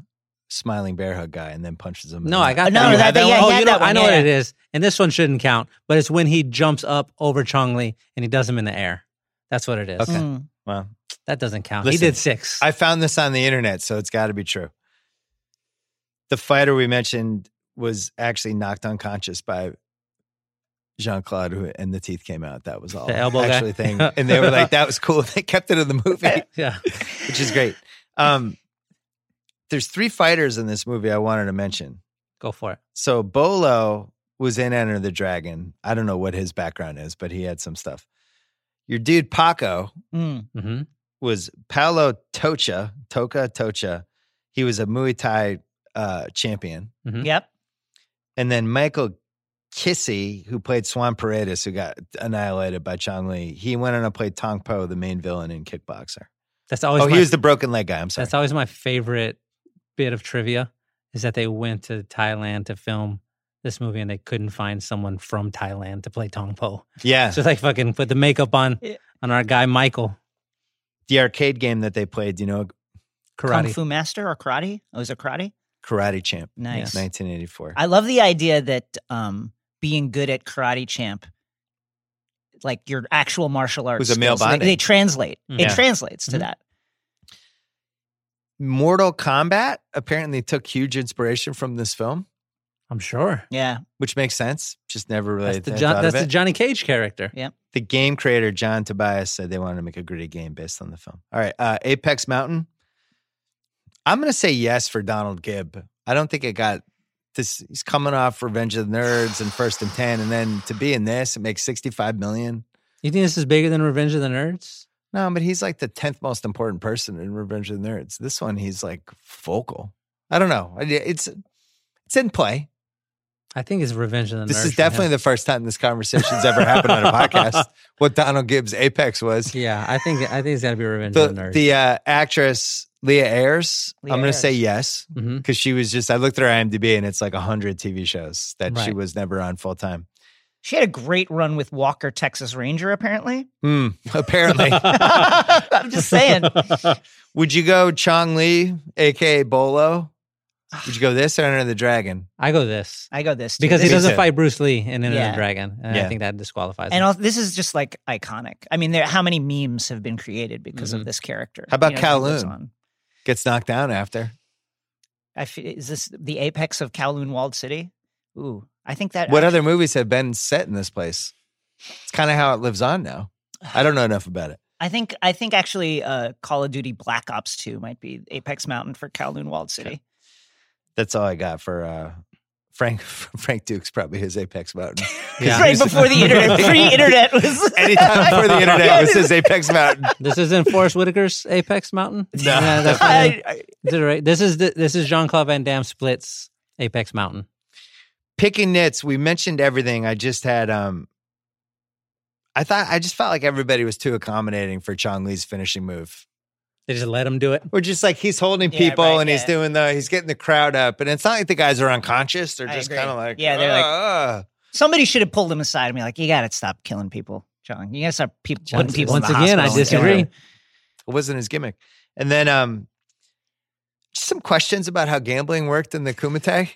[SPEAKER 1] Smiling Bear Hug guy and then punches him. in
[SPEAKER 5] No,
[SPEAKER 1] the
[SPEAKER 5] I got
[SPEAKER 2] Oh,
[SPEAKER 5] that.
[SPEAKER 2] no,
[SPEAKER 5] one. You
[SPEAKER 2] that-
[SPEAKER 5] had
[SPEAKER 2] that- yeah,
[SPEAKER 5] one?
[SPEAKER 2] he
[SPEAKER 5] Oh,
[SPEAKER 2] had
[SPEAKER 5] you know,
[SPEAKER 2] that one,
[SPEAKER 5] I know
[SPEAKER 2] yeah,
[SPEAKER 5] what
[SPEAKER 2] yeah.
[SPEAKER 5] it is. And this one shouldn't count, but it's when he jumps up over Chong Li and he does him in the air. That's what it is.
[SPEAKER 1] Okay.
[SPEAKER 2] Mm.
[SPEAKER 1] Wow.
[SPEAKER 5] That doesn't count.
[SPEAKER 1] Listen,
[SPEAKER 5] he did six.
[SPEAKER 1] I found this on the internet, so it's got to be true. The fighter we mentioned was actually knocked unconscious by Jean Claude, who and the teeth came out. That was all
[SPEAKER 5] The elbow guy.
[SPEAKER 1] actually thing, and they were like, "That was cool." They kept it in the movie,
[SPEAKER 5] yeah.
[SPEAKER 1] which is great. Um, there's three fighters in this movie I wanted to mention.
[SPEAKER 5] Go for it.
[SPEAKER 1] So Bolo was in Enter the Dragon. I don't know what his background is, but he had some stuff. Your dude Paco,
[SPEAKER 2] Mm.
[SPEAKER 5] hmm
[SPEAKER 1] was Paolo Tocha, Toka Tocha. He was a Muay Thai uh, champion.
[SPEAKER 5] Mhm.
[SPEAKER 2] Yep.
[SPEAKER 1] And then Michael Kissy, who played Swan Paredes, who got annihilated by Chong Li, he went on to play Tong Po, the main villain in Kickboxer.
[SPEAKER 5] That's always
[SPEAKER 1] Oh,
[SPEAKER 5] my,
[SPEAKER 1] he was the broken leg guy. I'm sorry.
[SPEAKER 5] that's always my favorite bit of trivia is that they went to Thailand to film this movie and they couldn't find someone from Thailand to play Tong Po.
[SPEAKER 1] yeah.
[SPEAKER 5] So they fucking put the makeup on
[SPEAKER 2] Yeah.
[SPEAKER 5] on our guy Michael
[SPEAKER 1] the arcade game that they played, you know,
[SPEAKER 2] Kung
[SPEAKER 5] Karate.
[SPEAKER 2] Fu Master or karate? Oh, is it karate?
[SPEAKER 1] Karate Champ,
[SPEAKER 2] Nice.
[SPEAKER 1] 1984.
[SPEAKER 2] I love the idea that um, being good at karate champ, like your actual martial arts,
[SPEAKER 1] Was a male
[SPEAKER 2] skills, they,
[SPEAKER 1] bonding. Hmm.
[SPEAKER 2] they translate.
[SPEAKER 5] Mm.
[SPEAKER 2] It
[SPEAKER 1] Yeah. Mm-hmm.
[SPEAKER 2] translates to
[SPEAKER 5] Mhm.
[SPEAKER 2] that.
[SPEAKER 1] Mortal Kombat apparently took huge inspiration from this film,
[SPEAKER 5] I'm sure.
[SPEAKER 2] Yeah.
[SPEAKER 1] which makes sense. Just never really
[SPEAKER 5] That's the
[SPEAKER 1] th-
[SPEAKER 5] John,
[SPEAKER 1] thought
[SPEAKER 5] that's
[SPEAKER 1] of
[SPEAKER 5] the
[SPEAKER 1] it.
[SPEAKER 5] Johnny Cage character.
[SPEAKER 1] the game creator John Tobias said they wanted to make a gritty game based on the film. All right, uh, Apex Mountain. I'm going to say yes for Donald Gibb. I don't think it got this. He's coming off Revenge of the Nerds and First and Ten, and then to be in this, it makes 65 million.
[SPEAKER 5] You think this is bigger than Revenge of the Nerds?
[SPEAKER 1] No, but he's like the tenth most important person in Revenge of the Nerds. This one, he's like vocal. I don't know. I- It's it's in play.
[SPEAKER 5] I think it's Revenge of the Nerds.
[SPEAKER 1] This is definitely the first time this conversation's ever happened on a podcast. What Donald Gibb's Apex was.
[SPEAKER 5] Yeah, I think I think it's got to be Revenge
[SPEAKER 1] the
[SPEAKER 5] of the Nerds.
[SPEAKER 1] the uh, actress Leah Ayres.
[SPEAKER 2] Leah
[SPEAKER 1] I'm going to
[SPEAKER 2] Ayres.
[SPEAKER 1] say yes
[SPEAKER 5] Mhm.
[SPEAKER 1] because she was just. I looked at her IMDb and it's like hundred TV shows that she
[SPEAKER 5] Right.
[SPEAKER 1] was never on full time.
[SPEAKER 2] She had a great run with Walker, Texas Ranger, apparently.
[SPEAKER 1] Hmm, apparently,
[SPEAKER 2] I'm just saying.
[SPEAKER 1] would you go Chong Li, aka Bolo? Would you go this or Enter the Dragon?
[SPEAKER 5] I go this
[SPEAKER 2] I go this too.
[SPEAKER 5] because he
[SPEAKER 2] This-
[SPEAKER 1] Me
[SPEAKER 5] doesn't
[SPEAKER 1] too.
[SPEAKER 5] fight Bruce Lee in Enter
[SPEAKER 2] Yeah.
[SPEAKER 5] the Dragon, and
[SPEAKER 1] Yeah.
[SPEAKER 5] I think that disqualifies.
[SPEAKER 2] And
[SPEAKER 5] him.
[SPEAKER 2] also, this is just like iconic. I mean, there how many memes have been created because of this character?
[SPEAKER 1] Mm-hmm. How about
[SPEAKER 2] who lives
[SPEAKER 1] Kowloon?
[SPEAKER 2] on.
[SPEAKER 1] Gets knocked down after.
[SPEAKER 2] I fe- is this the apex of Kowloon Walled City? Ooh, I think that.
[SPEAKER 1] What
[SPEAKER 2] actu-
[SPEAKER 1] other movies have been set in this place? It's kind of how it lives on now. I don't know enough about it.
[SPEAKER 2] I think I think actually, uh, Call of Duty Black Ops Two might be Apex Mountain for Kowloon Walled City.
[SPEAKER 1] That's all I got for uh, Frank. Frank Duke's probably his Apex Mountain.
[SPEAKER 5] Yeah.
[SPEAKER 2] right before the internet, pre-internet was
[SPEAKER 1] Anytime before the internet was his Apex Mountain.
[SPEAKER 5] this isn't Forrest Whitaker's Apex Mountain.
[SPEAKER 1] No.
[SPEAKER 5] yeah, that's
[SPEAKER 2] I-
[SPEAKER 5] fine. Is it right? This is the, this is Jean Claude Van Damme splits Apex Mountain.
[SPEAKER 1] Picking nits, we mentioned everything. I just had um I thought I just felt like everybody was too accommodating for Chong Lee's finishing move.
[SPEAKER 5] They just let him do it.
[SPEAKER 1] We're just like he's holding
[SPEAKER 2] Yeah,
[SPEAKER 1] people
[SPEAKER 2] right,
[SPEAKER 1] and he's
[SPEAKER 2] yeah.
[SPEAKER 1] doing the he's getting the crowd up. And it's not like the guys are unconscious. They're
[SPEAKER 2] I
[SPEAKER 1] just
[SPEAKER 2] agree.
[SPEAKER 1] kind of like
[SPEAKER 2] Yeah, they're like-
[SPEAKER 1] "Ah, ah."
[SPEAKER 2] Somebody should have pulled him aside and be like, "You got to stop killing people, John. You got to stop pe- putting people
[SPEAKER 5] Once
[SPEAKER 2] in the
[SPEAKER 5] again, I
[SPEAKER 2] hospital and killing
[SPEAKER 5] disagree.
[SPEAKER 2] them."
[SPEAKER 1] it wasn't his gimmick. And then um just some questions about how gambling worked in the Kumite.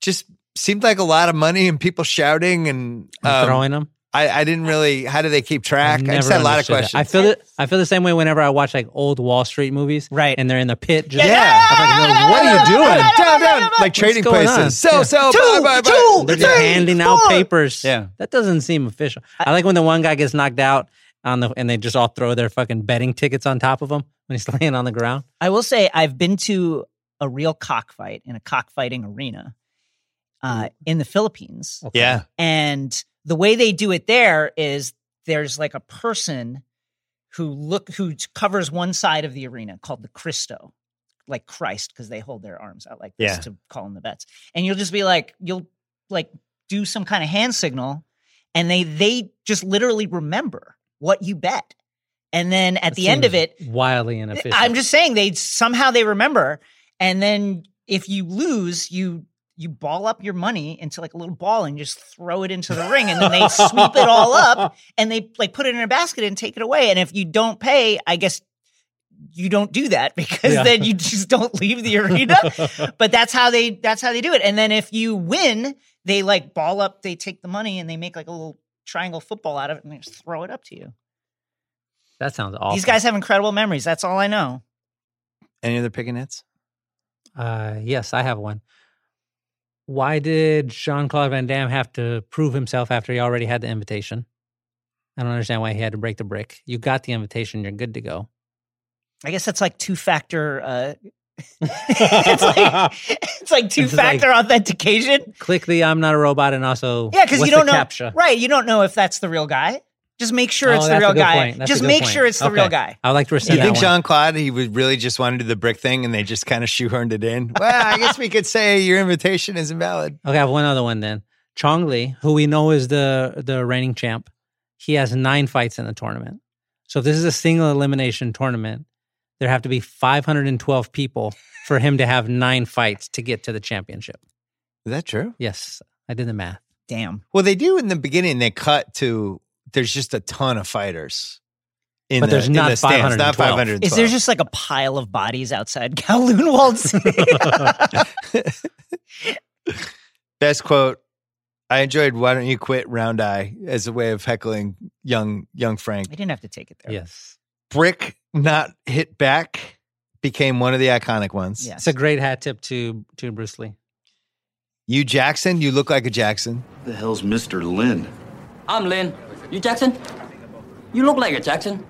[SPEAKER 1] Just seemed like a lot of money and people shouting and um,
[SPEAKER 5] Throwing him.
[SPEAKER 1] I, I didn't really. How do they keep track? I just
[SPEAKER 5] never
[SPEAKER 1] had a lot of
[SPEAKER 5] understood that.
[SPEAKER 1] questions.
[SPEAKER 5] I feel it. I feel the same way whenever I watch like old Wall Street movies,
[SPEAKER 2] Right.
[SPEAKER 5] and they're in the pit. Just,
[SPEAKER 1] Yeah.
[SPEAKER 5] I'm like,
[SPEAKER 1] what are you doing? down, down, like
[SPEAKER 5] What's
[SPEAKER 1] trading
[SPEAKER 5] going
[SPEAKER 1] places.
[SPEAKER 5] on?
[SPEAKER 1] So,
[SPEAKER 5] Yeah.
[SPEAKER 1] so, bye,
[SPEAKER 2] Two,
[SPEAKER 1] bye, bye.
[SPEAKER 2] two,
[SPEAKER 5] They're just
[SPEAKER 2] three,
[SPEAKER 5] handing
[SPEAKER 2] four.
[SPEAKER 5] out papers.
[SPEAKER 1] Yeah.
[SPEAKER 5] that doesn't seem official. I, like when the one guy gets knocked out on the, and they just all throw their fucking betting tickets on top of him when he's laying on the ground.
[SPEAKER 2] I will say I've been to a real cockfight in a cockfighting arena uh, in the Philippines.
[SPEAKER 5] Oh.
[SPEAKER 1] Yeah.
[SPEAKER 2] And the way they do it there is there's like a person who look who covers one side of the arena called the Cristo, like Christ, because they hold their arms out like this
[SPEAKER 1] Yeah.
[SPEAKER 2] to call in the vets. And you'll just be like, you'll like do some kind of hand signal, and they they just literally remember what you bet. And then at
[SPEAKER 5] That
[SPEAKER 2] the end of
[SPEAKER 5] seems
[SPEAKER 2] it,
[SPEAKER 5] wildly inefficient.
[SPEAKER 2] I'm just saying they somehow they remember, and then if you lose, you you ball up your money into like a little ball and you just throw it into the ring, and then they sweep it all up and they like put it in a basket and take it away. And if you don't pay, I guess you don't do that because
[SPEAKER 5] Yeah.
[SPEAKER 2] then you just don't leave the arena. but that's how they that's how they do it. And then if you win, they like ball up, they take the money and they make like a little triangle football out of it and they just throw it up to you.
[SPEAKER 5] that sounds awful.
[SPEAKER 2] These guys have incredible memories. That's all I know.
[SPEAKER 1] Any other pickinets?
[SPEAKER 5] Uh, yes, I have one. Why did Jean Claude Van Damme have to prove himself after he already had the invitation? I don't understand why he had to break the brick. You got the invitation, you're good to go.
[SPEAKER 2] I guess that's like two factor. Uh, it's like it's like two factor authentication.
[SPEAKER 5] Click the I'm not a robot and also
[SPEAKER 2] Yeah, because
[SPEAKER 5] what's
[SPEAKER 2] you don't
[SPEAKER 5] the
[SPEAKER 2] know.
[SPEAKER 5] CAPTCHA?
[SPEAKER 2] Right, you don't know if that's the real guy. Just make sure
[SPEAKER 5] Oh,
[SPEAKER 2] it's the
[SPEAKER 5] that's a
[SPEAKER 2] real
[SPEAKER 5] good
[SPEAKER 2] guy.
[SPEAKER 5] point. That's a
[SPEAKER 2] Just
[SPEAKER 5] good
[SPEAKER 2] make
[SPEAKER 5] point.
[SPEAKER 2] sure it's the
[SPEAKER 5] Okay.
[SPEAKER 2] real guy.
[SPEAKER 5] I would like to rescind
[SPEAKER 1] You think
[SPEAKER 5] that one.
[SPEAKER 1] Jean Claude he would really just wanted to do the brick thing, and they just kind of shoehorned it in? Well, I guess we could say your invitation is invalid.
[SPEAKER 5] Okay, I have one other one then. Chong Li, who we know is the the reigning champ, he has nine fights in the tournament. So if this is a single elimination tournament, there have to be 512 people for him to have nine fights to get to the championship.
[SPEAKER 1] Is that true?
[SPEAKER 5] Yes, I did the math.
[SPEAKER 2] Damn.
[SPEAKER 1] Well, they do in the beginning. They cut to there's just a ton of fighters. In
[SPEAKER 5] But
[SPEAKER 1] the,
[SPEAKER 5] there's
[SPEAKER 1] in
[SPEAKER 5] not
[SPEAKER 1] the stands, not
[SPEAKER 5] 512.
[SPEAKER 1] 500.
[SPEAKER 2] Is there just like a pile of bodies outside Kowloon Walled City?
[SPEAKER 1] best quote? I enjoyed "Why don't you quit?" Round eye as a way of heckling young young Frank.
[SPEAKER 2] I didn't have to take it there.
[SPEAKER 5] Yes.
[SPEAKER 1] Brick not hit back became one of the iconic ones.
[SPEAKER 2] Yes.
[SPEAKER 5] It's a great hat tip to to Bruce Lee.
[SPEAKER 1] You Jackson, you look like a Jackson.
[SPEAKER 8] The hell's Mr. Lynn?
[SPEAKER 6] I'm Lynn. You Jackson? You look like a Jackson.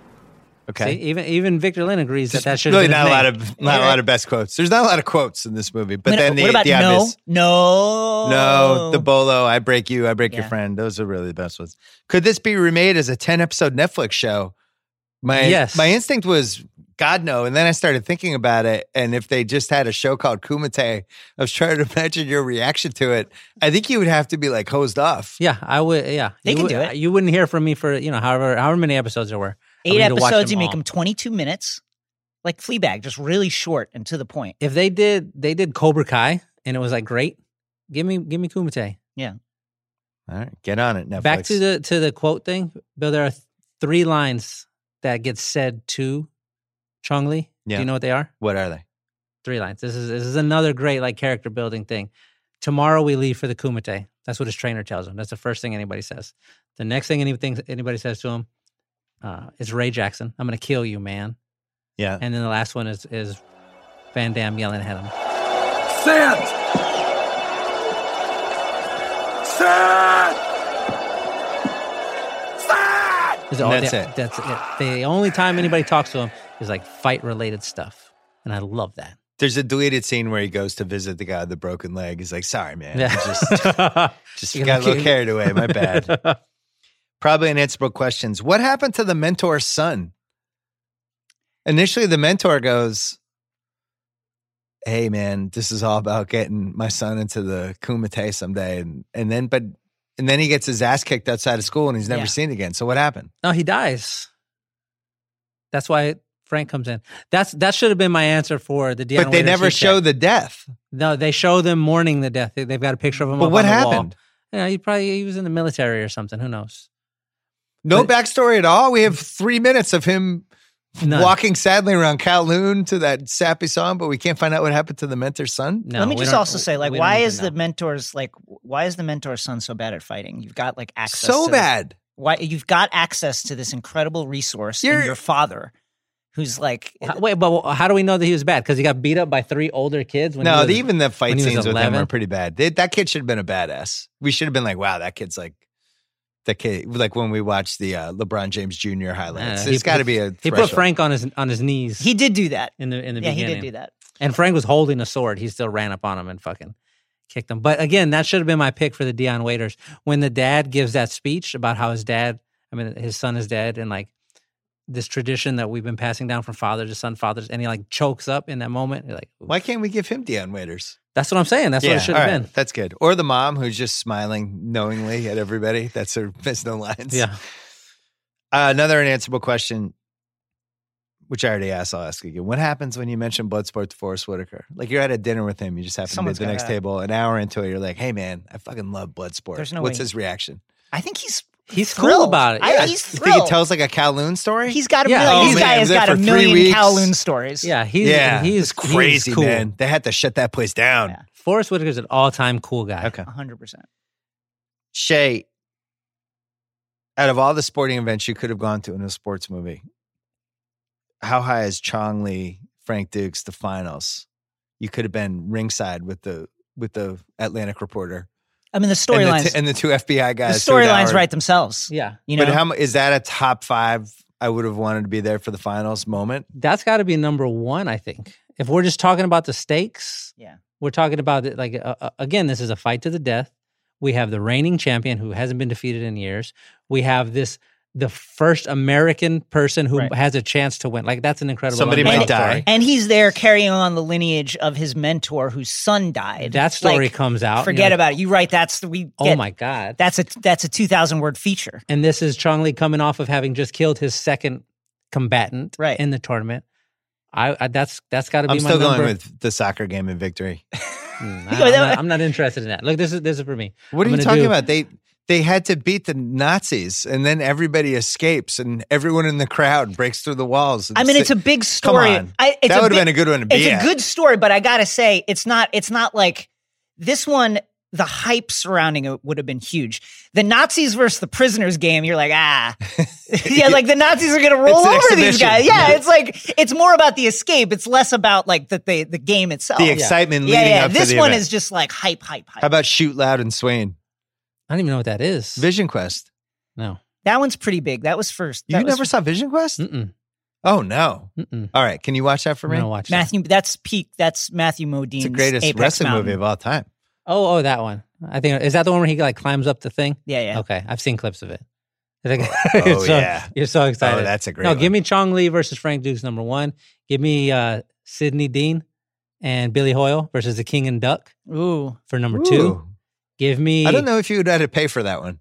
[SPEAKER 1] Okay.
[SPEAKER 5] See, even even Victor Lynn agrees that that should
[SPEAKER 1] really
[SPEAKER 5] have been
[SPEAKER 1] not
[SPEAKER 5] his
[SPEAKER 1] a lot
[SPEAKER 5] name.
[SPEAKER 1] of not a lot of best quotes. There's not a lot of quotes in this movie, but
[SPEAKER 2] What-
[SPEAKER 1] then the,
[SPEAKER 2] what about
[SPEAKER 1] the
[SPEAKER 2] no,
[SPEAKER 1] obvious.
[SPEAKER 2] no,
[SPEAKER 1] No,
[SPEAKER 5] Oh.
[SPEAKER 1] the bolo. I break you. I break your
[SPEAKER 2] Yeah.
[SPEAKER 1] friend. Those are really the best ones. Could this be remade as a ten episode Netflix show? My
[SPEAKER 5] Yes.
[SPEAKER 1] my instinct was God no, and then I started thinking about it. And if they just had a show called Kumite, I was trying to imagine your reaction to it. I think you would have to be like hosed off.
[SPEAKER 5] Yeah, I would. Yeah,
[SPEAKER 2] They
[SPEAKER 5] you
[SPEAKER 2] can
[SPEAKER 5] would-
[SPEAKER 2] do it.
[SPEAKER 5] You wouldn't hear from me for you know however however many episodes there were. I would
[SPEAKER 2] eight
[SPEAKER 5] need to watch
[SPEAKER 2] episodes. You make
[SPEAKER 5] all.
[SPEAKER 2] them 22 minutes, like Fleabag, just really short and to the point.
[SPEAKER 5] If they did, they did Cobra Kai, and it was like great. Give me, give me Kumite.
[SPEAKER 1] All right, get on it. Netflix.
[SPEAKER 5] Back to the to the quote thing, Bill. There are th- three lines that get said to Chong Li. Do
[SPEAKER 1] Yeah.
[SPEAKER 5] you know what they are?
[SPEAKER 1] what are they?
[SPEAKER 5] Three lines. This is this is another great like character building thing. Tomorrow we leave for the Kumite. That's what his trainer tells him. That's the first thing anybody says. The next thing anything anybody says to him uh, is Ray Jackson. I'm gonna kill you, man.
[SPEAKER 1] Yeah,
[SPEAKER 5] And then the last one is is Van Damme yelling at him.
[SPEAKER 8] Stand! Stand! Stand!
[SPEAKER 5] Is
[SPEAKER 1] And
[SPEAKER 5] all
[SPEAKER 1] that's
[SPEAKER 5] they-
[SPEAKER 1] it.
[SPEAKER 5] That's it. The only time anybody talks to him is like fight related stuff, and I love that.
[SPEAKER 1] there's a deleted scene where he goes to visit the guy with the broken leg. He's like, "Sorry, man, I just just
[SPEAKER 5] You're
[SPEAKER 1] got a little
[SPEAKER 5] lucky.
[SPEAKER 1] carried away. My bad." Probably unanswerable questions. What happened to the mentor's son? Initially, the mentor goes, Hey, man, this is all about getting my son into the Kumite someday. And, and then, but, and then he gets his ass kicked outside of school and he's never
[SPEAKER 2] Yeah.
[SPEAKER 1] seen again. So what happened?
[SPEAKER 5] no, he dies. That's why Frank comes in. That's that should have been my answer for the Deanna
[SPEAKER 1] but they
[SPEAKER 5] Waiters
[SPEAKER 1] never
[SPEAKER 5] heat
[SPEAKER 1] show
[SPEAKER 5] check.
[SPEAKER 1] the death.
[SPEAKER 5] No, they show them mourning the death. They- They've got a picture of him.
[SPEAKER 1] But
[SPEAKER 5] up
[SPEAKER 1] what
[SPEAKER 5] on the wall.
[SPEAKER 1] happened?
[SPEAKER 5] Yeah, he probably he was in the military or something. Who knows?
[SPEAKER 1] No
[SPEAKER 5] But-
[SPEAKER 1] backstory at all. We have three minutes of him
[SPEAKER 5] None.
[SPEAKER 1] walking sadly around Kowloon to that sappy song, but we can't find out what happened to the mentor's son.
[SPEAKER 5] No,
[SPEAKER 2] Let me
[SPEAKER 5] we
[SPEAKER 2] just
[SPEAKER 5] don't-
[SPEAKER 2] also say, like,
[SPEAKER 5] we don't
[SPEAKER 2] why
[SPEAKER 5] even
[SPEAKER 2] is the
[SPEAKER 5] know.
[SPEAKER 2] mentor's like, why is the mentor's son so bad at fighting? You've got like access,
[SPEAKER 1] so
[SPEAKER 2] to this-
[SPEAKER 1] bad.
[SPEAKER 2] Why you've got access to this incredible resource in
[SPEAKER 5] You're-
[SPEAKER 2] your father, who's like
[SPEAKER 5] How- Wait, but how do we know that he was bad? Because he got beat up by three older kids. When he
[SPEAKER 1] no,
[SPEAKER 5] was,
[SPEAKER 1] the, even the fight
[SPEAKER 5] when he was
[SPEAKER 1] scenes with him are
[SPEAKER 5] 11.
[SPEAKER 1] pretty bad. They, that kid should have been a badass. We should have been like, wow, that kid's like that kid. Like when we watched the uh, LeBron James Jr. highlights,
[SPEAKER 5] Yeah, he
[SPEAKER 1] it's got to
[SPEAKER 5] put-
[SPEAKER 1] be a.
[SPEAKER 5] he put
[SPEAKER 1] threshold.
[SPEAKER 5] Frank on his on his knees
[SPEAKER 2] he did do that.
[SPEAKER 5] in the in the
[SPEAKER 2] Yeah, he
[SPEAKER 5] beginning.
[SPEAKER 2] did do that.
[SPEAKER 5] And Frank was holding a sword. He still ran up on him and fucking kicked him. But again, that should have been my pick for the Dion Waiters. When the dad gives that speech about how his dad, I mean, his son is dead, and like this tradition that we've been passing down from father to son, fathers, and he like chokes up in that moment. You're like,
[SPEAKER 1] Why can't we give him Dion Waiters?
[SPEAKER 5] that's what I'm saying. That's what it should
[SPEAKER 1] all
[SPEAKER 5] have
[SPEAKER 1] right,
[SPEAKER 5] been.
[SPEAKER 1] That's good. Or the mom who's just smiling knowingly at everybody. That's her that's no lines.
[SPEAKER 5] Yeah.
[SPEAKER 1] Uh, another unanswerable question, which I already asked, I'll ask again. What happens when you mention Bloodsport to Forrest Whitaker? Like you're at a dinner with him, you just happen
[SPEAKER 2] Someone's
[SPEAKER 1] to be at the next
[SPEAKER 2] gotta-
[SPEAKER 1] table. An hour into it, you're like, hey man, I fucking love Bloodsport.
[SPEAKER 2] There's no
[SPEAKER 1] What's
[SPEAKER 2] way-
[SPEAKER 1] his reaction?
[SPEAKER 2] I think he's
[SPEAKER 5] He's cool
[SPEAKER 2] thrilled.
[SPEAKER 5] about it.
[SPEAKER 2] I-
[SPEAKER 5] Yeah.
[SPEAKER 2] he's
[SPEAKER 1] You think
[SPEAKER 2] thrilled.
[SPEAKER 1] he tells like a Kowloon story?
[SPEAKER 2] he's got a
[SPEAKER 5] Yeah.
[SPEAKER 2] million.
[SPEAKER 5] Oh,
[SPEAKER 2] this
[SPEAKER 1] man,
[SPEAKER 2] guy
[SPEAKER 1] he
[SPEAKER 2] has
[SPEAKER 1] was
[SPEAKER 2] got
[SPEAKER 1] there
[SPEAKER 2] a
[SPEAKER 1] for three
[SPEAKER 2] million
[SPEAKER 1] weeks.
[SPEAKER 2] Kowloon stories.
[SPEAKER 5] yeah, he's
[SPEAKER 1] yeah,
[SPEAKER 5] he's
[SPEAKER 1] it's crazy,
[SPEAKER 5] he's cool.
[SPEAKER 1] man. They had to shut that place down.
[SPEAKER 2] Yeah.
[SPEAKER 5] Forrest Whitaker's an all time cool guy.
[SPEAKER 1] Okay.
[SPEAKER 2] hundred percent.
[SPEAKER 1] Shay, out of all the sporting events you could have gone to in a sports movie, how high is Chong Lee, Frank Dukes, the finals? You could have been ringside with the with the Atlantic reporter
[SPEAKER 2] I mean, the
[SPEAKER 1] and the,
[SPEAKER 2] storylines.
[SPEAKER 1] t- and the two FBI
[SPEAKER 2] The
[SPEAKER 1] guys. who had
[SPEAKER 2] storylines
[SPEAKER 1] our-
[SPEAKER 2] write themselves.
[SPEAKER 5] Yeah.
[SPEAKER 2] You know,
[SPEAKER 1] But how mu- is that a top five? I would have wanted to be there for the finals moment.
[SPEAKER 5] that's got to be number one. I think if we're just talking about the stakes,
[SPEAKER 2] Yeah.
[SPEAKER 5] we're talking about it, like uh, uh, again, this is a fight to the death. We have the reigning champion who hasn't been defeated in years. We have this the first American person who
[SPEAKER 2] Right.
[SPEAKER 5] has a chance to win. Like that's an incredible.
[SPEAKER 1] Somebody
[SPEAKER 5] underdog
[SPEAKER 1] die.
[SPEAKER 2] might and he's there carrying on the lineage of his mentor, whose son died.
[SPEAKER 5] story. That story
[SPEAKER 2] Like,
[SPEAKER 5] comes out. and you're
[SPEAKER 2] Forget
[SPEAKER 5] like,
[SPEAKER 2] about it. You write that's we. Get,
[SPEAKER 5] Oh my god!
[SPEAKER 2] That's a that's a two thousand word feature.
[SPEAKER 5] and this is Chong Li coming off of having just killed his second combatant
[SPEAKER 2] Right.
[SPEAKER 5] in the tournament. I, I that's that's got to be
[SPEAKER 1] I'm
[SPEAKER 5] my
[SPEAKER 1] still going
[SPEAKER 5] number.
[SPEAKER 1] with the soccer game and victory.
[SPEAKER 5] Mm,
[SPEAKER 2] You
[SPEAKER 5] I,
[SPEAKER 2] go
[SPEAKER 5] am
[SPEAKER 2] that
[SPEAKER 5] not,
[SPEAKER 2] way.
[SPEAKER 5] I'm not interested in that. Look, this is this is for me.
[SPEAKER 1] What are
[SPEAKER 5] I'm
[SPEAKER 1] you
[SPEAKER 5] gonna
[SPEAKER 1] talking
[SPEAKER 5] do-
[SPEAKER 1] about? They they had to beat the Nazis, and then everybody escapes, and everyone in the crowd breaks through the walls. and
[SPEAKER 2] I mean,
[SPEAKER 1] sa-
[SPEAKER 2] it's a big story.
[SPEAKER 1] on.
[SPEAKER 2] I, it's
[SPEAKER 1] that
[SPEAKER 2] a
[SPEAKER 1] would have
[SPEAKER 2] big-
[SPEAKER 1] been a good one to be.
[SPEAKER 2] it's
[SPEAKER 1] at.
[SPEAKER 2] a good story, but I gotta say, it's not. It's not like this one. The hype surrounding it would have been huge. The Nazis versus the prisoners game. You're like, ah, yeah, like the Nazis are gonna roll
[SPEAKER 1] an
[SPEAKER 2] over these
[SPEAKER 1] exhibition.
[SPEAKER 2] guys. Yeah,
[SPEAKER 1] Yeah.
[SPEAKER 2] it's like it's more about the escape. It's less about like the the, the game itself.
[SPEAKER 1] The
[SPEAKER 2] oh, yeah,
[SPEAKER 1] excitement
[SPEAKER 2] yeah.
[SPEAKER 1] leading
[SPEAKER 2] yeah.
[SPEAKER 1] up
[SPEAKER 2] This
[SPEAKER 1] to the
[SPEAKER 2] one
[SPEAKER 1] event.
[SPEAKER 2] is just like hype, hype, hype.
[SPEAKER 1] How about shoot loud and Swain?
[SPEAKER 5] I don't even know what that is.
[SPEAKER 1] Vision Quest.
[SPEAKER 5] No.
[SPEAKER 2] that one's pretty big. That was first.
[SPEAKER 1] You
[SPEAKER 2] that was Mm.
[SPEAKER 1] never saw Vision Quest?
[SPEAKER 5] Mm-mm.
[SPEAKER 1] Oh no!
[SPEAKER 5] Mm-mm.
[SPEAKER 1] All right, can you watch that for
[SPEAKER 5] I'm
[SPEAKER 1] me?
[SPEAKER 5] gonna watch that.
[SPEAKER 2] Matthew. That's peak. That's Matthew Modine's
[SPEAKER 1] it's the greatest
[SPEAKER 2] Apex
[SPEAKER 1] wrestling
[SPEAKER 2] Mountain.
[SPEAKER 1] movie of all time.
[SPEAKER 5] Oh, oh, that one. I think is that the one where he like climbs up the thing.
[SPEAKER 2] Yeah, yeah.
[SPEAKER 5] Okay, I've seen clips of it. I think,
[SPEAKER 1] Oh
[SPEAKER 5] you're so,
[SPEAKER 1] yeah!
[SPEAKER 5] you're so excited.
[SPEAKER 1] Oh, that's a great.
[SPEAKER 5] no,
[SPEAKER 1] one.
[SPEAKER 5] give me Chong Lee versus Frank Dukes number one. Give me uh, Sidney Dean and Billy Hoyle versus the King and Duck
[SPEAKER 2] Ooh,
[SPEAKER 5] for number
[SPEAKER 1] Ooh.
[SPEAKER 5] two. Give me.
[SPEAKER 1] I don't know if you would have had to pay for that one.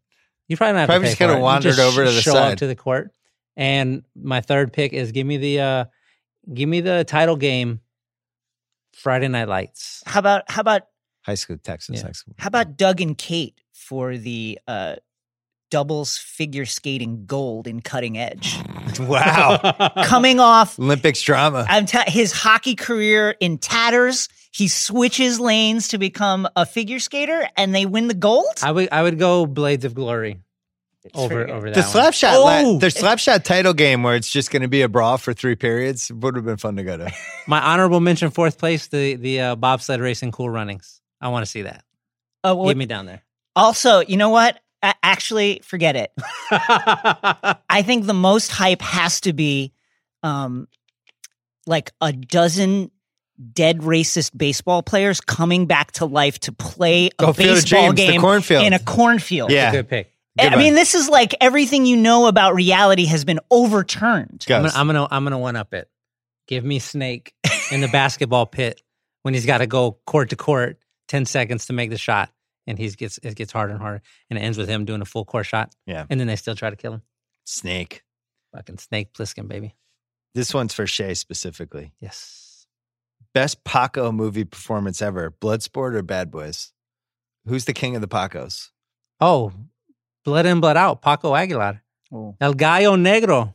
[SPEAKER 5] You probably don't have
[SPEAKER 1] Probably
[SPEAKER 5] to pay
[SPEAKER 1] just kinda
[SPEAKER 5] for it. You
[SPEAKER 1] wandered
[SPEAKER 5] just
[SPEAKER 1] over to the
[SPEAKER 5] show
[SPEAKER 1] side.
[SPEAKER 5] up to the court. And my third pick is give me the uh, give me the title game. Friday Night Lights.
[SPEAKER 2] how about how about
[SPEAKER 1] High school Texas
[SPEAKER 5] Yeah.
[SPEAKER 1] high school.
[SPEAKER 2] How about Doug and Kate for the uh, doubles figure skating gold in cutting edge?
[SPEAKER 1] wow?
[SPEAKER 2] Coming off,
[SPEAKER 1] Olympics drama.
[SPEAKER 2] I'm ta- his hockey career in tatters. He switches lanes to become a figure skater, and they win the gold.
[SPEAKER 5] I would I would go Blades of Glory
[SPEAKER 2] It's pretty
[SPEAKER 5] over
[SPEAKER 2] good.
[SPEAKER 5] over that
[SPEAKER 1] The
[SPEAKER 5] one.
[SPEAKER 1] slapshot,
[SPEAKER 5] Oh!
[SPEAKER 1] la- the slapshot title game where it's just going to be a brawl for three periods would have been fun to go to.
[SPEAKER 5] My honorable mention, fourth place, the the uh, bobsled racing, cool runnings. I want to see that.
[SPEAKER 2] Oh, well,
[SPEAKER 5] Get me down there.
[SPEAKER 2] also, you know what? A- actually, forget it. I think the most hype has to be um like a dozen dead racist baseball players coming back to life to play a
[SPEAKER 1] Go Field of
[SPEAKER 2] baseball
[SPEAKER 1] Dreams, the
[SPEAKER 2] game
[SPEAKER 1] cornfield.
[SPEAKER 2] in a cornfield.
[SPEAKER 1] Yeah.
[SPEAKER 5] Good pick.
[SPEAKER 2] I
[SPEAKER 1] good
[SPEAKER 2] mean,
[SPEAKER 1] one.
[SPEAKER 2] this is like everything you know about reality has been overturned.
[SPEAKER 1] Go.
[SPEAKER 5] I'm gonna, I'm gonna I'm gonna one up it. Give me Snake in the basketball pit when he's got to go court to court, ten seconds to make the shot, and he gets it gets harder and harder, and it ends with him doing a full court shot.
[SPEAKER 1] Yeah.
[SPEAKER 5] and then they still try to kill him.
[SPEAKER 1] Snake.
[SPEAKER 5] Fucking Snake Plissken, baby.
[SPEAKER 1] This one's for Shay specifically.
[SPEAKER 5] Yes.
[SPEAKER 1] Best Paco movie performance ever: Bloodsport or Bad Boys? Who's the king of the Pacos?
[SPEAKER 5] Oh, blood in, blood out. Paco Aguilar,
[SPEAKER 2] Oh.
[SPEAKER 5] El Gallo Negro.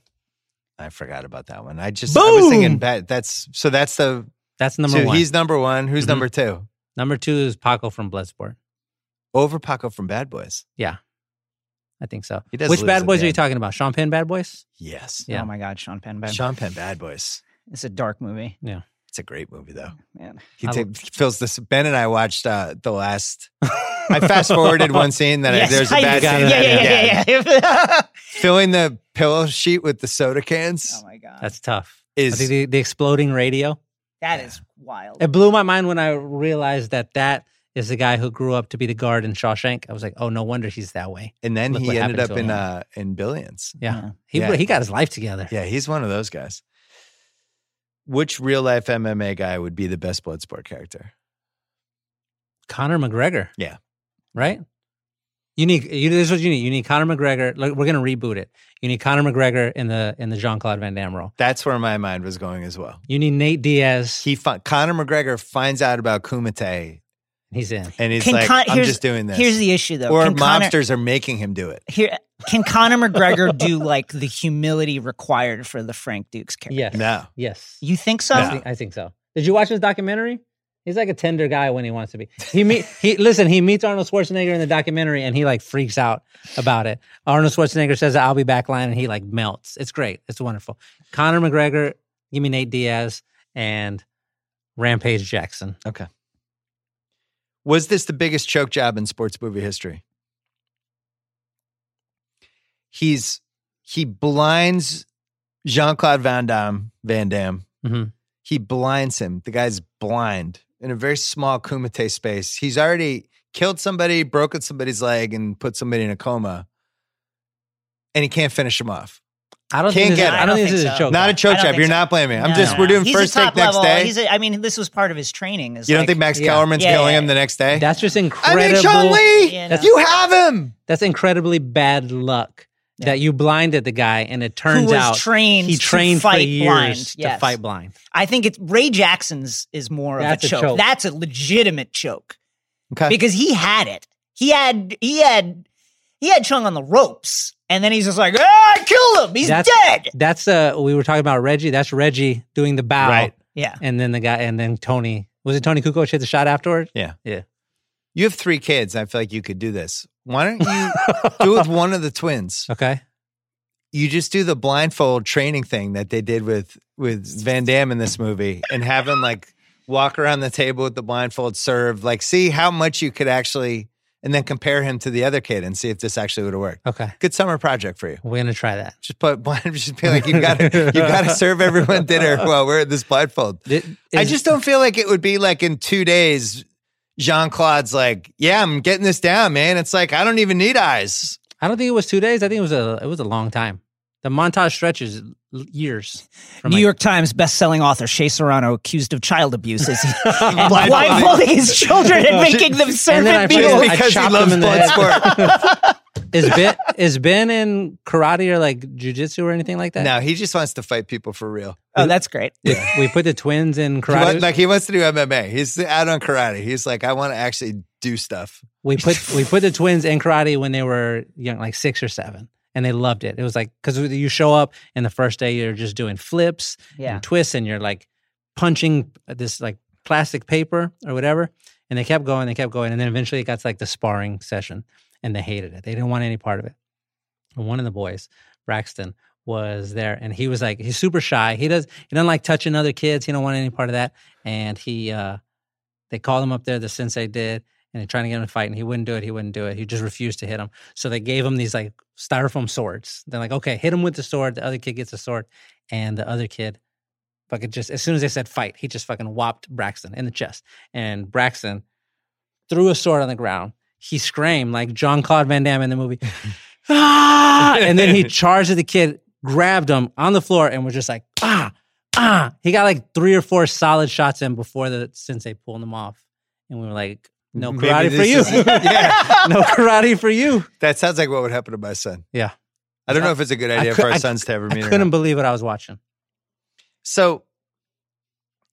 [SPEAKER 1] I forgot about that one. I just I was thinking
[SPEAKER 5] Boom!
[SPEAKER 1] bad. That's so. That's the
[SPEAKER 5] That's number
[SPEAKER 1] so
[SPEAKER 5] one.
[SPEAKER 1] He's number one. Who's
[SPEAKER 5] Mhm.
[SPEAKER 1] number two?
[SPEAKER 5] number two is Paco from Bloodsport.
[SPEAKER 1] Over Paco from Bad Boys.
[SPEAKER 5] I think so.
[SPEAKER 1] He does
[SPEAKER 5] Which
[SPEAKER 1] lose
[SPEAKER 5] bad
[SPEAKER 1] at
[SPEAKER 5] boys
[SPEAKER 1] the
[SPEAKER 5] are you
[SPEAKER 1] end.
[SPEAKER 5] talking about? Sean Penn bad boys?
[SPEAKER 1] Yes.
[SPEAKER 5] Yeah.
[SPEAKER 2] Oh my God, Sean Penn. Bam.
[SPEAKER 1] Sean Penn Bad Boys.
[SPEAKER 2] It's a dark movie.
[SPEAKER 1] It's a great movie though.
[SPEAKER 2] Man.
[SPEAKER 1] He
[SPEAKER 5] I
[SPEAKER 1] ta- feels this. Ben and I watched uh, the last. I fast forwarded one scene that I, there's a
[SPEAKER 2] I-
[SPEAKER 1] bad scene.
[SPEAKER 2] Yeah,
[SPEAKER 1] that I
[SPEAKER 2] yeah,
[SPEAKER 1] did.
[SPEAKER 2] yeah, yeah. yeah.
[SPEAKER 1] Filling the pillow sheet with the soda
[SPEAKER 2] oh
[SPEAKER 1] cans
[SPEAKER 2] my God.
[SPEAKER 5] That's tough. I
[SPEAKER 1] is
[SPEAKER 5] think the, the exploding radio.
[SPEAKER 2] That is wild.
[SPEAKER 5] It blew my mind when I realized that that is the guy who grew up to be the guard in Shawshank. I was like, oh, no wonder he's that way.
[SPEAKER 1] and then
[SPEAKER 5] Look what
[SPEAKER 1] he ended
[SPEAKER 5] happened
[SPEAKER 1] up
[SPEAKER 5] to
[SPEAKER 1] in
[SPEAKER 5] him.
[SPEAKER 1] uh, in Billions.
[SPEAKER 5] Yeah.
[SPEAKER 2] Yeah.
[SPEAKER 5] He,
[SPEAKER 1] Yeah.
[SPEAKER 5] he got his life together.
[SPEAKER 1] Yeah, he's one of those guys. Which real life MMA guy would be the best blood sport character?
[SPEAKER 5] Conor McGregor.
[SPEAKER 1] Yeah.
[SPEAKER 5] Right? You need you, this is what you need. You need Conor McGregor. Like we're gonna reboot it. You need Conor McGregor in the in the Jean Claude Van Damme role.
[SPEAKER 1] That's where my mind was going as well.
[SPEAKER 5] You need Nate Diaz.
[SPEAKER 1] He fi- Conor McGregor finds out about Kumite
[SPEAKER 5] He's in.
[SPEAKER 1] and he's
[SPEAKER 2] Can
[SPEAKER 1] like,
[SPEAKER 2] Con-
[SPEAKER 1] "I'm
[SPEAKER 2] here's-
[SPEAKER 1] just doing this."
[SPEAKER 2] Here's the issue, though.
[SPEAKER 1] or
[SPEAKER 2] Can Conor-
[SPEAKER 1] mobsters are making him do it.
[SPEAKER 2] here, can Conor McGregor do like the humility required for the Frank Dukes character?
[SPEAKER 5] Yes.
[SPEAKER 1] No,
[SPEAKER 5] Yes.
[SPEAKER 2] You think so?
[SPEAKER 5] I, think, I think so. Did you watch his documentary? He's like a tender guy when he wants to be. He meet he listen, he meets Arnold Schwarzenegger in the documentary and he like freaks out about it. Arnold Schwarzenegger says I'll be back line and he like melts. It's great. It's wonderful. Conor McGregor, give me Nate Diaz and Rampage Jackson.
[SPEAKER 1] was this the biggest choke job in sports movie history? He's he blinds Jean Claude Van Damme. Van Damme.
[SPEAKER 5] Mhm.
[SPEAKER 1] He blinds him. The guy's blind in a very small kumite space. He's already killed somebody, broken somebody's leg, and put somebody in a coma. And he can't finish him off.
[SPEAKER 5] I don't
[SPEAKER 1] Can't
[SPEAKER 5] think this
[SPEAKER 1] get
[SPEAKER 5] is,
[SPEAKER 1] it.
[SPEAKER 5] I don't think this is
[SPEAKER 2] so.
[SPEAKER 5] a joke.
[SPEAKER 1] Not a
[SPEAKER 5] job.
[SPEAKER 1] choke
[SPEAKER 2] I don't
[SPEAKER 1] job.
[SPEAKER 2] think
[SPEAKER 1] You're
[SPEAKER 2] so.
[SPEAKER 1] not blaming. him. I'm
[SPEAKER 2] No,
[SPEAKER 1] just
[SPEAKER 2] no,
[SPEAKER 1] we're
[SPEAKER 2] no.
[SPEAKER 1] doing
[SPEAKER 2] He's a
[SPEAKER 1] first
[SPEAKER 2] top
[SPEAKER 1] take next
[SPEAKER 2] level.
[SPEAKER 1] day.
[SPEAKER 2] He's a, I mean, this was part of his training. Is
[SPEAKER 1] you don't
[SPEAKER 2] like-
[SPEAKER 1] think Max
[SPEAKER 5] yeah.
[SPEAKER 1] Kellerman's
[SPEAKER 2] Yeah,
[SPEAKER 1] killing
[SPEAKER 2] yeah,
[SPEAKER 1] him the next day?
[SPEAKER 5] That's just
[SPEAKER 1] I
[SPEAKER 5] incredible.
[SPEAKER 1] mean, Sean Lee,
[SPEAKER 2] Yeah,
[SPEAKER 1] that's-
[SPEAKER 2] no.
[SPEAKER 1] you have him.
[SPEAKER 5] That's incredibly bad luck that you blinded the guy and it
[SPEAKER 2] who
[SPEAKER 5] turns
[SPEAKER 2] was
[SPEAKER 5] out
[SPEAKER 2] trained
[SPEAKER 5] he trained
[SPEAKER 2] to fight
[SPEAKER 5] for years
[SPEAKER 2] blind? Yes.
[SPEAKER 5] to fight blind.
[SPEAKER 2] I think it's Ray Jackson's is more of
[SPEAKER 5] That's
[SPEAKER 2] a
[SPEAKER 5] a
[SPEAKER 2] choke.
[SPEAKER 5] choke.
[SPEAKER 2] That's a legitimate choke
[SPEAKER 1] Okay.
[SPEAKER 2] because he had it. He had he had he had Chung on the ropes, and then he's just like, ah, I killed him. He's
[SPEAKER 5] That's-
[SPEAKER 2] dead.
[SPEAKER 5] That's uh we were talking about Reggie. That's Reggie doing the bow.
[SPEAKER 1] Right.
[SPEAKER 2] Yeah,
[SPEAKER 5] And then the guy and then Tony was it Tony Kukoc hit the shot afterward?
[SPEAKER 1] Yeah.
[SPEAKER 5] Yeah.
[SPEAKER 1] You have three kids. I feel like you could do this. Why don't you do it with one of the twins?
[SPEAKER 5] Okay.
[SPEAKER 1] You just do the blindfold training thing that they did with with Van Damme in this movie, and have him like walk around the table with the blindfold, serve, like see how much you could actually, and then compare him to the other kid and see if this actually would have worked.
[SPEAKER 5] Okay.
[SPEAKER 1] Good summer project for you.
[SPEAKER 5] We're gonna try that.
[SPEAKER 1] Just put blind. Just be like you got to you got to serve everyone dinner while we're in this blindfold.
[SPEAKER 5] Th-
[SPEAKER 1] I
[SPEAKER 5] is-
[SPEAKER 1] just don't feel like it would be like in two days. Jean Claude's like, yeah, I'm getting this down, man. It's like I don't even need eyes.
[SPEAKER 5] I don't think it was two days. I think it was a it was a long time. The montage stretches l- years. From
[SPEAKER 2] New
[SPEAKER 5] like-
[SPEAKER 2] York Times best-selling author Shay Serrano accused of child abuse is and
[SPEAKER 1] Blindfolding.
[SPEAKER 2] blindfolding his children and making them serve
[SPEAKER 5] And then I
[SPEAKER 2] at
[SPEAKER 5] forget-
[SPEAKER 2] meals.
[SPEAKER 5] I
[SPEAKER 1] because he
[SPEAKER 5] chopped
[SPEAKER 1] loves
[SPEAKER 5] him in the
[SPEAKER 1] blood
[SPEAKER 5] head.
[SPEAKER 1] sport.
[SPEAKER 5] Is Ben is Ben in karate or like jujitsu or anything like that?
[SPEAKER 1] no, he just wants to fight people for real.
[SPEAKER 2] Oh, that's great.
[SPEAKER 5] We put the twins in
[SPEAKER 1] He wa-
[SPEAKER 5] karate.
[SPEAKER 1] like he wants to do MMA. He's out on karate. He's like, I want to actually do stuff.
[SPEAKER 5] we put we put the twins in karate when they were young, like six or seven, and they loved it. It was like because you show up and the first day you're just doing flips
[SPEAKER 2] Yeah.
[SPEAKER 5] and twists, and you're like punching uh, this like plastic paper or whatever. And they kept going, they kept going, and then eventually it got to like the sparring session, and they hated it. They didn't want any part of it. And one of the boys, Braxton, was there, and he was like he's super shy. He does he doesn't like touching other kids. He don't want any part of that. And he uh they called him up there. The sensei did and they're trying to get him to fight, and he wouldn't do it. He wouldn't do it. He just refused to hit him. So they gave him these like styrofoam swords. They're like, okay, hit him with the sword. The other kid gets a sword, and the other kid fucking just as soon as they said fight, he just fucking whopped Braxton in the chest, and Braxton threw a sword on the ground. He screamed like John Claude Van Damme in the movie, ah! and then he charged at the kid, grabbed him on the floor, and was just like ah. Ah, he got like three or four solid shots in before the sensei pulled him off, and we were like, "No
[SPEAKER 1] Maybe
[SPEAKER 5] karate for you."
[SPEAKER 1] this is- yeah,
[SPEAKER 5] no karate for you.
[SPEAKER 1] that sounds like what would happen to my son.
[SPEAKER 5] Yeah.
[SPEAKER 1] I don't know if it's a good
[SPEAKER 5] I
[SPEAKER 1] idea
[SPEAKER 5] cou-
[SPEAKER 1] for our
[SPEAKER 5] I-
[SPEAKER 1] sons to ever
[SPEAKER 5] I
[SPEAKER 1] meet. or
[SPEAKER 5] couldn't
[SPEAKER 1] not.
[SPEAKER 5] believe what I was watching.
[SPEAKER 1] So,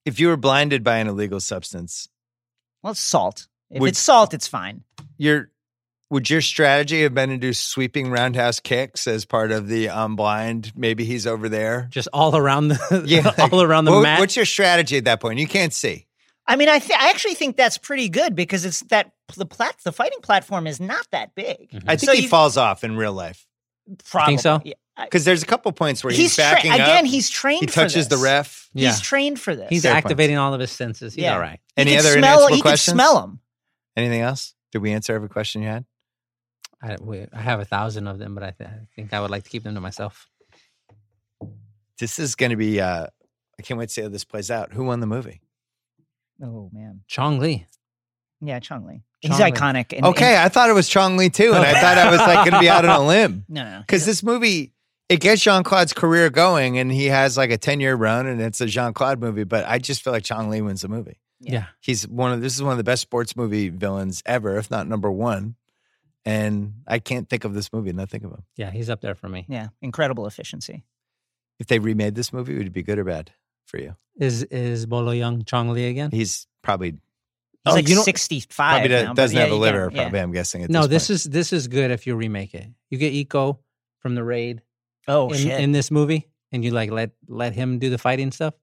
[SPEAKER 1] if you were blinded by an illegal substance,
[SPEAKER 2] Well, it's salt. If
[SPEAKER 1] Would-
[SPEAKER 2] it's salt, it's fine.
[SPEAKER 1] your would your strategy have been to do sweeping roundhouse kicks as part of the I'm blind? Maybe he's over there.
[SPEAKER 5] Just all around the
[SPEAKER 1] Yeah, like,
[SPEAKER 5] all around the
[SPEAKER 1] What-
[SPEAKER 5] mat.
[SPEAKER 1] What's your strategy at that point? You can't see.
[SPEAKER 2] I mean, I th- I actually think that's pretty good because it's that the plat the fighting platform is not that big.
[SPEAKER 1] I think
[SPEAKER 2] Mm-hmm. So
[SPEAKER 1] he
[SPEAKER 2] you-
[SPEAKER 1] falls off in real life
[SPEAKER 2] Probably.
[SPEAKER 5] Mm-hmm. so?
[SPEAKER 2] Yeah. I-
[SPEAKER 1] because there's a couple points where he's,
[SPEAKER 2] he's tra-
[SPEAKER 1] backing up.
[SPEAKER 2] again. He's trained.
[SPEAKER 1] he
[SPEAKER 2] for
[SPEAKER 1] touches the
[SPEAKER 2] this.
[SPEAKER 1] ref.
[SPEAKER 5] Yeah.
[SPEAKER 2] He's trained for this.
[SPEAKER 5] He's
[SPEAKER 1] Fair point.
[SPEAKER 5] activating all of his senses. He's
[SPEAKER 2] Yeah.
[SPEAKER 5] all right.
[SPEAKER 2] He
[SPEAKER 1] Any
[SPEAKER 2] can
[SPEAKER 1] other
[SPEAKER 2] smell,
[SPEAKER 1] inevitable
[SPEAKER 2] You can
[SPEAKER 1] questions?
[SPEAKER 2] smell him.
[SPEAKER 1] Anything else? Did we answer every question you had?
[SPEAKER 5] I, we, I have a thousand of them, but I, th- I think I would like to keep them to myself.
[SPEAKER 1] This is going to be. Uh, I can't wait to see how this plays out. Who won the movie?
[SPEAKER 2] Oh man,
[SPEAKER 5] Chong Lee.
[SPEAKER 2] yeah, Chong Li. He's
[SPEAKER 5] Chong Li.
[SPEAKER 2] iconic. And,
[SPEAKER 1] okay, I thought it was Chong Lee too, and I thought I was like going to be out on a limb
[SPEAKER 2] and- no, no, no.
[SPEAKER 1] because this movie it gets Jean Claude's career going, and he has like a ten year run, and it's a Jean Claude movie. But I just feel like Chong Lee wins the movie.
[SPEAKER 2] Yeah.
[SPEAKER 5] Yeah.
[SPEAKER 1] He's one of this is one of the best sports movie villains ever, if not number one. And I can't think of this movie and not think of him.
[SPEAKER 5] Yeah, he's up there for me.
[SPEAKER 2] Yeah, incredible efficiency.
[SPEAKER 1] If they remade this movie, would it be good or bad for you?
[SPEAKER 5] Is is Bolo Young Chong Lee again?
[SPEAKER 1] He's probably
[SPEAKER 2] He's
[SPEAKER 1] Oh,
[SPEAKER 2] like
[SPEAKER 1] you don't- probably
[SPEAKER 2] 65.
[SPEAKER 1] do-
[SPEAKER 2] now, but
[SPEAKER 1] doesn't
[SPEAKER 2] yeah,
[SPEAKER 1] have a
[SPEAKER 2] you can-
[SPEAKER 1] liver.
[SPEAKER 2] yeah.
[SPEAKER 1] Probably, I'm guessing. At
[SPEAKER 5] no,
[SPEAKER 1] this,
[SPEAKER 5] this
[SPEAKER 1] point.
[SPEAKER 5] is this is good if you remake it. You get Eco from the raid
[SPEAKER 2] Oh,
[SPEAKER 5] in,
[SPEAKER 2] shit.
[SPEAKER 5] in this movie, and you like let let him do the fighting stuff.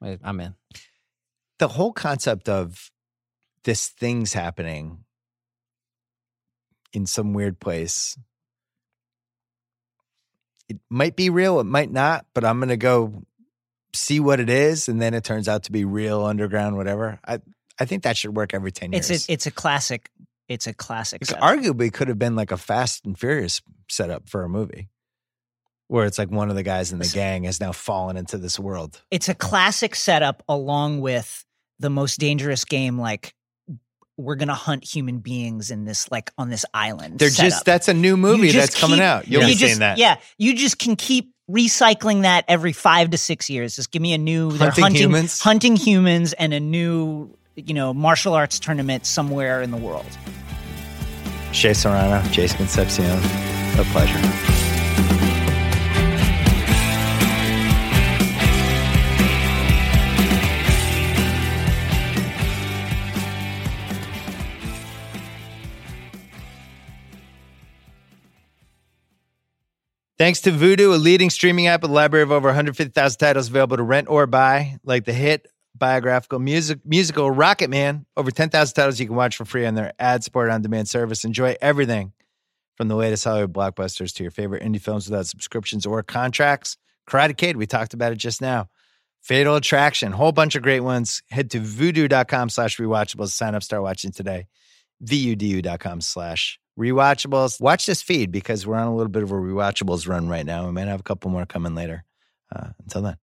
[SPEAKER 5] Wait, I'm in.
[SPEAKER 1] the whole concept of this thing's happening in some weird place. It might be real, it might not, but I'm gonna go see what it is, and then it turns out to be real underground, whatever. I I think that should work every ten years.
[SPEAKER 2] it's a it's a classic. It's a classic.
[SPEAKER 1] It's
[SPEAKER 2] setup.
[SPEAKER 1] arguably could have been like a Fast and Furious setup for a movie, where it's like one of the guys in the gang has now fallen into this world.
[SPEAKER 2] it's a classic setup along with the most dangerous game. Like we're gonna hunt human beings in this like on this island.
[SPEAKER 1] They're
[SPEAKER 2] setup.
[SPEAKER 1] just that's a new
[SPEAKER 2] You
[SPEAKER 1] movie
[SPEAKER 2] just
[SPEAKER 1] that's coming
[SPEAKER 2] keep-
[SPEAKER 1] out. You'll
[SPEAKER 2] you
[SPEAKER 1] be
[SPEAKER 2] just,
[SPEAKER 1] seeing that.
[SPEAKER 2] Yeah, you just can keep recycling that every five to six years. Just give me a new they're
[SPEAKER 1] Hunting
[SPEAKER 2] hunting
[SPEAKER 1] humans?
[SPEAKER 2] hunting humans, and a new you know martial arts tournament somewhere in the world.
[SPEAKER 1] Shea Serrano, Jason Concepcion. A pleasure. Thanks to Vudu, a leading streaming app with a library of over 150,000 titles available to rent or buy, like the hit biographical music musical Rocket Man. Over 10,000 titles you can watch for free on their ad support on demand service. Enjoy everything from the latest Hollywood blockbusters to your favorite indie films without subscriptions or contracts. Karate Kid, we talked about it just now. Fatal Attraction, whole bunch of great ones. Head to voodoo.com slash rewatchables. Sign up, start watching today. VUDU.com slash rewatchables. Watch this feed because we're on a little bit of a rewatchables run right now. We might have a couple more coming later. Uh, until then.